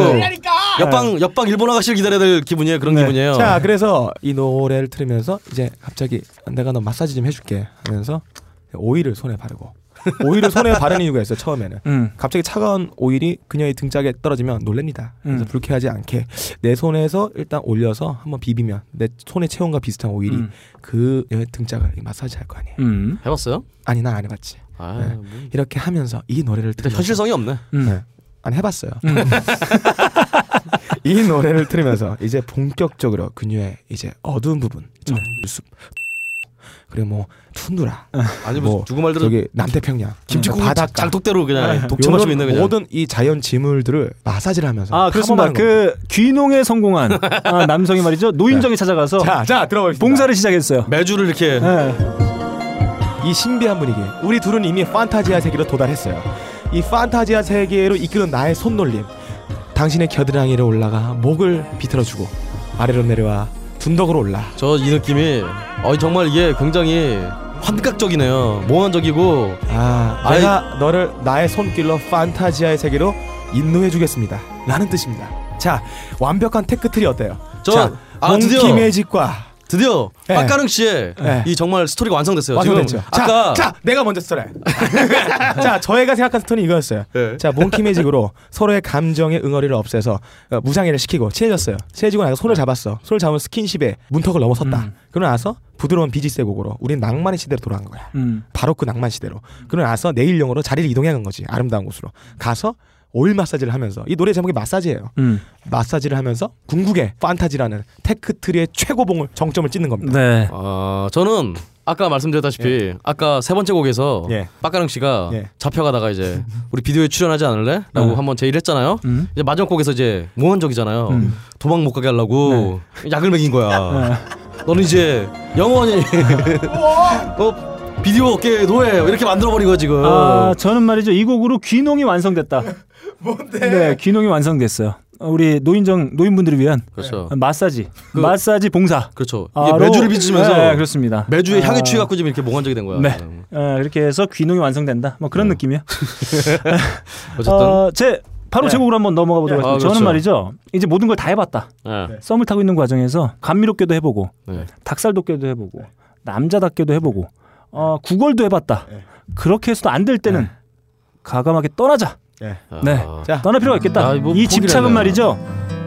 옆방 옆방 일본 아가씨를 기다려야 될 기분이에요. 그런
네.
기분이에요.
자, 그래서 이 노래를 들으면서 이제 갑자기 내가 너 마사지 좀 해줄게 하면서 오일을 손에 <laughs> 바르고 오일을 손에 바르는 이유가 있어요. 처음에는
음.
갑자기 차가운 오일이 그녀의 등짝에 떨어지면 놀랍니다. 그래서
음.
불쾌하지 않게 내 손에서 일단 올려서 한번 비비면 내 손의 체온과 비슷한 오일이
음.
그녀의 등짝을 마사지할 거 아니에요.
음.
해봤어요?
아니 난 안 해봤지.
아,
네.
뭐.
이렇게 하면서 이 노래를
근데
들으면서
현실성이 없네.
음.
네. 안 해봤어요. <laughs> 이 노래를 들으면서 이제 본격적으로 그녀의 이제 어두운 부분, 저 숲, 그리고 뭐 툰두라,
아니 뭐
뭐,
누구 말대로
저기 남태평양, 음,
김치국
바닷가,
장독대로 그냥 독점 맞춤 있네
요런
그냥.
모든 이 자연 지물들을 마사지를 하면서
아 그렇습니다.
탐험하는 겁니다.
그 귀농에 성공한 아, 남성이
<laughs> 네.
말이죠 노인정에 찾아가서
자, 자 들어보겠습니다.
봉사를 시작했어요.
매주를 이렇게
네.
이 신비한 분위기 우리 둘은 이미 판타지아 세계로 도달했어요 이 판타지아 세계로 이끄는 나의 손놀림 당신의 겨드랑이를 올라가 목을 비틀어주고 아래로 내려와 둔덕으로 올라
저 이 느낌이 어 정말 이게 굉장히 환각적이네요. 몽환적이고
아
아이.
내가 너를 나의 손길로 판타지아의 세계로 인도해주겠습니다 라는 뜻입니다 자 완벽한 테크트리 어때요?
저-
자
아, 드디어.
몽키 매직과
드디어
예.
빡가릉 씨의
예.
이 정말 스토리가 완성됐어요.
완성됐죠
지금 아까
자, 자 내가 먼저 스토리 <laughs> 자 저희가 생각한 스토리는 이거였어요
예.
자 몽키 매직으로 서로의 감정의 응어리를 없애서 어, 무상해를 시키고 친해졌어요. 친해지고 나서
네.
손을 잡았어. 손을 잡은 스킨십에 문턱을 넘어섰다.
음.
그러고 나서 부드러운 비지세 곡으로 우린 낭만의 시대로 돌아간 거야.
음.
바로 그 낭만 시대로. 그러고 나서 내일령으로 자리를 이동해 간 거지. 아름다운 곳으로 가서 오일 마사지를 하면서 이 노래 제목이 마사지예요.
음.
마사지를 하면서 궁극의 판타지라는 테크트리의 최고봉을 정점을 찍는 겁니다.
네.
아 저는 아까 말씀드렸다시피
예.
아까 세 번째 곡에서
예.
빡가릉 씨가
예.
<laughs>
잡혀가다가 이제 우리 비디오에 출연하지 않을래?라고
음.
한번 제의를 했잖아요.
음.
이제 마지막 곡에서 이제 몽환적이잖아요.
음. 네.
도망 못 가게 하려고 약을 먹인 거야. 너는 이제
<laughs>
영원히 너 비디오 업계 노예 이렇게 만들어 버린 거 지금.
아 저는 말이죠 이 곡으로 귀농이 완성됐다. 뭔데? 네, 귀농이 완성됐어요. 어, 우리 노인정 노인분들을 위한
그렇죠.
마사지, 마사지 봉사.
그렇죠. 이게
아,
매주를
로-
빚으면서
네, 그렇습니다.
매주에 향에
아,
취해 갖고 지금 이렇게 몽환적이 된 거야. 음.
네. 어, 이렇게 해서 귀농이 완성된다. 뭐 그런 느낌이야.
어. 어쨌든
어, 제 바로 제 곡으로 한번 넘어가 보도록
네.
하겠습니다.
아,
저는
그렇죠.
말이죠. 이제 모든 걸 다 해봤다.
네.
썸을 타고 있는 과정에서 감미롭게도 해보고
네.
닭살 돋게도 해보고 남자답게도 해보고 어,
네.
구걸도 해봤다. 그렇게 해서도 안 될 때는 가감하게 떠나자.
아,
네.
자
떠날 필요가 있겠다.
아, 뭐
이 집착은
포기라네요.
말이죠.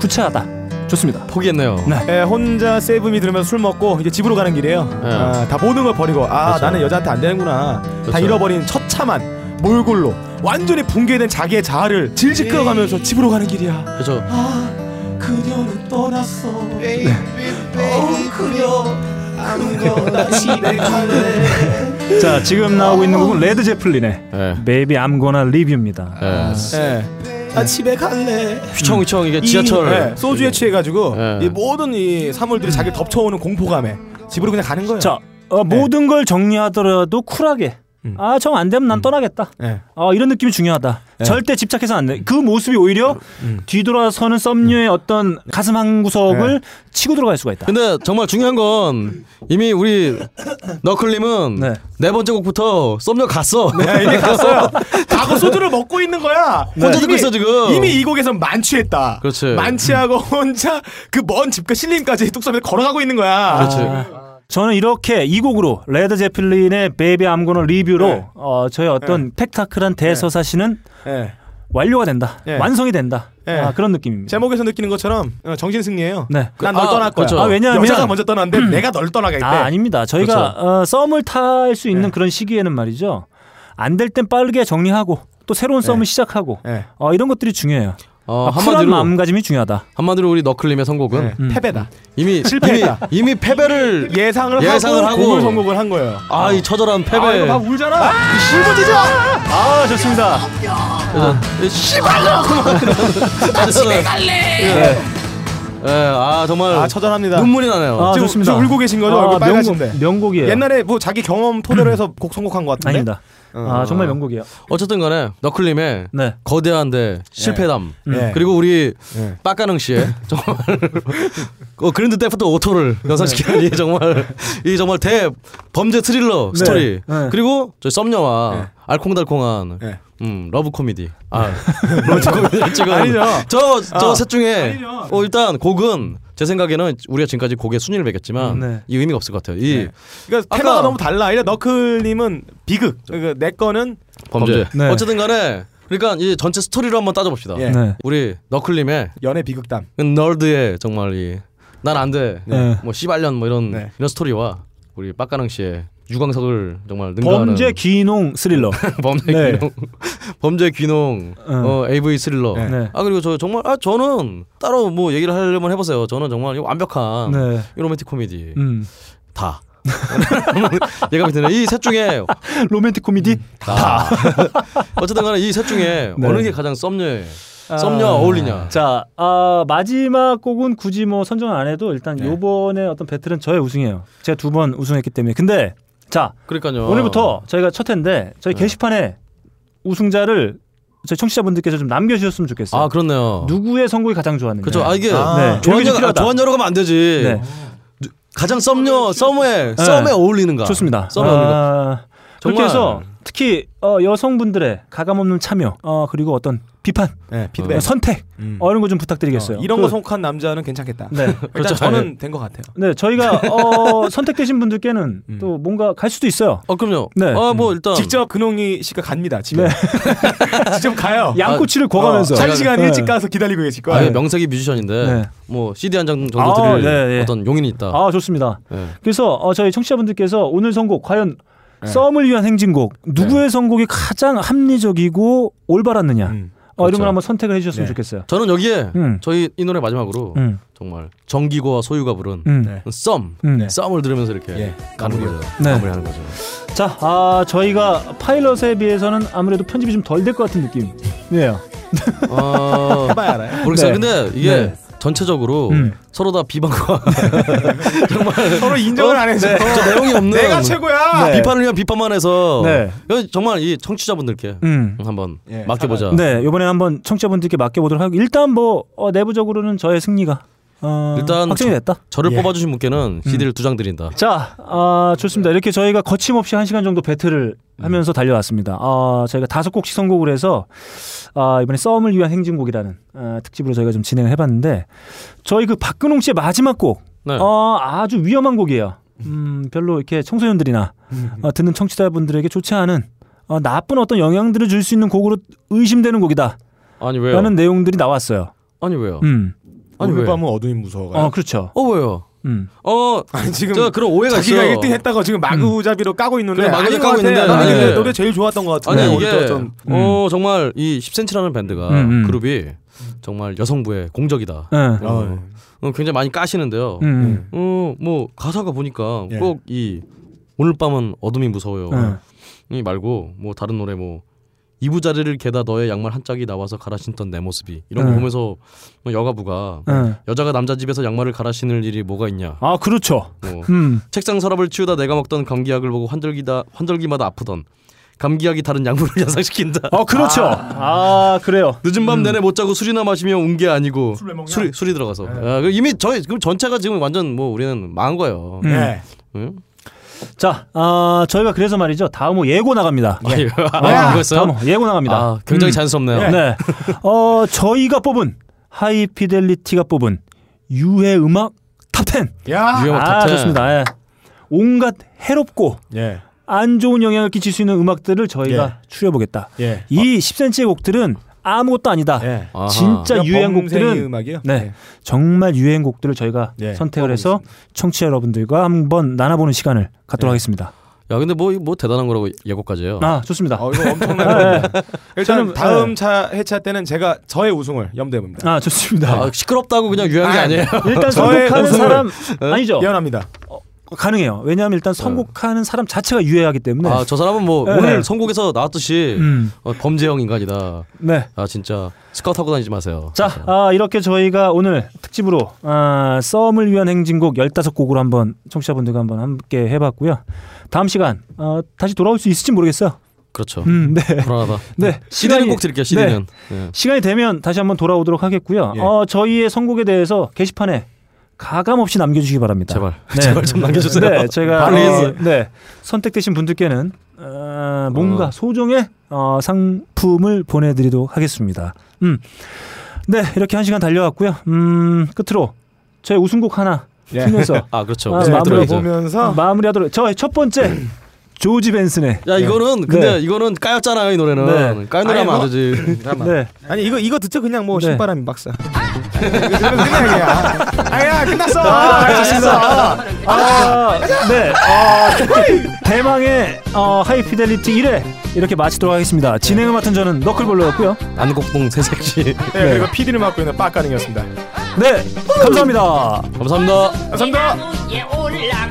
구차하다. 좋습니다.
포기했네요.
예, 혼자 세븐이 들으면서 술 먹고 이제 집으로 가는 길이에요.
네.
아, 다 모든 걸 버리고 아
그렇죠.
나는 여자한테 안 되는구나. 다
그렇죠.
잃어버린 처참한 몰골로 완전히 붕괴된 자기의 자아를 질질 끌어가면서 집으로 가는 길이야.
그렇죠.
아 그녀는 떠났어. <laughs>
자, 지금 나오고 있는 곡은 레드 제플린의
네.
Baby I'm Gonna Leave You입니다.
네.
예. 나 집에 갈래.
휘청휘청 이게
이-
지하철
예, 소주에 취해가지고
예. 음.
이 모든 이 사물들이 자기를 덮쳐오는 공포감에 집으로 그냥 가는 거예요.
자, 어,
네.
모든 걸 정리하더라도 쿨하게.
음.
아, 정 안 되면 난 떠나겠다.
예.
어, 이런 느낌이 중요하다.
네.
절대 집착해서 안 돼. 그 모습이 오히려
음.
뒤돌아서는 썸녀의 어떤 가슴 한 구석을
네.
치고 들어갈 수가 있다.
근데 정말 중요한 건 이미 우리 너클님은
네.
네. 번째 곡부터 썸녀 갔어.
예, 이미 갔어요. 가고 소주를 먹고 있는 거야.
네. 혼자 듣고
이미-
있어, 지금.
이미 이 곡에선 만취했다.
그렇지. 음.
만취하고 혼자 그 먼 집과 신림까지 뚝섬에서 걸어가고 있는 거야.
<laughs> 그렇지.
아, 저는 이렇게 이 곡으로 레드 제필린의 베이비 암고는 리뷰로
네.
어, 저의 어떤 팩타클한 대서사시는
예.
완료가 된다.
네.
완성이 된다.
네.
아, 그런 느낌입니다.
제목에서 느끼는 것처럼 어, 정신 승리예요.
네.
난 널
아,
떠날 거야.
그렇죠.
아, 왜냐하면-
여자가 먼저 떠났는데 내가 널 떠나겠대.
아, 아닙니다. 저희가
그렇죠.
어, 썸을 탈 수 있는
네.
그런 시기에는 말이죠. 안 될 땐 빠르게 정리하고 또 새로운
네.
썸을 시작하고
예.
어, 이런 것들이 중요해요.
어,
아, 쿨한
한마디로
마음가짐이 중요하다.
한마디로 우리 너클님의 선곡은
음.
예. 패배다.
이미
실패했다.
이미, 이미 패배를
예상을,
예상을
하고
하고
곡을 선곡을 한 거예요.
아 이 처절한 패배.
아, 이거 봐 울잖아. 울부짖어.
아, 좋습니다.
예,
<laughs>
씨발로. 집에 갈래. 예. 예. 아 정말
아, 처절합니다.
눈물이 나네요.
아,
지금-
좋습니다.
지금 울고 계신 거죠? 얼굴 빨개진데.
아, 명곡, 명곡이에요.
옛날에 뭐 자기 경험
<clears throat>
토대로 해서 곡 선곡한 것 같은데.
예. 아닙니다. <laughs> 아, 정말 명곡이에요.
어쨌든 간에 너클님의
네.
거대한데 실패담
예.
그리고 우리
예.
빡가능 씨의 <laughs> 정말 어, 그랜드 데프트 오토를 연상시키는 이 정말 이 정말 대 범죄 스릴러 스토리
네.
그리고 저 썸녀와 알콩달콩한
네.
음 러브 코미디. 아 러브 코미디
<laughs>
지금
아니죠.
<laughs> 저저
아.
셋 중에 어 일단 곡은 제 생각에는 우리가 지금까지 곡의 순위를 매겼지만
네.
이 의미가 없을 것 같아요. 이
그러니까
아까-
테마가 너무 달라. 이래 너클님은 비극. 그러니까 내 거는
범죄.
네.
어쨌든간에 그러니까 이 전체 스토리로 한번 따져봅시다.
예.
네.
우리 너클님의
연애 비극담.
널드의 정말 이 난 안돼
네.
뭐 씨발년 뭐 이런
네.
이런 스토리와 우리 빡가능 씨의 유광석을 정말 능가하는
범죄 귀농 스릴러.
<laughs> 범죄
네.
귀농 범죄 귀농 어, AV 스릴러
네.
네.
아 그리고 저 정말 아 저는 따로 뭐 얘기를 하려면 해보세요 저는 정말 이 완벽한
네.
이 로맨틱 코미디
음.
다 <laughs> 예감이 드네 이 셋 중에
로맨틱 코미디.
다 <laughs> 어쨌든 간에 이 셋 중에
네. 아.
어느 게 가장 썸녀에 썸녀 어울리냐
자, 아, 마지막 곡은 굳이 뭐 선정을 안 해도 일단 요번에 어떤 배틀은 저의 우승이에요. 제가 두 번 우승했기 때문에. 근데 자,
그러니까요
오늘부터 저희가 첫 회인데 저희 게시판에 우승자를 저희 청취자분들께서 좀 남겨 주셨으면 좋겠어요.
아 그렇네요
누구의 선곡이 가장 좋았는지.
그렇죠. 아 이게
네. 이게 좀
조한여 아,
필요하다.
조한여로 가면 안 되지.
네.
누- 가장 썸녀 썸에 썸에 어울리는가?
좋습니다.
썸에 어울리는가?
아, 그렇게
정말.
해서 특히 어, 여성분들의 가감없는 참여, 어, 그리고 어떤 비판,
네,
어,
피드백.
선택
음.
어, 이런 거 좀 부탁드리겠어요.
어, 이런
그-
거 선곡한 남자는 괜찮겠다.
네.
일단
그렇죠.
저는 된 것 같아요.
네, 저희가 어, 선택되신 분들께는 또 뭔가 갈 수도 있어요.
어 그럼요.
네.
아뭐 일단
직접 근홍이 씨가 갑니다. 집에. <laughs> 직접 가요.
양꼬치를 구워가면서
잘 시간
네.
일찍 가서 기다리고 계실 거예요.
아예 명색이 뮤지션인데
네.
뭐 CD 한 장 정도
아,
드릴
네, 예.
어떤 용인이 있다.
아 좋습니다.
네.
그래서 어, 저희 청취자분들께서 오늘 선곡 과연 썸을 위한 행진곡 누구의 선곡이 가장 합리적이고 올바랐느냐
음.
어, 이런
그렇죠.
걸 한번 선택을 해주셨으면
네.
좋겠어요.
저는 여기에
음.
저희 이 노래 마지막으로
음,
정말 정기고와 소유가 부른
음,
네.
썸
음.
썸을 들으면서 이렇게
예.
가는
마무리요.
거죠.
네.
마무리하는 거죠.
자, 아, 저희가 파일럿에 비해서는 아무래도 편집이 좀 덜 될 것 같은 느낌이에요.
어,
해봐야 알아요.
모르겠어요.
네.
근데 이게
네.
전체적으로
음.
서로 다
<laughs>
비방과 <laughs>
서로 인정을 안 해서.
진짜 내용이 없는
내가 최고야.
어? 네.
아, 비판을 위한 비판만 해서
네.
이건 정말 이 청취자분들께
음.
한번
예,
맡겨보자.
네, 이번에 한번 청취자분들께 맡겨보도록 하고 일단 뭐 어, 내부적으로는 저의 승리가 어,
일단
확정이
저-
됐다.
저를 뽑아주신
음.
분께는 CD를 두 장 드린다.
자, 아, 좋습니다. 이렇게 저희가 거침없이 한 시간 정도 배틀을
음.
하면서 달려왔습니다. 아, 저희가 다섯 곡씩 선곡을 해서 아, 이번에 썸을 위한 행진곡이라는 아, 특집으로 저희가 좀 진행을 해봤는데 저희 그 박근홍 씨의 마지막 곡,
네.
어, 아주 위험한 곡이에요. 음, 별로 이렇게 청소년들이나 어, 듣는 청취자분들에게 좋지 않은 어, 나쁜 어떤 영향들을 줄 수 있는 곡으로 의심되는 곡이다라는
아니 왜요?
내용들이 나왔어요.
아니 왜요?
음,
아니
오늘
왜요?
밤은 어둠이 무서워가.
어,
요
그렇죠.
어 왜요?
음,
어
아니 지금
제가 그런 오해가 있어요.
자기가 1등 했다고 지금 마구잡이로 까고 있는데
그래, 마구잡이
아닌 것
까고
같아.
있는데.
나는
네.
근데 노래 제일 좋았던 것
아니
같은데
이게
네, 오늘 좀 음.
어 정말 이 10cm라는 밴드가
음, 음.
그룹이 정말 여성부의 공적이다.
예,
어, 어, 굉장히 많이 까시는데요.
음, 음,
어 뭐 가사가 보니까
예.
꼭 이 오늘 밤은 어둠이 무서워요.
예.
이 말고 뭐 다른 노래 뭐 이부자리를 개다 너의 양말 한 짝이 나와서 갈아 신던 내 모습이 이런 거
네.
보면서 뭐 여가부가
예.
여자가 남자 집에서 양말을 갈아 신을 일이 뭐가 있냐
아, 그렇죠.
뭐
음.
책상 서랍을 치우다 내가 먹던 감기약을 보고 환절기다 환절기마다 아프던 감기약이 다른 약물을 <laughs> 연상시킨다
어 그렇죠. 아, 그래요.
늦은 밤 내내 못 자고 술이나 마시며 운 게 아니고 술이 술이
예.
들어가서 아, 그 이미 저희 그럼 전체가 지금 완전 뭐 우리는 망한 거예요
음.
네.
응?
자, 아 저희가 그래서 말이죠. 다음 호 예고 나갑니다.
아, 이거
아,
아, 그거였어요?
다음 호 예고 나갑니다.
아, 굉장히
음.
자연스럽네요.
네. 어 저희가 뽑은 하이피델리티가 뽑은 유해 음악 탑10.
야.
유형
아
탑10.
좋습니다. 예. 온갖 해롭고
예.
안 좋은 영향을 끼칠 수 있는 음악들을 저희가 추려보겠다.
예.
이 10cm의 곡들은 아무것도 아니다.
예.
아하.
진짜 유행
범생이
곡들은
음악이요? 예.
네. 정말 유행 곡들을 저희가
네,
선택을 해서 청취자 여러분들과 한번 나눠보는 시간을 갖도록
예.
하겠습니다.
야 근데 뭐 뭐 대단한 거라고 예고까지 해요
아 좋습니다.
어 이거 엄청난 겁니다. 일단
저는-
다음
네.
차 해차 때는 제가 저의 우승을 염두에 봅니다.
아 좋습니다.
아, 시끄럽다고 그냥 유한 게
네.
아,
아니에요.
일단
저의
선곡하는
모습을-
사람 네. 아니죠.
예언합니다. 어.
가능해요. 왜냐하면 일단 선곡하는 사람 자체가 유해하기 때문에.
아 저 사람은 뭐
네.
오늘 선곡에서 나왔듯이
음.
어, 범죄형 인간이다.
네.
아 진짜 스카우트 하고 다니지 마세요.
자, 아, 이렇게 저희가 오늘 특집으로 아, 썸을 위한 행진곡 15곡으로 한번 청취자분들과 한번 함께 해봤고요. 다음 시간 어, 다시 돌아올 수 있을지 모르겠어요.
그렇죠.
음, 네.
불안하다.
<laughs> 네.
CD는
시간이-
꼭 드릴게요.
네.
CD는. 네.
시간이 되면 다시 한번 돌아오도록 하겠고요.
예.
어, 저희의 선곡에 대해서 게시판에 가감 없이 남겨주시기 바랍니다.
<laughs> 제발. 제발 좀 남겨주세요.
네, 제가
빨리
어,
해서.
네 선택되신 분들께는 어, 어, 뭔가 소정의 어, 상품을 보내드리도록 하겠습니다. 음, 네 이렇게 한 시간 달려왔고요. 음, 끝으로 저의 우승곡 하나
예.
<laughs>
어.
틀면서
아 그렇죠.
아,
무슨
마무리
말인지 알죠.
보면서
마무리하도록 저의 첫 번째 조지 벤슨의
야 이거는 근데
네.
이거는 까였잖아요 이 노래는
네.
까인 노래
아니,
하면 안
뭐-
되지
네.
아니 이거 이거 듣죠 그냥 뭐
네.
신바람이 막사. 그냥 아야 끝났어. 알겠습니다.
아, 네. 어, 대망의 어, 하이피델리티 1회 이렇게 마치도록 하겠습니다. 진행을 맡은 저는 너클볼로였고요.
<laughs> 안곡동 새색시 <laughs>
네, 그리고 PD를 맡고 있는 빡가능이었습니다.
네, 감사합니다.
감사합니다.
감사합니다.
나무에 예, 올라